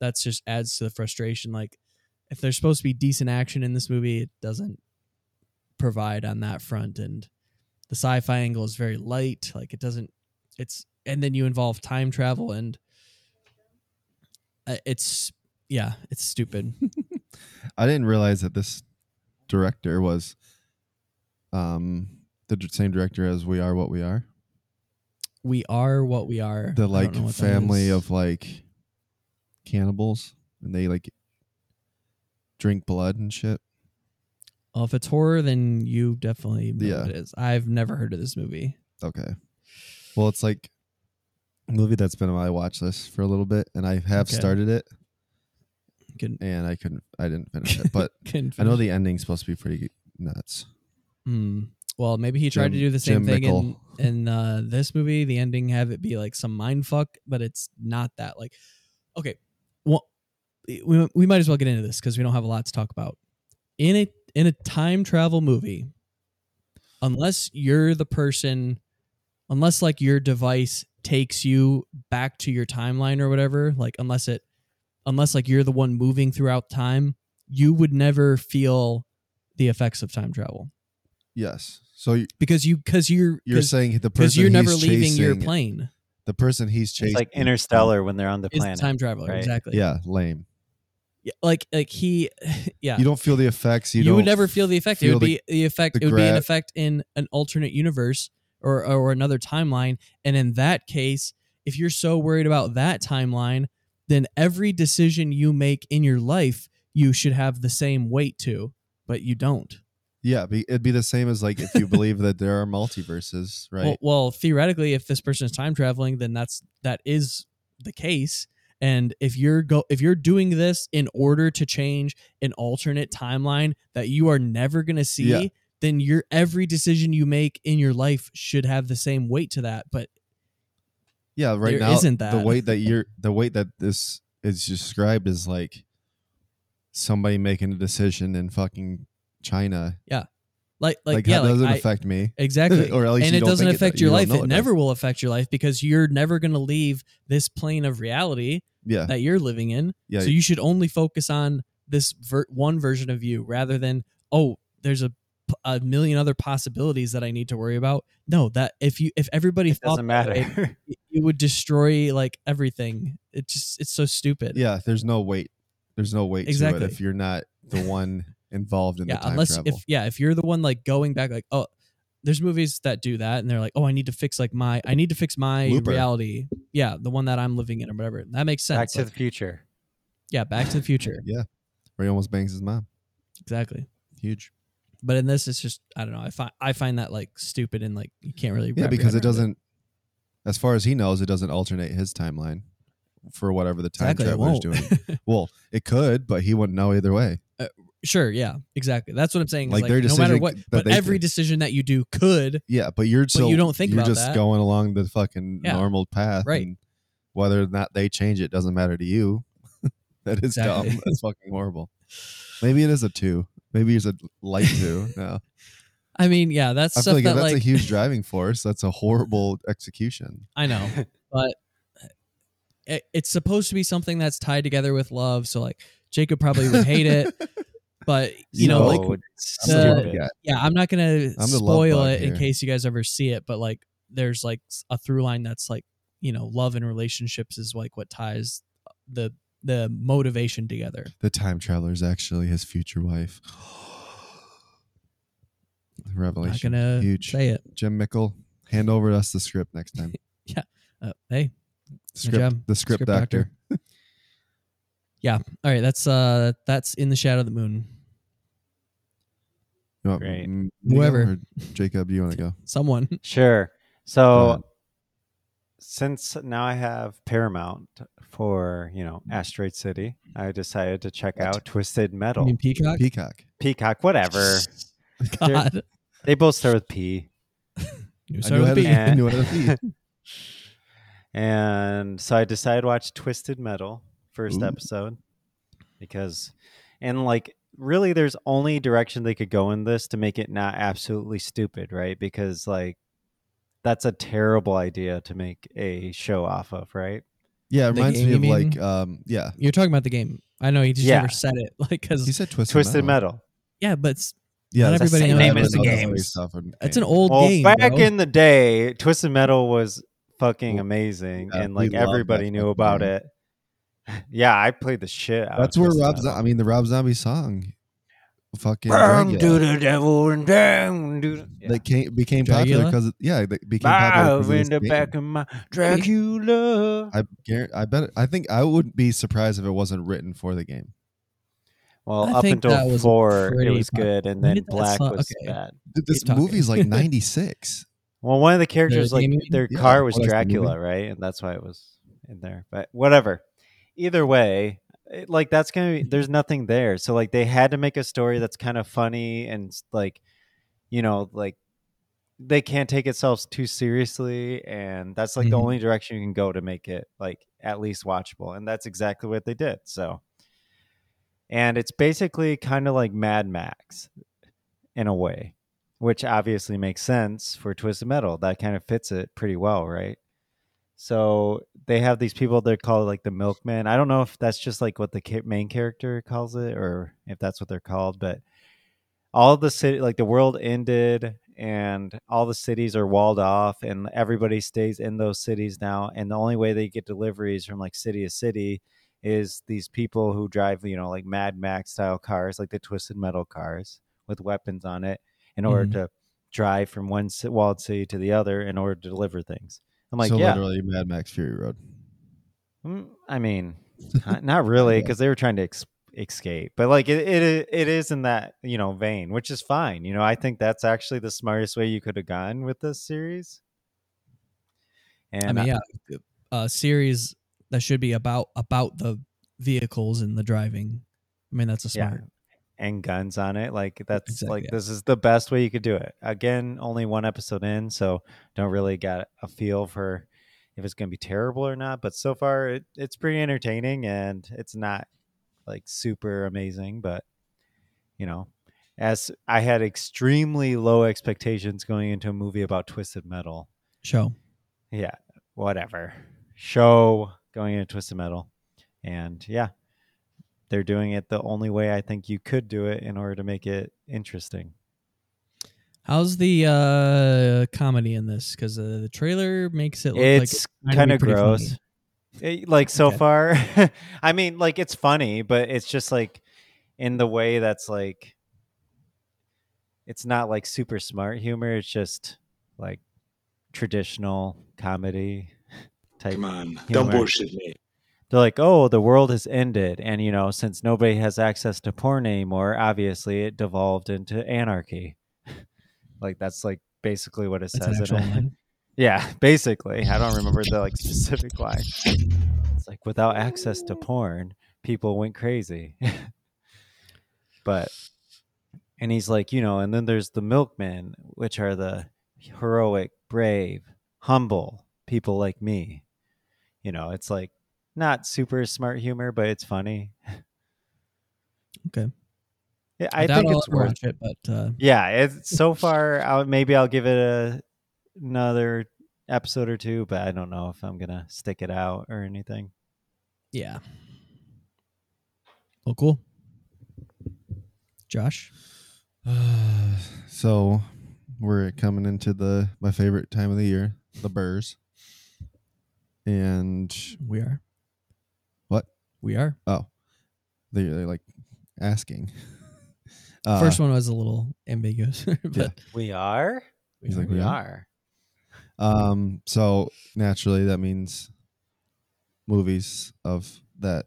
Speaker 2: that's just adds to the frustration like if there's supposed to be decent action in this movie it doesn't provide on that front and the sci-fi angle is very light like it doesn't it's and then you involve time travel and uh, it's yeah it's stupid
Speaker 4: I didn't realize that this director was um the d- same director as We Are What We Are.
Speaker 2: we are what we are I
Speaker 4: The
Speaker 2: don't
Speaker 4: like
Speaker 2: know what that
Speaker 4: family
Speaker 2: is.
Speaker 4: of like cannibals and they like drink blood and shit.
Speaker 2: well, if it's horror then you definitely know
Speaker 4: Yeah.
Speaker 2: what it is i've never heard of this movie
Speaker 4: Okay. Well, it's like a movie that's been on my watch list for a little bit and I have
Speaker 2: Okay.
Speaker 4: started it
Speaker 2: Couldn't-
Speaker 4: and I couldn't I didn't finish it, but
Speaker 2: Couldn't
Speaker 4: I know
Speaker 2: finish
Speaker 4: the ending's supposed to be pretty nuts.
Speaker 2: it. Hmm. well maybe he tried to
Speaker 4: Jim-
Speaker 2: do the same
Speaker 4: Jim
Speaker 2: thing in,
Speaker 4: Mickle.
Speaker 2: in uh, this movie the ending have it be like some mind fuck but it's not that like okay well we, we might as well get into this because we don't have a lot to talk about in a in a time travel movie unless you're the person unless like your device takes you back to your timeline or whatever like unless it unless like you're the one moving throughout time you would never feel the effects of time travel
Speaker 4: Yes. So y-
Speaker 2: because you because you're
Speaker 4: you're saying the
Speaker 2: because
Speaker 4: person
Speaker 2: you're never
Speaker 4: he's
Speaker 2: leaving your
Speaker 4: chasing-
Speaker 2: plane
Speaker 4: The person he's chasing
Speaker 3: It's like Interstellar when they're on the
Speaker 2: is the
Speaker 3: planet.
Speaker 2: time traveler
Speaker 3: right?
Speaker 2: exactly
Speaker 4: Yeah, lame.
Speaker 2: Yeah, like like he yeah
Speaker 4: You don't feel the effects. You,
Speaker 2: you,
Speaker 4: don't
Speaker 2: would never feel the effect. It
Speaker 4: feel
Speaker 2: would
Speaker 4: the-
Speaker 2: be the effect.
Speaker 4: the
Speaker 2: it would be an
Speaker 4: gra-
Speaker 2: effect in an alternate universe or or another timeline. And in that case, if you're so worried about that timeline, then every decision you make in your life you should have the same weight to, but you don't.
Speaker 4: Yeah, be, it'd be the same as like if you believe that there are multiverses, right?
Speaker 2: Well, well, theoretically, if this person is time traveling, then that's that is the case. And if you're go if you're doing this in order to change an alternate timeline that you are never gonna see,
Speaker 4: Yeah.
Speaker 2: then your every decision you make in your life should have the same weight to that. But
Speaker 4: yeah, right
Speaker 2: there
Speaker 4: now
Speaker 2: isn't
Speaker 4: the
Speaker 2: that.
Speaker 4: weight that you're the weight that this is described is like somebody making a decision in fucking China.
Speaker 2: like like,
Speaker 4: Like,
Speaker 2: yeah,
Speaker 4: that
Speaker 2: like,
Speaker 4: doesn't
Speaker 2: I-
Speaker 4: affect me.
Speaker 2: exactly.
Speaker 4: or at least
Speaker 2: and
Speaker 4: you
Speaker 2: it
Speaker 4: don't
Speaker 2: doesn't
Speaker 4: think
Speaker 2: affect
Speaker 4: does.
Speaker 2: your
Speaker 4: You
Speaker 2: life.
Speaker 4: don't know
Speaker 2: It never
Speaker 4: does.
Speaker 2: will affect your life because you're never gonna leave this plane of reality
Speaker 4: Yeah,
Speaker 2: that you're living in.
Speaker 4: yeah.
Speaker 2: So you should only focus on this ver- one version of you rather than oh, there's a, p- a million other possibilities that I need to worry about. No, that if you if everybody
Speaker 3: It
Speaker 2: thought
Speaker 3: doesn't
Speaker 2: that way,
Speaker 3: matter.
Speaker 2: y- it would destroy like everything. It just it's so stupid.
Speaker 4: Yeah, there's no weight. There's no weight
Speaker 2: Exactly.
Speaker 4: to it if you're not the one involved in
Speaker 2: yeah,
Speaker 4: the time
Speaker 2: unless
Speaker 4: travel.
Speaker 2: if yeah, if you're the one like going back like oh there's movies that do that and they're like, "Oh, I need to fix like my I need to fix my
Speaker 4: Looper.
Speaker 2: reality." Yeah, the one that I'm living in or whatever. That makes sense.
Speaker 3: Back to
Speaker 2: Like,
Speaker 3: the future.
Speaker 2: yeah, back to the future.
Speaker 4: yeah, where he almost bangs his mom.
Speaker 2: Exactly.
Speaker 4: Huge.
Speaker 2: But in this it's just I don't know. I find I find that like stupid and like you can't really
Speaker 4: Yeah,
Speaker 2: wrap your
Speaker 4: because
Speaker 2: head
Speaker 4: it
Speaker 2: around
Speaker 4: doesn't. As far as he knows, it doesn't alternate his timeline for whatever the time
Speaker 2: Exactly, it
Speaker 4: traveler's
Speaker 2: won't.
Speaker 4: doing. Well, it could, but he wouldn't know either way.
Speaker 2: Sure, yeah, exactly. That's what I'm saying. is,
Speaker 4: Like,
Speaker 2: Like,
Speaker 4: their
Speaker 2: no matter
Speaker 4: decision
Speaker 2: what,
Speaker 4: that
Speaker 2: but
Speaker 4: they
Speaker 2: every
Speaker 4: think.
Speaker 2: decision that you do could,
Speaker 4: Yeah, but you're still
Speaker 2: you don't think
Speaker 4: you're
Speaker 2: about
Speaker 4: just
Speaker 2: that.
Speaker 4: going along the fucking
Speaker 2: Yeah.
Speaker 4: normal path,
Speaker 2: Right.
Speaker 4: And whether or not they change it doesn't matter to you. that is
Speaker 2: Exactly.
Speaker 4: dumb. That's fucking horrible. Maybe it is a two. Maybe it's a light two. No,
Speaker 2: I mean, yeah, that's
Speaker 4: I feel
Speaker 2: stuff
Speaker 4: like if
Speaker 2: that
Speaker 4: that's
Speaker 2: like
Speaker 4: a huge driving force. That's a horrible execution.
Speaker 2: I know, but it, it's supposed to be something that's tied together with love. So like Jacob probably would hate it, but you know, like
Speaker 4: So-
Speaker 3: it's
Speaker 4: I'm the
Speaker 2: the-
Speaker 4: love guy.
Speaker 2: yeah, I'm not gonna
Speaker 4: love
Speaker 2: spoil
Speaker 4: bug
Speaker 2: it in
Speaker 4: here.
Speaker 2: case you guys ever see it. But like, there's like s- a through line that's like you know, love and relationships is like what ties the the motivation together.
Speaker 4: The time traveler is actually his future wife.
Speaker 2: I'm not
Speaker 4: Revelation.
Speaker 2: gonna
Speaker 4: Huge.
Speaker 2: say it.
Speaker 4: Jim Mickle, hand over us the script next time.
Speaker 2: Uh, hey,
Speaker 4: Script,
Speaker 2: job.
Speaker 4: the script,
Speaker 2: Script
Speaker 4: doctor.
Speaker 2: doctor. yeah. All right, that's uh that's in the shadow of the moon.
Speaker 4: You want
Speaker 3: Great.
Speaker 4: me to go,
Speaker 2: Whoever.
Speaker 4: or Jacob, you want to go?
Speaker 2: Someone.
Speaker 3: Sure.
Speaker 4: Go
Speaker 3: So
Speaker 4: ahead.
Speaker 3: since now I have Paramount for you know Asteroid City, I decided to check out Twisted
Speaker 2: I
Speaker 3: Metal,
Speaker 2: mean, Peacock.
Speaker 4: Peacock.
Speaker 3: Peacock, whatever.
Speaker 2: God.
Speaker 3: They both start with P.
Speaker 2: You
Speaker 4: I knew
Speaker 2: start with
Speaker 4: how to-
Speaker 2: P.
Speaker 4: I knew how to pee.
Speaker 3: And so I decided to watch Twisted Metal first
Speaker 4: Ooh.
Speaker 3: episode because, and like, really, there's only direction they could go in this to make it not absolutely stupid, right? Because, like, that's a terrible idea to make a show off of, right?
Speaker 4: Yeah,
Speaker 2: The
Speaker 4: it reminds
Speaker 2: game,
Speaker 4: me
Speaker 2: you
Speaker 4: of like,
Speaker 2: mean?
Speaker 4: um, yeah.
Speaker 2: You're talking about the game. I know you just
Speaker 3: Yeah.
Speaker 2: never said it, like
Speaker 4: He
Speaker 2: because
Speaker 4: said twisted,
Speaker 3: Twisted
Speaker 4: metal.
Speaker 3: Metal.
Speaker 2: yeah, but it's,
Speaker 4: Yeah,
Speaker 2: Not
Speaker 4: that's-
Speaker 2: everybody
Speaker 4: that's
Speaker 2: knows
Speaker 4: what
Speaker 2: about
Speaker 4: I
Speaker 2: the
Speaker 4: know.
Speaker 3: games.
Speaker 4: Stuff from
Speaker 2: it's
Speaker 4: game.
Speaker 2: an old
Speaker 3: Well,
Speaker 2: game.
Speaker 3: back
Speaker 2: bro.
Speaker 3: in the day, Twisted Metal was fucking amazing,
Speaker 4: Yeah,
Speaker 3: and
Speaker 4: we
Speaker 3: like
Speaker 4: loved that
Speaker 3: everybody knew
Speaker 4: fucking
Speaker 3: about
Speaker 4: game.
Speaker 3: it. Yeah, I played the shit. Out
Speaker 4: That's
Speaker 3: of
Speaker 4: where
Speaker 3: Twisted
Speaker 4: Rob.
Speaker 3: Metal.
Speaker 4: Zo- I mean, the Rob Zombie song, fucking
Speaker 3: Burn
Speaker 4: Dracula.
Speaker 3: do the devil and down do the- Yeah.
Speaker 4: that came became popular
Speaker 2: Dracula?
Speaker 4: because yeah, that became popular. 'cause
Speaker 3: Bow
Speaker 4: of
Speaker 3: in
Speaker 4: this
Speaker 3: the
Speaker 4: game.
Speaker 3: back of my Dracula.
Speaker 4: I guarantee, I bet. I think I would be surprised if it wasn't written for the game.
Speaker 3: Well,
Speaker 2: I
Speaker 3: up
Speaker 2: think that
Speaker 3: until
Speaker 2: was
Speaker 3: four, it
Speaker 2: pretty
Speaker 3: was
Speaker 2: pop-
Speaker 3: good, and
Speaker 2: When
Speaker 3: then
Speaker 2: did that
Speaker 3: black
Speaker 2: song-
Speaker 3: was
Speaker 2: okay.
Speaker 3: bad.
Speaker 4: Th- This
Speaker 2: Keep talking.
Speaker 4: movie's like '96.
Speaker 3: Well, one of the characters,
Speaker 2: The
Speaker 3: like
Speaker 2: game-
Speaker 3: their
Speaker 4: yeah,
Speaker 3: car was
Speaker 4: well, that's the movie.
Speaker 3: Dracula, right? And that's why it was in there. But whatever. Either way, it, like that's gonna be. There's nothing there. So like they had to make a story that's kind of funny and like, you know, like they can't take itself too seriously, and that's like the
Speaker 2: Mhm.
Speaker 3: only direction you can go to make it like at least watchable. And that's exactly what they did. So, and it's basically kind of like Mad Max, in a way which obviously makes sense for Twisted Metal. That kind of fits it pretty well, right? So they have these people they're called like the milkmen. I don't know if that's just like what the ca- main character calls it or if that's what they're called, but all the city, like the world ended and all the cities are walled off and everybody stays in those cities now. And the only way they get deliveries from like city to city is these people who drive, you know, like Mad Max style cars, like the Twisted Metal cars with weapons on it in order
Speaker 2: Mhm.
Speaker 3: to drive from one ci- walled city to the other in order to deliver things. I'm like,
Speaker 4: so
Speaker 3: yeah,
Speaker 4: literally, Mad Max Fury Road.
Speaker 3: Mm, I mean, not- not really,
Speaker 4: Yeah.
Speaker 3: because they were trying to ex- escape. But like, it, it it is in that you know vein, which is fine. You know, I think that's actually the smartest way you could have gone with this series. And
Speaker 2: I mean, yeah, a series that should be about about the vehicles and the driving. I mean, that's a
Speaker 3: Yeah.
Speaker 2: smart.
Speaker 3: and guns on it, like that's
Speaker 2: Exactly,
Speaker 3: like
Speaker 2: yeah.
Speaker 3: this is the best way you could do it. Again, only one episode in, so don't really got a feel for if it's going to be terrible or not. But so far, it, it's pretty entertaining, and it's not like super amazing, but you know, as I had extremely low expectations going into a movie about twisted metal.
Speaker 2: show.
Speaker 3: Yeah, whatever. Show going into twisted metal, and yeah, they're doing it the only way I think you could do it in order to make it interesting.
Speaker 2: How's the uh, comedy in this? Because uh, the trailer makes it look like
Speaker 3: it's
Speaker 2: might
Speaker 3: kind
Speaker 2: be
Speaker 3: of
Speaker 2: pretty
Speaker 3: gross.
Speaker 2: funny.
Speaker 3: It- like so
Speaker 2: Okay.
Speaker 3: far, I mean, like it's funny, but it's just like in the way that's like it's not like super smart humor. It's just like traditional comedy type.
Speaker 1: Come on,
Speaker 3: humor.
Speaker 1: don't bullshit me.
Speaker 3: They're like, oh, the world has ended, and you know, since nobody has access to porn anymore, obviously it devolved into anarchy. like that's like basically what it
Speaker 2: That's an
Speaker 3: says.
Speaker 2: actual
Speaker 3: in it.
Speaker 2: line.
Speaker 3: Yeah, basically. I don't remember the like specific line. It's like without access to porn, people went crazy. but and he's like, you know, and then there's the milkmen, which are the heroic, brave, humble people like me. You know, it's like not super smart humor, but it's funny.
Speaker 2: Okay.
Speaker 3: Yeah,
Speaker 2: I,
Speaker 3: I,
Speaker 2: doubt
Speaker 3: think
Speaker 2: I'll
Speaker 3: it's
Speaker 2: ever
Speaker 3: worth
Speaker 2: watch it, but uh,
Speaker 3: yeah it's so far I'll, maybe i'll give it a, another episode or two but i don't know if i'm gonna stick it out or anything
Speaker 2: yeah. Well, cool. Josh,
Speaker 4: Uh, so we're coming into the my favorite time of the year, the burrs. And
Speaker 2: we are.
Speaker 4: what?
Speaker 2: We are.
Speaker 4: Oh, they they're like asking. Uh,
Speaker 2: First one was a little ambiguous, but
Speaker 4: Yeah.
Speaker 3: we are
Speaker 4: He's like,
Speaker 3: we
Speaker 4: "We are?"
Speaker 3: are
Speaker 4: Um, so naturally, that means movies of that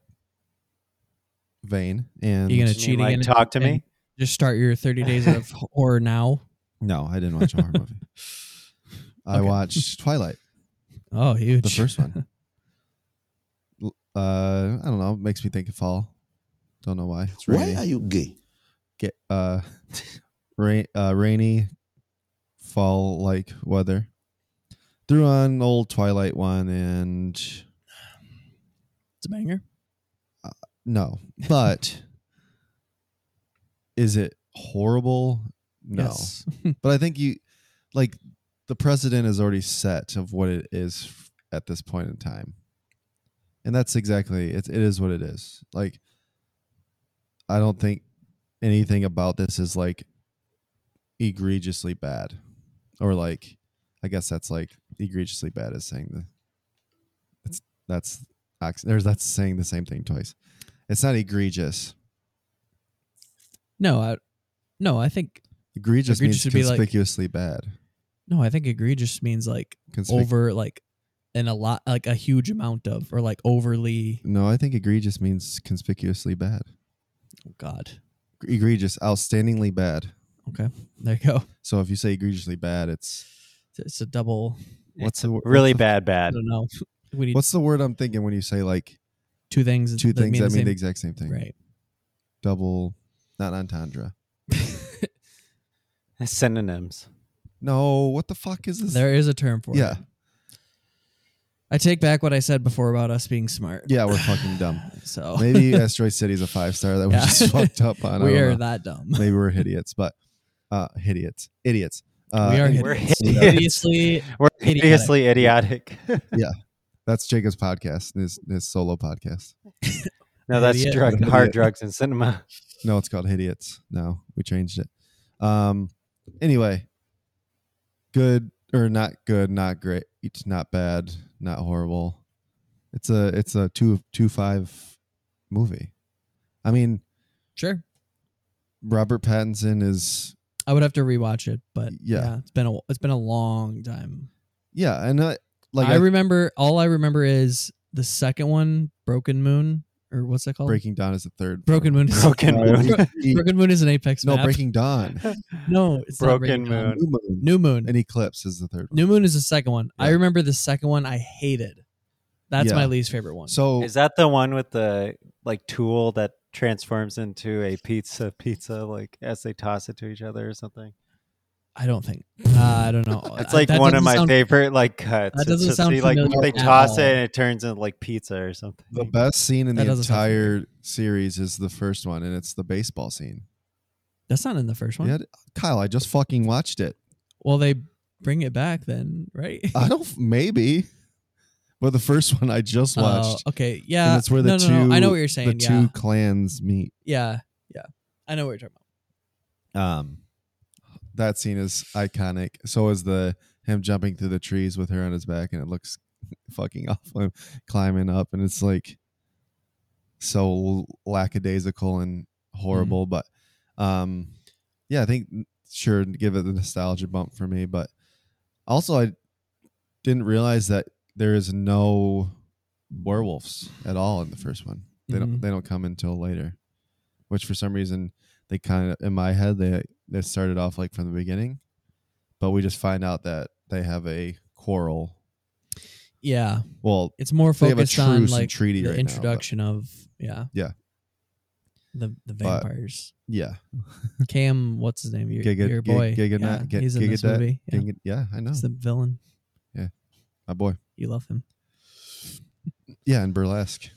Speaker 4: vein. And
Speaker 2: you gonna
Speaker 3: mean
Speaker 2: cheat
Speaker 3: like
Speaker 2: again? and-
Speaker 3: talk to
Speaker 2: and
Speaker 3: me?
Speaker 2: Just start your thirty days of horror now.
Speaker 4: no, I didn't watch a horror movie. I
Speaker 2: Okay.
Speaker 4: watched Twilight,
Speaker 2: Oh, huge!
Speaker 4: the first one. L- Uh, I don't know. It makes me think of fall. Don't know why. It's rainy.
Speaker 1: you gay?
Speaker 4: Get uh, rain, uh, rainy, fall like weather. Threw on old Twilight one and
Speaker 2: It's a banger.
Speaker 4: Uh, No, but is it horrible? No,
Speaker 2: Yes.
Speaker 4: but I think you like the precedent is already set of what it is f- at this point in time, and that's exactly it. It is what it is. Like, I don't think anything about this is like egregiously bad, or like I guess that's like egregiously bad is saying the that's that's ox- or that's saying the same thing twice. It's not egregious.
Speaker 2: No, I, no, I think
Speaker 4: Egregious,
Speaker 2: Egregious would
Speaker 4: means
Speaker 2: be like-
Speaker 4: conspicuously bad.
Speaker 2: no, I think egregious means like
Speaker 4: Conspic-
Speaker 2: over like and a lot like a huge amount of or like overly
Speaker 4: no, I think egregious means conspicuously bad.
Speaker 2: oh god
Speaker 4: Egregious, outstandingly bad.
Speaker 2: okay there you go
Speaker 4: So if you say egregiously bad, it's
Speaker 2: It's- it's a double
Speaker 4: what's the wor-
Speaker 3: really
Speaker 4: what's the-
Speaker 3: bad
Speaker 2: i
Speaker 3: bad
Speaker 2: don't know we need
Speaker 4: What's the word I'm thinking when you say like
Speaker 2: two things
Speaker 4: two
Speaker 2: that
Speaker 4: things
Speaker 2: mean
Speaker 4: that
Speaker 2: the
Speaker 4: mean the
Speaker 2: same-
Speaker 4: exact same thing?
Speaker 2: right
Speaker 4: Double, not entendre.
Speaker 3: synonyms
Speaker 4: No, what the fuck is this?
Speaker 2: there is a term for
Speaker 4: yeah,
Speaker 2: it i take back what i said before about us being smart
Speaker 4: yeah, we're fucking dumb.
Speaker 2: so
Speaker 4: Maybe Asteroid City's a five star that we
Speaker 2: Oh. Yeah.
Speaker 4: just fucked up on. I
Speaker 2: we
Speaker 4: don't
Speaker 2: are
Speaker 4: know.
Speaker 2: that dumb
Speaker 4: maybe we're idiots, but uh, idiots, idiots. Uh,
Speaker 2: we are
Speaker 3: we're
Speaker 2: idiots.
Speaker 3: idiots.
Speaker 2: hideously
Speaker 3: we're
Speaker 2: Idiotic.
Speaker 3: hideously idiotic
Speaker 4: That's Jacob's podcast, his his solo podcast.
Speaker 3: no that's
Speaker 2: Idiot.
Speaker 3: drug
Speaker 4: Idiot.
Speaker 3: hard drugs in cinema
Speaker 4: No, it's called idiots. No, we changed it. Um, anyway, good or not good, not great, it's not bad, not horrible. It's a it's a two two five movie. I mean,
Speaker 2: sure
Speaker 4: Robert Pattinson is
Speaker 2: i would have to rewatch it but yeah,
Speaker 4: Yeah.
Speaker 2: it's been a it's been a long time
Speaker 4: yeah, and uh, like
Speaker 2: i
Speaker 4: I-
Speaker 2: remember all i remember is the second one broken moon or what's that called
Speaker 4: Breaking Dawn is the third
Speaker 2: broken moon is
Speaker 3: broken moon
Speaker 2: Bro- Broken Moon is an apex
Speaker 4: no
Speaker 2: map.
Speaker 4: Breaking Dawn,
Speaker 2: No, it's not Breaking
Speaker 3: Broken
Speaker 2: Dawn.
Speaker 3: Moon.
Speaker 4: New Moon,
Speaker 2: New Moon.
Speaker 4: and Eclipse is the third. one.
Speaker 2: New Moon is the second one. I
Speaker 4: Yeah.
Speaker 2: remember the second one. I hated. That's
Speaker 4: Yeah.
Speaker 2: my least favorite one.
Speaker 4: So
Speaker 3: is that the one with the like tool that transforms into a pizza pizza like as they toss it to each other or something
Speaker 2: I don't think. Uh, I don't know.
Speaker 3: It's
Speaker 2: I-
Speaker 3: like
Speaker 2: that
Speaker 3: one of
Speaker 2: doesn't
Speaker 3: my
Speaker 2: sound-
Speaker 3: favorite like cuts.
Speaker 2: that
Speaker 3: It's
Speaker 2: doesn't
Speaker 3: just
Speaker 2: sound
Speaker 3: the, like
Speaker 2: familiar
Speaker 3: they
Speaker 2: at
Speaker 3: toss it
Speaker 2: all.
Speaker 3: and it turns into like pizza or something.
Speaker 4: The best scene in
Speaker 2: That
Speaker 4: the
Speaker 2: doesn't sound
Speaker 4: entire series is the first one, and it's the baseball scene.
Speaker 2: That's not in the first one.
Speaker 4: Yeah, Kyle, I just fucking watched it.
Speaker 2: Well, they bring it back then, right?
Speaker 4: I don't maybe, but the first one I just
Speaker 2: Oh,
Speaker 4: watched,
Speaker 2: okay. Yeah.
Speaker 4: and that's where the
Speaker 2: no,
Speaker 4: two.
Speaker 2: no, no. I know what you're saying.
Speaker 4: The
Speaker 2: yeah.
Speaker 4: two clans meet.
Speaker 2: Yeah. Yeah. I know what you're talking about.
Speaker 4: Um, that scene is iconic. So is the him jumping through the trees with her on his back, and it looks fucking awful. Him climbing up, and it's like so lackadaisical and horrible. But um, yeah, I think sure give it the nostalgia bump for me. But also, I didn't realize that there is no werewolves at all in the first one. They don't
Speaker 2: Mhm.
Speaker 4: they don't come until later, which for some reason they kind of in my head they they started off like from the beginning, but we just find out that they have a quarrel.
Speaker 2: Yeah,
Speaker 4: Well,
Speaker 2: it's more
Speaker 4: They have a
Speaker 2: focused on
Speaker 4: truce and
Speaker 2: like
Speaker 4: treaty
Speaker 2: the
Speaker 4: right now, but-
Speaker 2: introduction of yeah
Speaker 4: Yeah.
Speaker 2: the the
Speaker 4: But-
Speaker 2: vampires.
Speaker 4: yeah,
Speaker 2: Cam, what's his name? Your,
Speaker 4: Giga,
Speaker 2: your
Speaker 4: Giga-
Speaker 2: boy.
Speaker 4: Giga,
Speaker 2: yeah,
Speaker 4: Giga,
Speaker 2: he's in
Speaker 4: Giga
Speaker 2: this
Speaker 4: Dad-
Speaker 2: movie. Yeah.
Speaker 4: Giga- yeah, I know
Speaker 2: He's the villain.
Speaker 4: my boy.
Speaker 2: You love him.
Speaker 4: Yeah, and burlesque.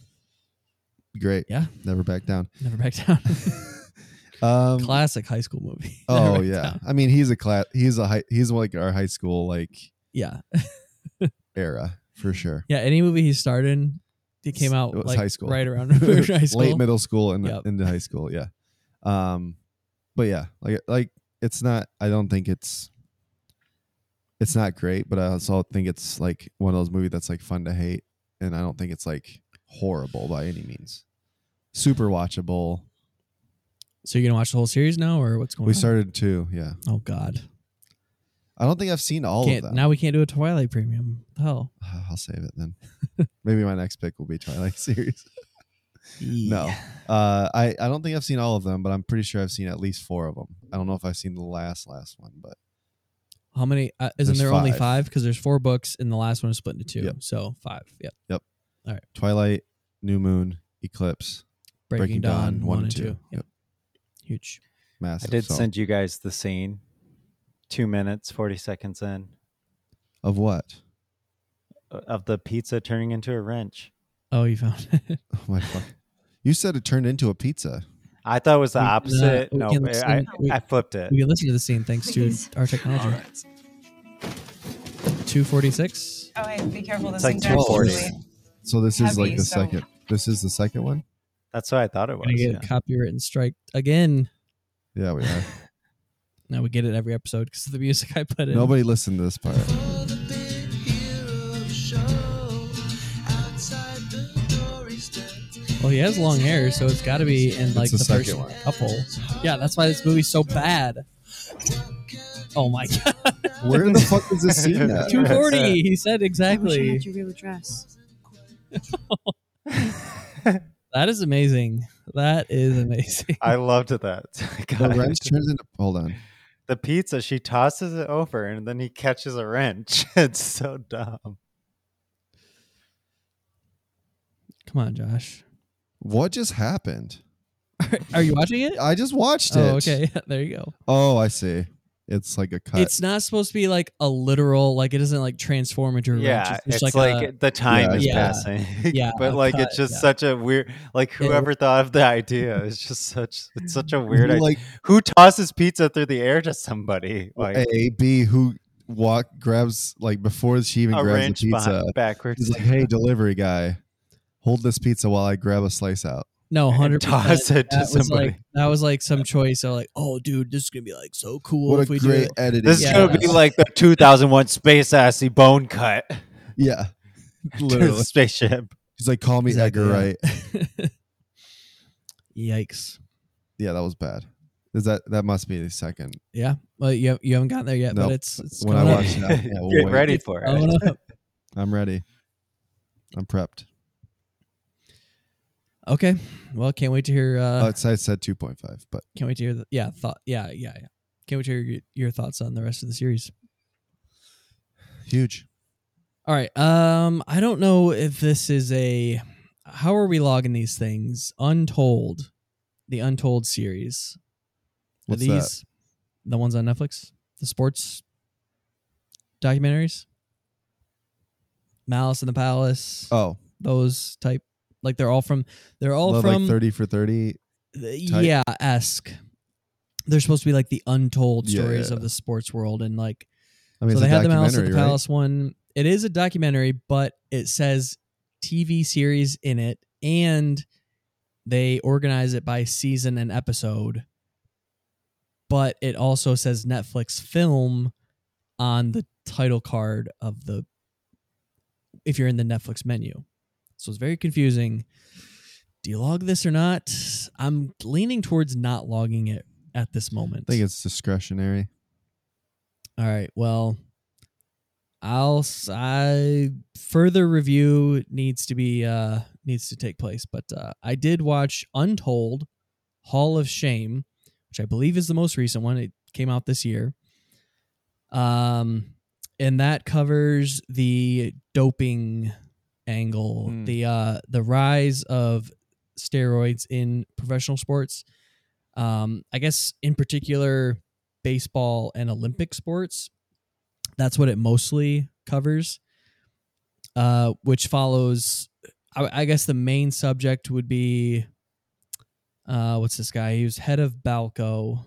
Speaker 4: Great.
Speaker 2: Yeah.
Speaker 4: Never back down.
Speaker 2: Never back down.
Speaker 4: Um,
Speaker 2: Classic high school movie. Never
Speaker 4: oh
Speaker 2: Back
Speaker 4: yeah.
Speaker 2: Down.
Speaker 4: I mean, he's a class. He's a high. He's like our high school like
Speaker 2: yeah,
Speaker 4: era for sure.
Speaker 2: yeah. Any movie he starred in, it came out
Speaker 4: It was
Speaker 2: like
Speaker 4: high school.
Speaker 2: right around we were in high school.
Speaker 4: Late middle school and
Speaker 2: Yep.
Speaker 4: into high school. Yeah. Um, but yeah, like like it's not. I don't think it's. It's not great, but I also think it's like one of those movies that's like fun to hate, and I don't think it's like horrible by any means. Super watchable.
Speaker 2: So you're gonna watch the whole series now, or what's going
Speaker 4: We
Speaker 2: on?
Speaker 4: started two. Yeah.
Speaker 2: Oh God,
Speaker 4: I don't think I've seen all
Speaker 2: can't,
Speaker 4: of them.
Speaker 2: now we can't do a Twilight premium. Hell,
Speaker 4: I'll save it then. Maybe my next pick will be Twilight series. No, uh, I I don't think I've seen all of them, but I'm pretty sure I've seen at least four of them. I don't know if I've seen the last last one, but
Speaker 2: How many? Uh, isn't
Speaker 4: There's
Speaker 2: there only
Speaker 4: five.
Speaker 2: five? Because there's four books, and the last one is split into two.
Speaker 4: Yep.
Speaker 2: So five. Yep.
Speaker 4: Twilight, New Moon, Eclipse,
Speaker 2: Breaking, Dawn, one, and two. Yep.
Speaker 4: Yep.
Speaker 2: Huge.
Speaker 3: I
Speaker 4: Massive.
Speaker 3: did
Speaker 4: so-
Speaker 3: send you guys the scene. Two minutes, forty seconds in
Speaker 4: of what?
Speaker 3: uh, of the pizza turning into a wrench.
Speaker 2: Oh, you found it.
Speaker 4: Oh my fuck! You said it turned into a pizza.
Speaker 3: I thought it was the
Speaker 2: We- no,
Speaker 3: opposite.
Speaker 2: uh, we
Speaker 3: No,
Speaker 2: can
Speaker 3: I, I,
Speaker 2: listen- we-
Speaker 3: I flipped it.
Speaker 2: we can listen to the scene thanks to
Speaker 1: Please.
Speaker 2: our technology. Two forty six.
Speaker 1: Oh, hey, be careful.
Speaker 3: It's
Speaker 1: This
Speaker 3: like
Speaker 1: thing's
Speaker 3: 240.
Speaker 1: actually-
Speaker 4: So this is
Speaker 1: Heavy,
Speaker 4: like the
Speaker 1: so-
Speaker 4: second. This is the second one.
Speaker 3: That's what I thought it was.
Speaker 2: Gonna get
Speaker 3: yeah.
Speaker 2: a copyright and strike again.
Speaker 4: Yeah, we are.
Speaker 2: Now we get it every episode because of the music I put in.
Speaker 4: Nobody listened to this part.
Speaker 2: Well, he has long hair, so it's got to be in like
Speaker 4: the
Speaker 2: the,
Speaker 4: second
Speaker 2: first
Speaker 4: one.
Speaker 2: couple. Yeah, that's why this movie's so bad. Oh my god,
Speaker 4: Where the fuck is this scene at?
Speaker 2: two forty. He said
Speaker 1: I wish I
Speaker 2: exactly.
Speaker 1: had your real address.
Speaker 2: That is amazing. That is amazing.
Speaker 3: I loved that.
Speaker 4: The
Speaker 3: God.
Speaker 4: wrench turns into. Hold on.
Speaker 3: the pizza, she tosses it over and then he catches a wrench. It's so dumb.
Speaker 2: Come on, Josh.
Speaker 4: What just happened?
Speaker 2: Are you watching it?
Speaker 4: I just watched it.
Speaker 2: Oh, okay. There you go.
Speaker 4: Oh, I see. It's like a cut.
Speaker 2: It's not supposed to be like a literal. Like it doesn't like transform into a wrench.
Speaker 3: Yeah,
Speaker 2: just
Speaker 3: it's like, the time
Speaker 4: Yeah,
Speaker 3: is
Speaker 2: yeah.
Speaker 3: passing.
Speaker 2: Yeah,
Speaker 3: but
Speaker 2: a
Speaker 3: like
Speaker 2: cut,
Speaker 3: it's just
Speaker 2: yeah.
Speaker 3: such a weird like whoever thought of the idea is just such it's such a weird
Speaker 4: Who,
Speaker 3: idea.
Speaker 4: like
Speaker 3: Who tosses pizza through the air to somebody? Like
Speaker 4: a B who walk grabs like before she even
Speaker 3: a
Speaker 4: grabs
Speaker 3: wrench
Speaker 4: the pizza.
Speaker 3: behind, backwards.
Speaker 4: He's like, "Hey, delivery guy, hold this pizza while I grab a slice out."
Speaker 2: no hundred
Speaker 3: toss it to
Speaker 2: that was
Speaker 3: somebody.
Speaker 2: like that was like some choice. I like, oh, dude, this is gonna be like so cool
Speaker 4: what
Speaker 2: if
Speaker 4: a
Speaker 2: we do
Speaker 4: great
Speaker 2: it.
Speaker 4: editing!
Speaker 3: this
Speaker 2: Yeah,
Speaker 3: is gonna be
Speaker 2: that's-
Speaker 3: like the 2001 Space Odyssey bone cut
Speaker 4: yeah.
Speaker 3: to
Speaker 4: Literally.
Speaker 3: the spaceship.
Speaker 4: He's like, "Call me
Speaker 2: Exactly,
Speaker 4: Edgar
Speaker 2: yeah.
Speaker 4: Wright."
Speaker 2: Yikes.
Speaker 4: Yeah, that was bad. Is that that must be the second
Speaker 2: Yeah. Well, you you haven't gotten there yet,
Speaker 4: Nope.
Speaker 2: but it's, it's
Speaker 4: when I
Speaker 2: coming up.
Speaker 4: watched that? Yeah, we'll
Speaker 3: Get
Speaker 4: wait.
Speaker 3: ready for it.
Speaker 2: Coming up.
Speaker 4: I'm ready. I'm prepped.
Speaker 2: Okay. Well, can't wait to hear. Uh,
Speaker 4: Uh, I said 2.5, but
Speaker 2: can't wait to hear. The, yeah. Thought. Yeah. Yeah. Yeah. Can't wait to hear your, your thoughts on the rest of the series.
Speaker 4: huge.
Speaker 2: All right. Um, I don't know if this is a. How are we logging these things? Untold, the Untold series. Are
Speaker 4: What's that?
Speaker 2: these the ones on Netflix? The sports documentaries? Malice in the Palace.
Speaker 4: Oh,
Speaker 2: those type like they're all from they're all
Speaker 4: love
Speaker 2: Oh, from
Speaker 4: like 30 for 30.
Speaker 2: th-
Speaker 4: type?
Speaker 2: yeah esque they're supposed to be like the untold
Speaker 4: Yeah,
Speaker 2: stories
Speaker 4: yeah.
Speaker 2: of the sports world and like
Speaker 4: I mean,
Speaker 2: so
Speaker 4: it's
Speaker 2: they
Speaker 4: a
Speaker 2: had the mouse at the
Speaker 4: documentary, right?
Speaker 2: palace one it is a documentary but it says tv series in it and they organize it by season and episode but it also says Netflix film on the title card of the if you're in the Netflix menu. So it's very confusing. Do you log this or not? I'm leaning towards not logging it at this moment.
Speaker 4: I think it's discretionary.
Speaker 2: All right. Well, I'll s- I further review needs to be uh needs to take place, but uh I did watch Untold Hall of Shame, which I believe is the most recent one. It came out this year. Um and that covers the doping angle,
Speaker 4: Hmm.
Speaker 2: the uh the rise of steroids in professional sports. Um I guess in particular baseball and Olympic sports that's what it mostly covers uh which follows I, I guess the main subject would be uh what's this guy he was head of balco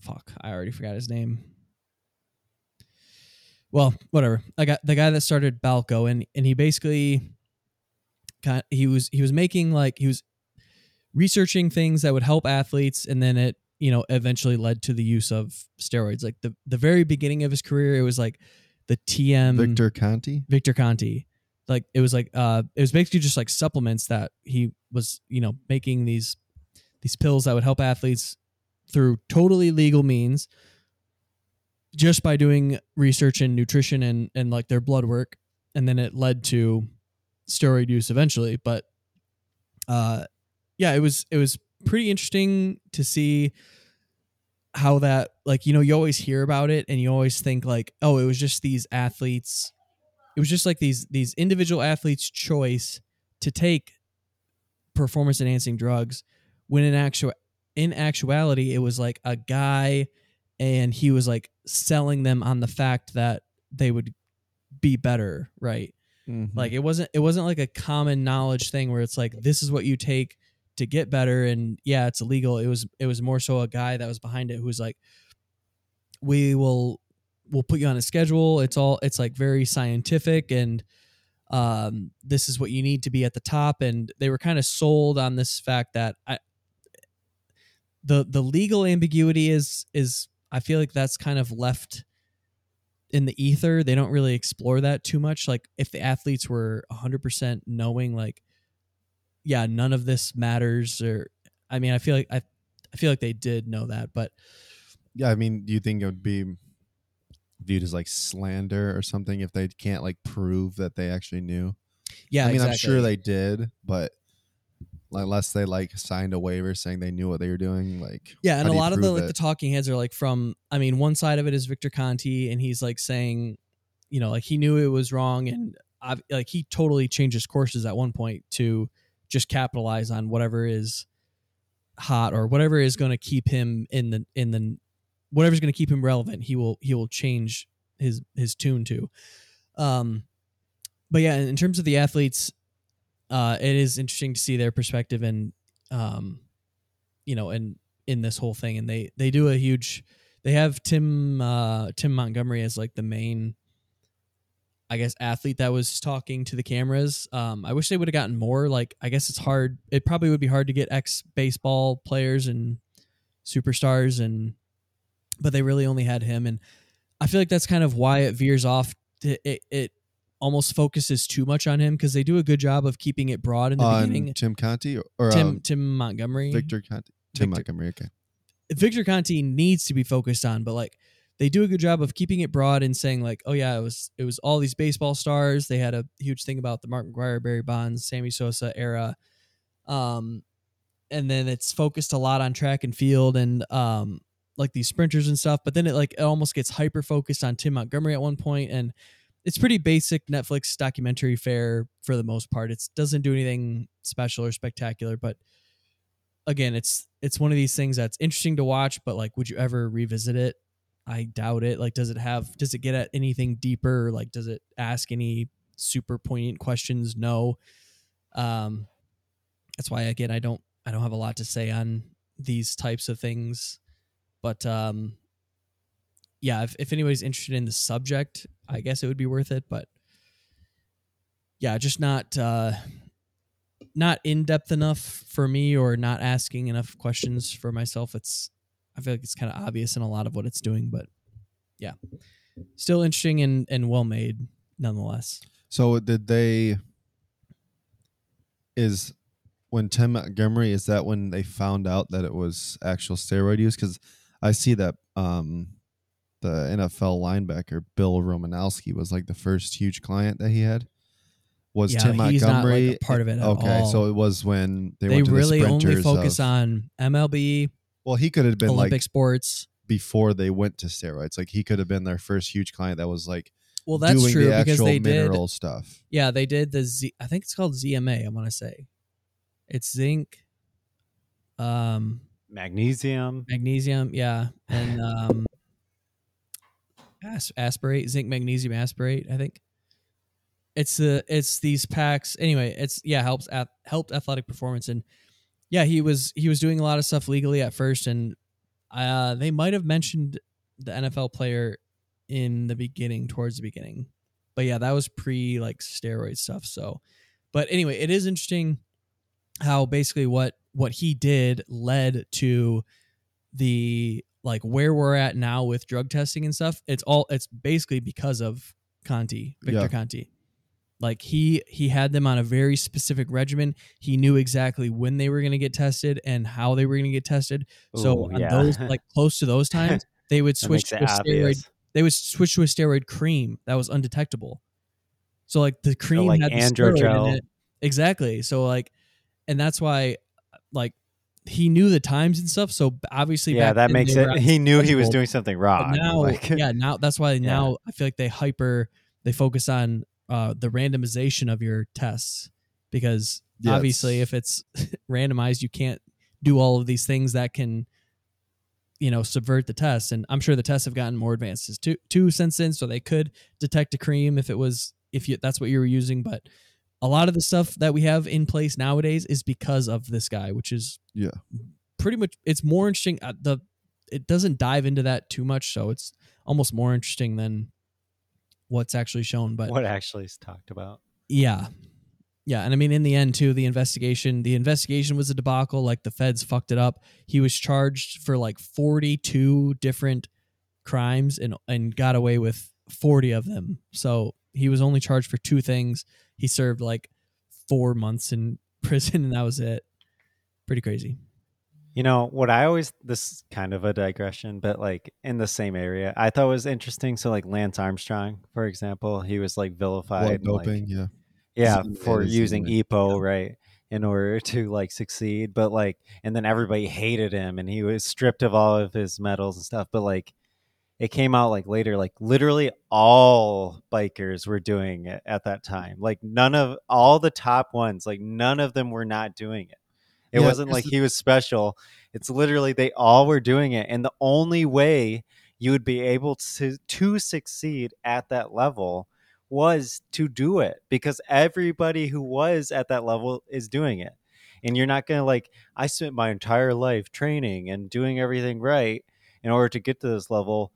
Speaker 2: fuck i already forgot his name well whatever i got the guy that started balco and and he basically kind he was he was making like he was researching things that would help athletes and then it you know eventually led to the use of steroids like the the very beginning of his career it was like the tm
Speaker 4: Victor Conti.
Speaker 2: Victor Conti. Like it was like uh it was basically just like supplements that he was, you know, making these these pills that would help athletes through totally legal means just by doing research in nutrition and and like their blood work and then it led to steroid use eventually but uh yeah it was it was pretty interesting to see how that like you know you always hear about it and you always think like oh it was just these athletes it was just like these these individual athletes choice to take performance enhancing drugs when in actual in actuality it was like a guy and he was like selling them on the fact that they would be better right
Speaker 4: Mm-hmm.
Speaker 2: like it wasn't it wasn't like a common knowledge thing where it's like this is what you take to get better and yeah it's illegal it was it was more so a guy that was behind it who was like we will we'll put you on a schedule it's all it's like very scientific and um this is what you need to be at the top and they were kind of sold on this fact that i the the legal ambiguity is is i feel like that's kind of left in the ether they don't really explore that too much like if the athletes were 100% knowing like yeah none of this matters or i mean i feel like i i feel like they did know that but
Speaker 4: Yeah, I mean, do you think it would be viewed as like slander or something if they can't like prove that they actually knew?
Speaker 2: yeah
Speaker 4: I mean, I'm
Speaker 2: exactly.
Speaker 4: sure they did, but unless they like signed a waiver saying they knew what they were doing, like
Speaker 2: Yeah,
Speaker 4: how
Speaker 2: and a
Speaker 4: do you
Speaker 2: lot of the
Speaker 4: prove
Speaker 2: like
Speaker 4: it?
Speaker 2: the talking heads are like from I mean, one side of it is Victor Conti and he's like saying, you know, like he knew it was wrong and i like he totally changes courses at one point to just capitalize on whatever is hot or whatever is going to keep him in the in the whatever's going to keep him relevant. He will he will change his his tune to. Um but yeah, in terms of the athletes uh it is interesting to see their perspective and um you know, and in this whole thing and they they do a huge they have tim uh tim montgomery as like the main i guess athlete that was talking to the cameras um i wish they would have gotten more like i guess it's hard it probably would be hard to get ex baseball players and superstars and but they really only had him and i feel like that's kind of why it veers off to, it it almost focuses too much on him because they do a good job of keeping it broad in the
Speaker 4: on
Speaker 2: beginning
Speaker 4: Tim Conti or, or
Speaker 2: tim
Speaker 4: um,
Speaker 2: tim montgomery
Speaker 4: Victor Conti. Tim
Speaker 2: Victor-
Speaker 4: Montgomery. Okay.
Speaker 2: Victor Conti needs to be focused on, but like they do a good job of keeping it broad and saying like, oh yeah, it was it was all these baseball stars. They had a huge thing about the Mark McGuire, Barry Bonds, Sammy Sosa era, um, and then it's focused a lot on track and field and um like these sprinters and stuff. But then it like it almost gets hyper focused on Tim Montgomery at one point, and it's pretty basic Netflix documentary fare for the most part. It doesn't do anything special or spectacular, but again, it's it's one of these things that's interesting to watch, but like, would you ever revisit it? I doubt it. Like, does it have? Does it get at anything deeper? Like, does it ask any super poignant questions? No. Um, that's why again, I don't I don't have a lot to say on these types of things, but um, yeah, if if anybody's interested in the subject, I guess it would be worth it, but yeah, just not uh not in depth enough for me or not asking enough questions for myself. It's I feel like it's kind of obvious in a lot of what it's doing, but yeah, still interesting and and well made nonetheless.
Speaker 4: So did they? Is when Tim Montgomery is that when they found out that it was actual steroid use? Because I see that um, the NFL linebacker Bill Romanowski was like the first huge client that he had. Was
Speaker 2: Yeah,
Speaker 4: Tim
Speaker 2: he's not, like, a
Speaker 4: Montgomery
Speaker 2: part of it at
Speaker 4: okay,
Speaker 2: all.
Speaker 4: so it was when they,
Speaker 2: They,
Speaker 4: went to
Speaker 2: really
Speaker 4: the
Speaker 2: only
Speaker 4: sprinters
Speaker 2: focus
Speaker 4: of-
Speaker 2: on MLB,
Speaker 4: Well, he could have been
Speaker 2: Olympic
Speaker 4: like
Speaker 2: sports.
Speaker 4: before they went to steroids. Like he could have been their first huge client that was like
Speaker 2: Well, that's
Speaker 4: doing
Speaker 2: true
Speaker 4: the
Speaker 2: because
Speaker 4: actual
Speaker 2: they did
Speaker 4: mineral stuff.
Speaker 2: Yeah, they did the Z. I think it's called ZMA. I want to say it's zinc, um,
Speaker 3: Magnesium.
Speaker 2: magnesium. Yeah, and um, as- aspirate zinc magnesium aspirate. I think it's the it's these packs. Anyway, it's yeah helps at helped athletic performance and yeah he was he was doing a lot of stuff legally at first and uh they might have mentioned the NFL player in the beginning towards the beginning but yeah that was pre like steroid stuff so but anyway it is interesting how basically what what he did led to the like where we're at now with drug testing and stuff it's all it's basically because of conti victor
Speaker 4: Yeah.
Speaker 2: conti like he he had them on a very specific regimen he knew exactly when they were going to get tested and how they were going to get tested so
Speaker 3: Ooh,
Speaker 2: on
Speaker 3: yeah.
Speaker 2: those like close to those times they would
Speaker 3: That
Speaker 2: switch to
Speaker 3: makes it
Speaker 2: a steroid
Speaker 3: obvious.
Speaker 2: they would switch to a steroid cream that was undetectable. So like the cream
Speaker 3: like
Speaker 2: had the steroid in
Speaker 3: androgel.
Speaker 2: it. Exactly. So like, and that's why, like, he knew the times and stuff. So obviously,
Speaker 3: Yeah,
Speaker 2: back
Speaker 3: that
Speaker 2: then
Speaker 3: makes
Speaker 2: they were
Speaker 3: it. He knew he was
Speaker 2: undetectable.
Speaker 3: doing something
Speaker 2: But
Speaker 3: wrong.
Speaker 2: now,
Speaker 3: Like,
Speaker 2: yeah, now that's why now I feel like they hyper they focus on uh, the randomization of your tests because
Speaker 4: Yeah,
Speaker 2: obviously
Speaker 4: it's-
Speaker 2: if it's randomized you can't do all of these things that can you know subvert the tests and I'm sure the tests have gotten more advanced as too, too since then so they could detect a cream if it was if you that's what you were using but a lot of the stuff that we have in place nowadays is because of this guy which is
Speaker 4: Yeah.
Speaker 2: pretty much it's more interesting uh, the it doesn't dive into that too much so it's almost more interesting than what's actually shown but
Speaker 3: what actually is talked about?
Speaker 2: yeah yeah and i mean in the end too the investigation the investigation was a debacle like the feds fucked it up he was charged for like 42 different crimes and and got away with 40 of them so he was only charged for two things he served like four months in prison and that was it pretty crazy
Speaker 3: You know what I always this is kind of a digression, but like in the same area, I thought was interesting. So like Lance Armstrong, for example, he was like vilified,
Speaker 4: Blood
Speaker 3: and, like,
Speaker 4: doping, yeah.
Speaker 3: yeah,
Speaker 4: Zoom
Speaker 3: for
Speaker 4: in, zoom
Speaker 3: using
Speaker 4: in.
Speaker 3: EPO, right, in order to like succeed. But like, and then everybody hated him, and he was stripped of all of his medals and stuff. But like, it came out like later, like literally all bikers were doing it at that time. Like none of all the top ones, like none of them were not doing it. It
Speaker 4: Yeah,
Speaker 3: wasn't
Speaker 4: because
Speaker 3: like he was special. It's literally they all were doing it, and the only way you would be able to to succeed at that level was to do it because everybody who was at that level is doing it. And you're not going to like, I spent my entire life training and doing everything right in order to get to this level.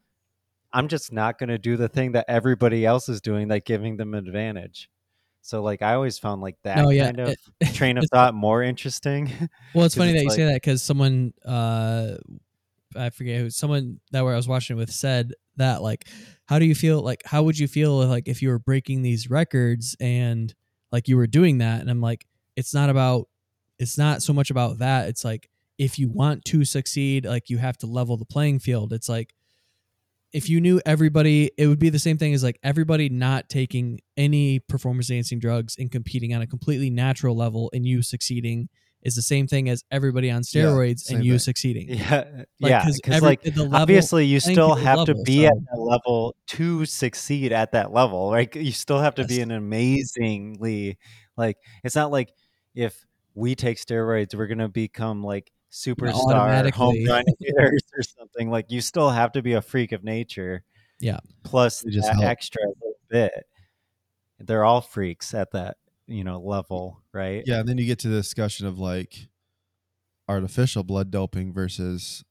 Speaker 3: I'm just not going to do the thing that everybody else is doing, like giving them advantage. So, like, I always found like that
Speaker 2: No, yeah,
Speaker 3: kind of
Speaker 2: it-
Speaker 3: train of thought more interesting.
Speaker 2: Well, it's
Speaker 3: 'Cause
Speaker 2: funny
Speaker 3: it's
Speaker 2: that you say
Speaker 3: like-
Speaker 2: that because someone, uh, I forget who, someone that where I was watching it with said that like, how do you feel? Like, how would you feel like if you were breaking these records and like you were doing that? And I'm like, it's not about, it's not so much about that. It's like if you want to succeed, like you have to level the playing field. It's like if you knew everybody, it would be the same thing as like everybody not taking any performance enhancing drugs and competing on a completely natural level and you succeeding is the same thing as everybody on
Speaker 4: Yeah,
Speaker 2: steroids
Speaker 4: same
Speaker 2: and you
Speaker 4: thing.
Speaker 2: succeeding.
Speaker 3: yeah.
Speaker 2: Like,
Speaker 3: yeah.
Speaker 2: 'cause
Speaker 3: Because,
Speaker 2: every-
Speaker 3: like,
Speaker 2: the level-
Speaker 3: obviously you
Speaker 2: playing
Speaker 3: still
Speaker 2: field's
Speaker 3: have to
Speaker 2: level,
Speaker 3: be
Speaker 2: so-
Speaker 3: at that level to succeed at that level like you still have to be
Speaker 2: Yes.
Speaker 3: an amazingly like it's not like if we take steroids we're gonna become like superstar home
Speaker 2: automatically.
Speaker 3: run hitters or something like you still have to be a freak of nature
Speaker 2: Yeah.
Speaker 3: plus
Speaker 4: They just
Speaker 3: that
Speaker 4: help.
Speaker 3: extra little bit they're all freaks at that you know level right
Speaker 4: Yeah, and then you get to the discussion of like artificial blood doping versus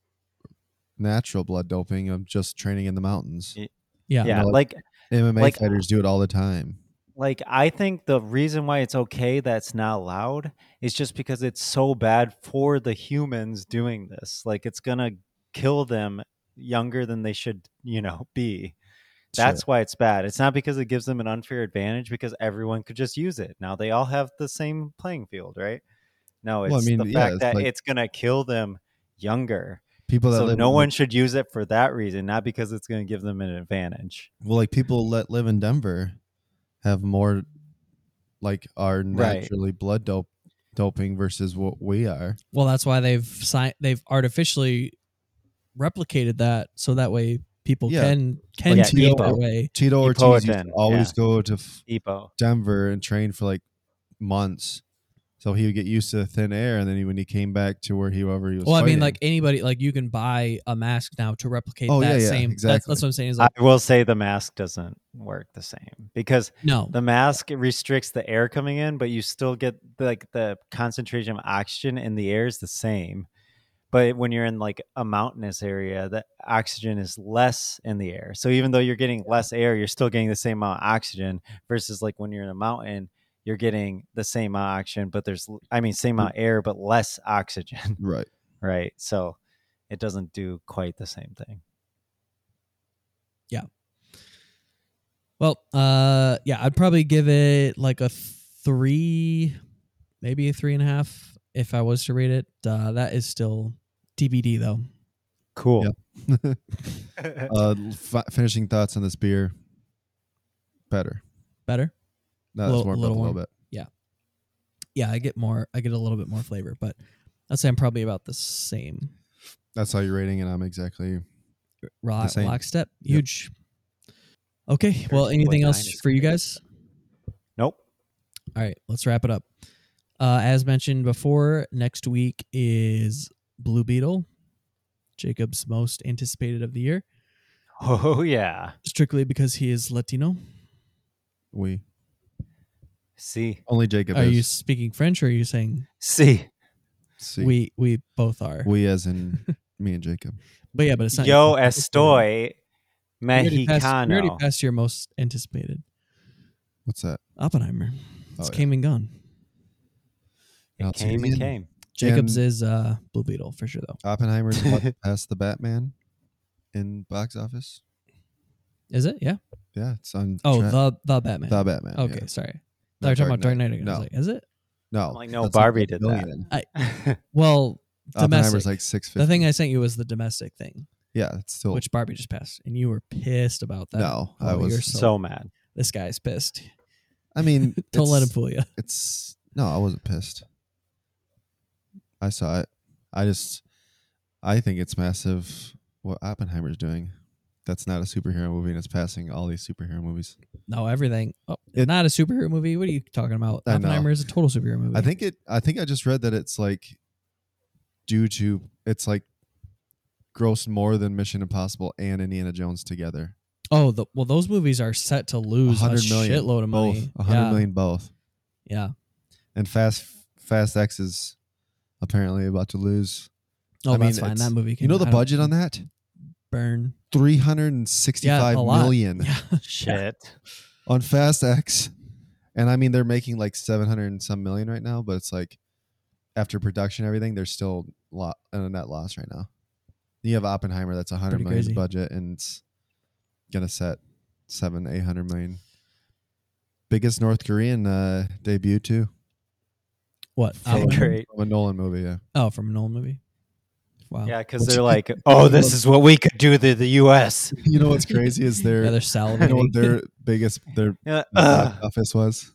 Speaker 4: natural blood doping of just training in the mountains.
Speaker 3: Yeah.
Speaker 2: Yeah.
Speaker 3: yeah
Speaker 4: No,
Speaker 3: like
Speaker 4: MMA
Speaker 3: Like-
Speaker 4: fighters do it all the time.
Speaker 3: like I think the reason why it's okay that's not allowed is just because it's so bad for the humans doing this. Like it's gonna kill them younger than they should, you know, be. That's why it's bad. It's not because it gives them an unfair advantage because everyone could just use it. Now they all have the same playing field, right? No, it's
Speaker 4: Well, I mean,
Speaker 3: the
Speaker 4: yeah,
Speaker 3: fact
Speaker 4: it's
Speaker 3: that
Speaker 4: like-
Speaker 3: it's going to kill them younger.
Speaker 4: People that
Speaker 3: so
Speaker 4: live
Speaker 3: no
Speaker 4: in-
Speaker 3: one should use it for that reason, not because it's going to give them an advantage.
Speaker 4: Well, like people that live in Denver have more, like are
Speaker 3: Right.
Speaker 4: naturally blood dope doping versus what we are.
Speaker 2: Well, that's why they've si- they've artificially replicated that so that way people
Speaker 4: Yeah.
Speaker 2: can can
Speaker 3: Like
Speaker 2: think
Speaker 3: Tito-
Speaker 2: that way.
Speaker 4: Tito Ortiz used
Speaker 3: Epoetin,
Speaker 4: to always
Speaker 3: yeah.
Speaker 4: go to f-
Speaker 3: Epo.
Speaker 4: Denver and train for like months, so he would get used to thin air, and then he, when he came back to where he wherever he was.
Speaker 2: Well, I mean,
Speaker 4: fighting-
Speaker 2: like anybody, like you can buy a mask now to replicate
Speaker 4: Oh,
Speaker 2: that
Speaker 4: yeah, yeah,
Speaker 2: same. That's,
Speaker 4: exactly.
Speaker 2: that's what I'm saying. Is
Speaker 3: I
Speaker 2: like
Speaker 3: will say the mask doesn't work the same because
Speaker 2: no,
Speaker 3: the mask restricts the air coming in, but you still get like the concentration of oxygen in the air is the same. But when you're in like a mountainous area, the oxygen is less in the air. So even though you're getting less air, you're still getting the same amount of oxygen versus like when you're in a mountain, you're getting the same amount of oxygen, but there's I mean same amount of air but less oxygen,
Speaker 4: right?
Speaker 3: right? So it doesn't do quite the same thing.
Speaker 2: Well, uh, yeah, I'd probably give it like a three, maybe a three and a half if I was to rate it. Uh, that is still TBD though.
Speaker 3: Cool.
Speaker 4: uh, fi- finishing thoughts on this beer. Better.
Speaker 2: Better.
Speaker 4: That's
Speaker 2: Little-
Speaker 4: warmed up a
Speaker 2: little
Speaker 4: little
Speaker 2: warm.
Speaker 4: bit.
Speaker 2: Yeah, I get more. I get a little bit more flavor, but I'd say I'm probably about the same.
Speaker 4: That's how you're rating, and I'm exactly
Speaker 2: Rock,
Speaker 4: same.
Speaker 2: lockstep,
Speaker 4: Yep.
Speaker 2: huge. Okay. Well, anything
Speaker 3: 13.9
Speaker 2: else
Speaker 3: is
Speaker 2: for you
Speaker 3: great.
Speaker 2: guys?
Speaker 3: Nope.
Speaker 2: All right, let's wrap it up. Uh, as mentioned before, next week is Blue Beetle, Jacob's most anticipated of the year,
Speaker 3: Oh yeah.
Speaker 2: strictly because he is Latino.
Speaker 4: we
Speaker 3: See.
Speaker 4: only Jacob
Speaker 2: Are
Speaker 4: is.
Speaker 2: you speaking French or are you saying
Speaker 3: See.
Speaker 4: See.
Speaker 2: we we both are?
Speaker 4: we as in me and Jacob.
Speaker 2: but yeah, but it's not
Speaker 3: Yo estoy
Speaker 2: You already passed- you already
Speaker 3: mexicano.
Speaker 2: passed your most anticipated
Speaker 4: What's that?
Speaker 2: Oppenheimer. It's
Speaker 4: Oh, yeah.
Speaker 2: came and gone.
Speaker 3: It came and came.
Speaker 2: Jacob's
Speaker 4: And-
Speaker 2: is uh, Blue Beetle for sure though.
Speaker 4: Oppenheimer's what, past the Batman in box office.
Speaker 2: Is it? Yeah.
Speaker 4: Yeah, it's on.
Speaker 2: Oh,
Speaker 4: track.
Speaker 2: the the Batman.
Speaker 4: The Batman. yeah.
Speaker 2: okay, sorry.
Speaker 4: Not
Speaker 2: They were talking
Speaker 4: Dark
Speaker 2: about Dark
Speaker 4: Knight.
Speaker 2: Knight again. I was
Speaker 4: No.
Speaker 2: like, is it?
Speaker 4: No,
Speaker 3: I'm like, no,
Speaker 4: that's
Speaker 3: Barbie
Speaker 4: like
Speaker 3: did that.
Speaker 4: billion.
Speaker 2: Well,
Speaker 4: Oppenheimer's
Speaker 2: domestic.
Speaker 4: like six fifty.
Speaker 2: the thing I sent you was the domestic thing,
Speaker 4: yeah, it's still
Speaker 2: which Barbie just passed, and you were pissed about that.
Speaker 4: no. I
Speaker 2: Oh, you're
Speaker 4: was.
Speaker 2: so-
Speaker 3: so mad.
Speaker 2: This guy's pissed.
Speaker 4: I mean,
Speaker 2: Don't let him
Speaker 4: it's-
Speaker 2: fool you.
Speaker 4: It's no, I wasn't pissed. I saw it. I just, I think it's massive what Oppenheimer's doing. That's not a superhero movie, and it's passing all these superhero movies.
Speaker 2: No, everything. Oh,
Speaker 4: It-
Speaker 2: not a superhero movie. What are you talking about?
Speaker 4: I know.
Speaker 2: Oppenheimer is a total superhero movie.
Speaker 4: I think it. I think I just read that it's like due to it's like gross more than Mission Impossible and Indiana Jones together.
Speaker 2: Oh, the, well, those movies are set to lose a
Speaker 4: hundred million,
Speaker 2: shitload of money.
Speaker 4: both. hundred
Speaker 2: yeah.
Speaker 4: million both.
Speaker 2: Yeah.
Speaker 4: And Fast Fast X is apparently about to lose.
Speaker 2: Oh,
Speaker 4: I mean,
Speaker 2: that's fine.
Speaker 4: it's-
Speaker 2: That movie. Can,
Speaker 4: You know the
Speaker 2: I don't-
Speaker 4: budget on that?
Speaker 2: burn.
Speaker 4: Three hundred and sixty-five
Speaker 2: a
Speaker 4: million
Speaker 2: lot. Yeah.
Speaker 3: Shit.
Speaker 4: on Fast X. And I mean, they're making like 700 and some million right now, but it's like after production, and everything, they're still lo- in a net loss right now. You have Oppenheimer that's 100
Speaker 2: Pretty
Speaker 4: million
Speaker 2: crazy.
Speaker 4: budget and it's going to set seven, 800 million. Biggest North Korean uh, debut, too.
Speaker 2: What?
Speaker 4: From-
Speaker 2: Oppenheimer?
Speaker 3: Great.
Speaker 4: From a Nolan movie, yeah.
Speaker 2: Oh, from an old movie. Wow.
Speaker 3: Yeah, because they're like, oh, this is what we could do to the U.S.
Speaker 4: You know what's crazy is their,
Speaker 2: Yeah, they're
Speaker 4: you know what
Speaker 2: salivating.
Speaker 4: their biggest, their
Speaker 3: Yeah,
Speaker 4: box
Speaker 3: Uh,
Speaker 2: Uh.
Speaker 3: ugh.
Speaker 4: office was?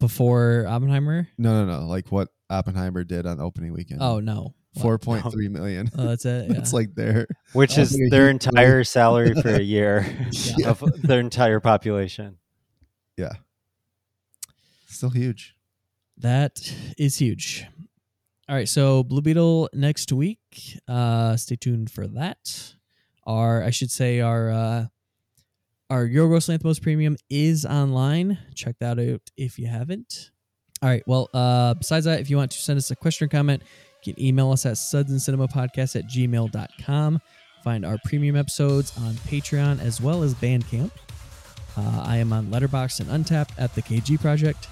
Speaker 2: Before Oppenheimer.
Speaker 4: No, no, no. Like what Oppenheimer did on opening weekend.
Speaker 2: Oh no. Wow.
Speaker 4: four point three million.
Speaker 2: Oh, that's it.
Speaker 4: That's
Speaker 2: yeah.
Speaker 4: like their
Speaker 3: Which
Speaker 4: Oh,
Speaker 3: is
Speaker 4: yeah,
Speaker 3: their
Speaker 4: you-
Speaker 3: entire salary for a year
Speaker 4: Yeah.
Speaker 3: of their entire population.
Speaker 4: yeah. Still huge.
Speaker 2: That is huge. All right, so Blue Beetle next week. Uh, stay tuned for that. Our, I should say, our uh, our Yorgos Lanthimos Premium is online. Check that out if you haven't. All right. Well, uh, besides that, if you want to send us a question or comment, you can email us at sudsandcinemapodcast at gmail.com. Find our premium episodes on Patreon as well as Bandcamp. Uh, I am on Letterbox and Untapped at the KG Project.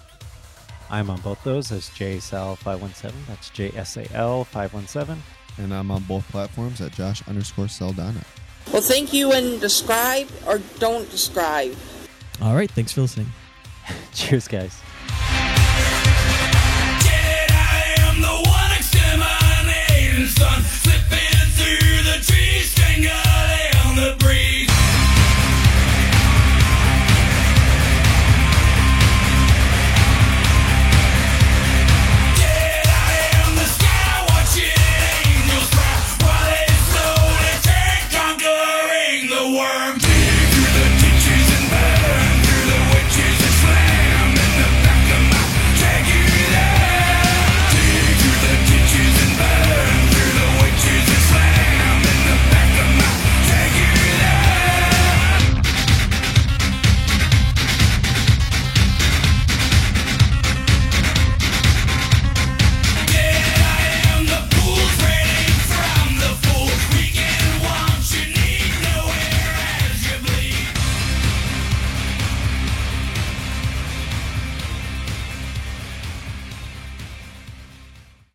Speaker 3: I'm on both those as JSAL517. That's JSAL517.
Speaker 4: and I'm on both platforms at Josh underscore Saldana.
Speaker 6: Well, thank you and describe or don't describe.
Speaker 2: All right. Thanks for listening.
Speaker 3: Cheers, guys.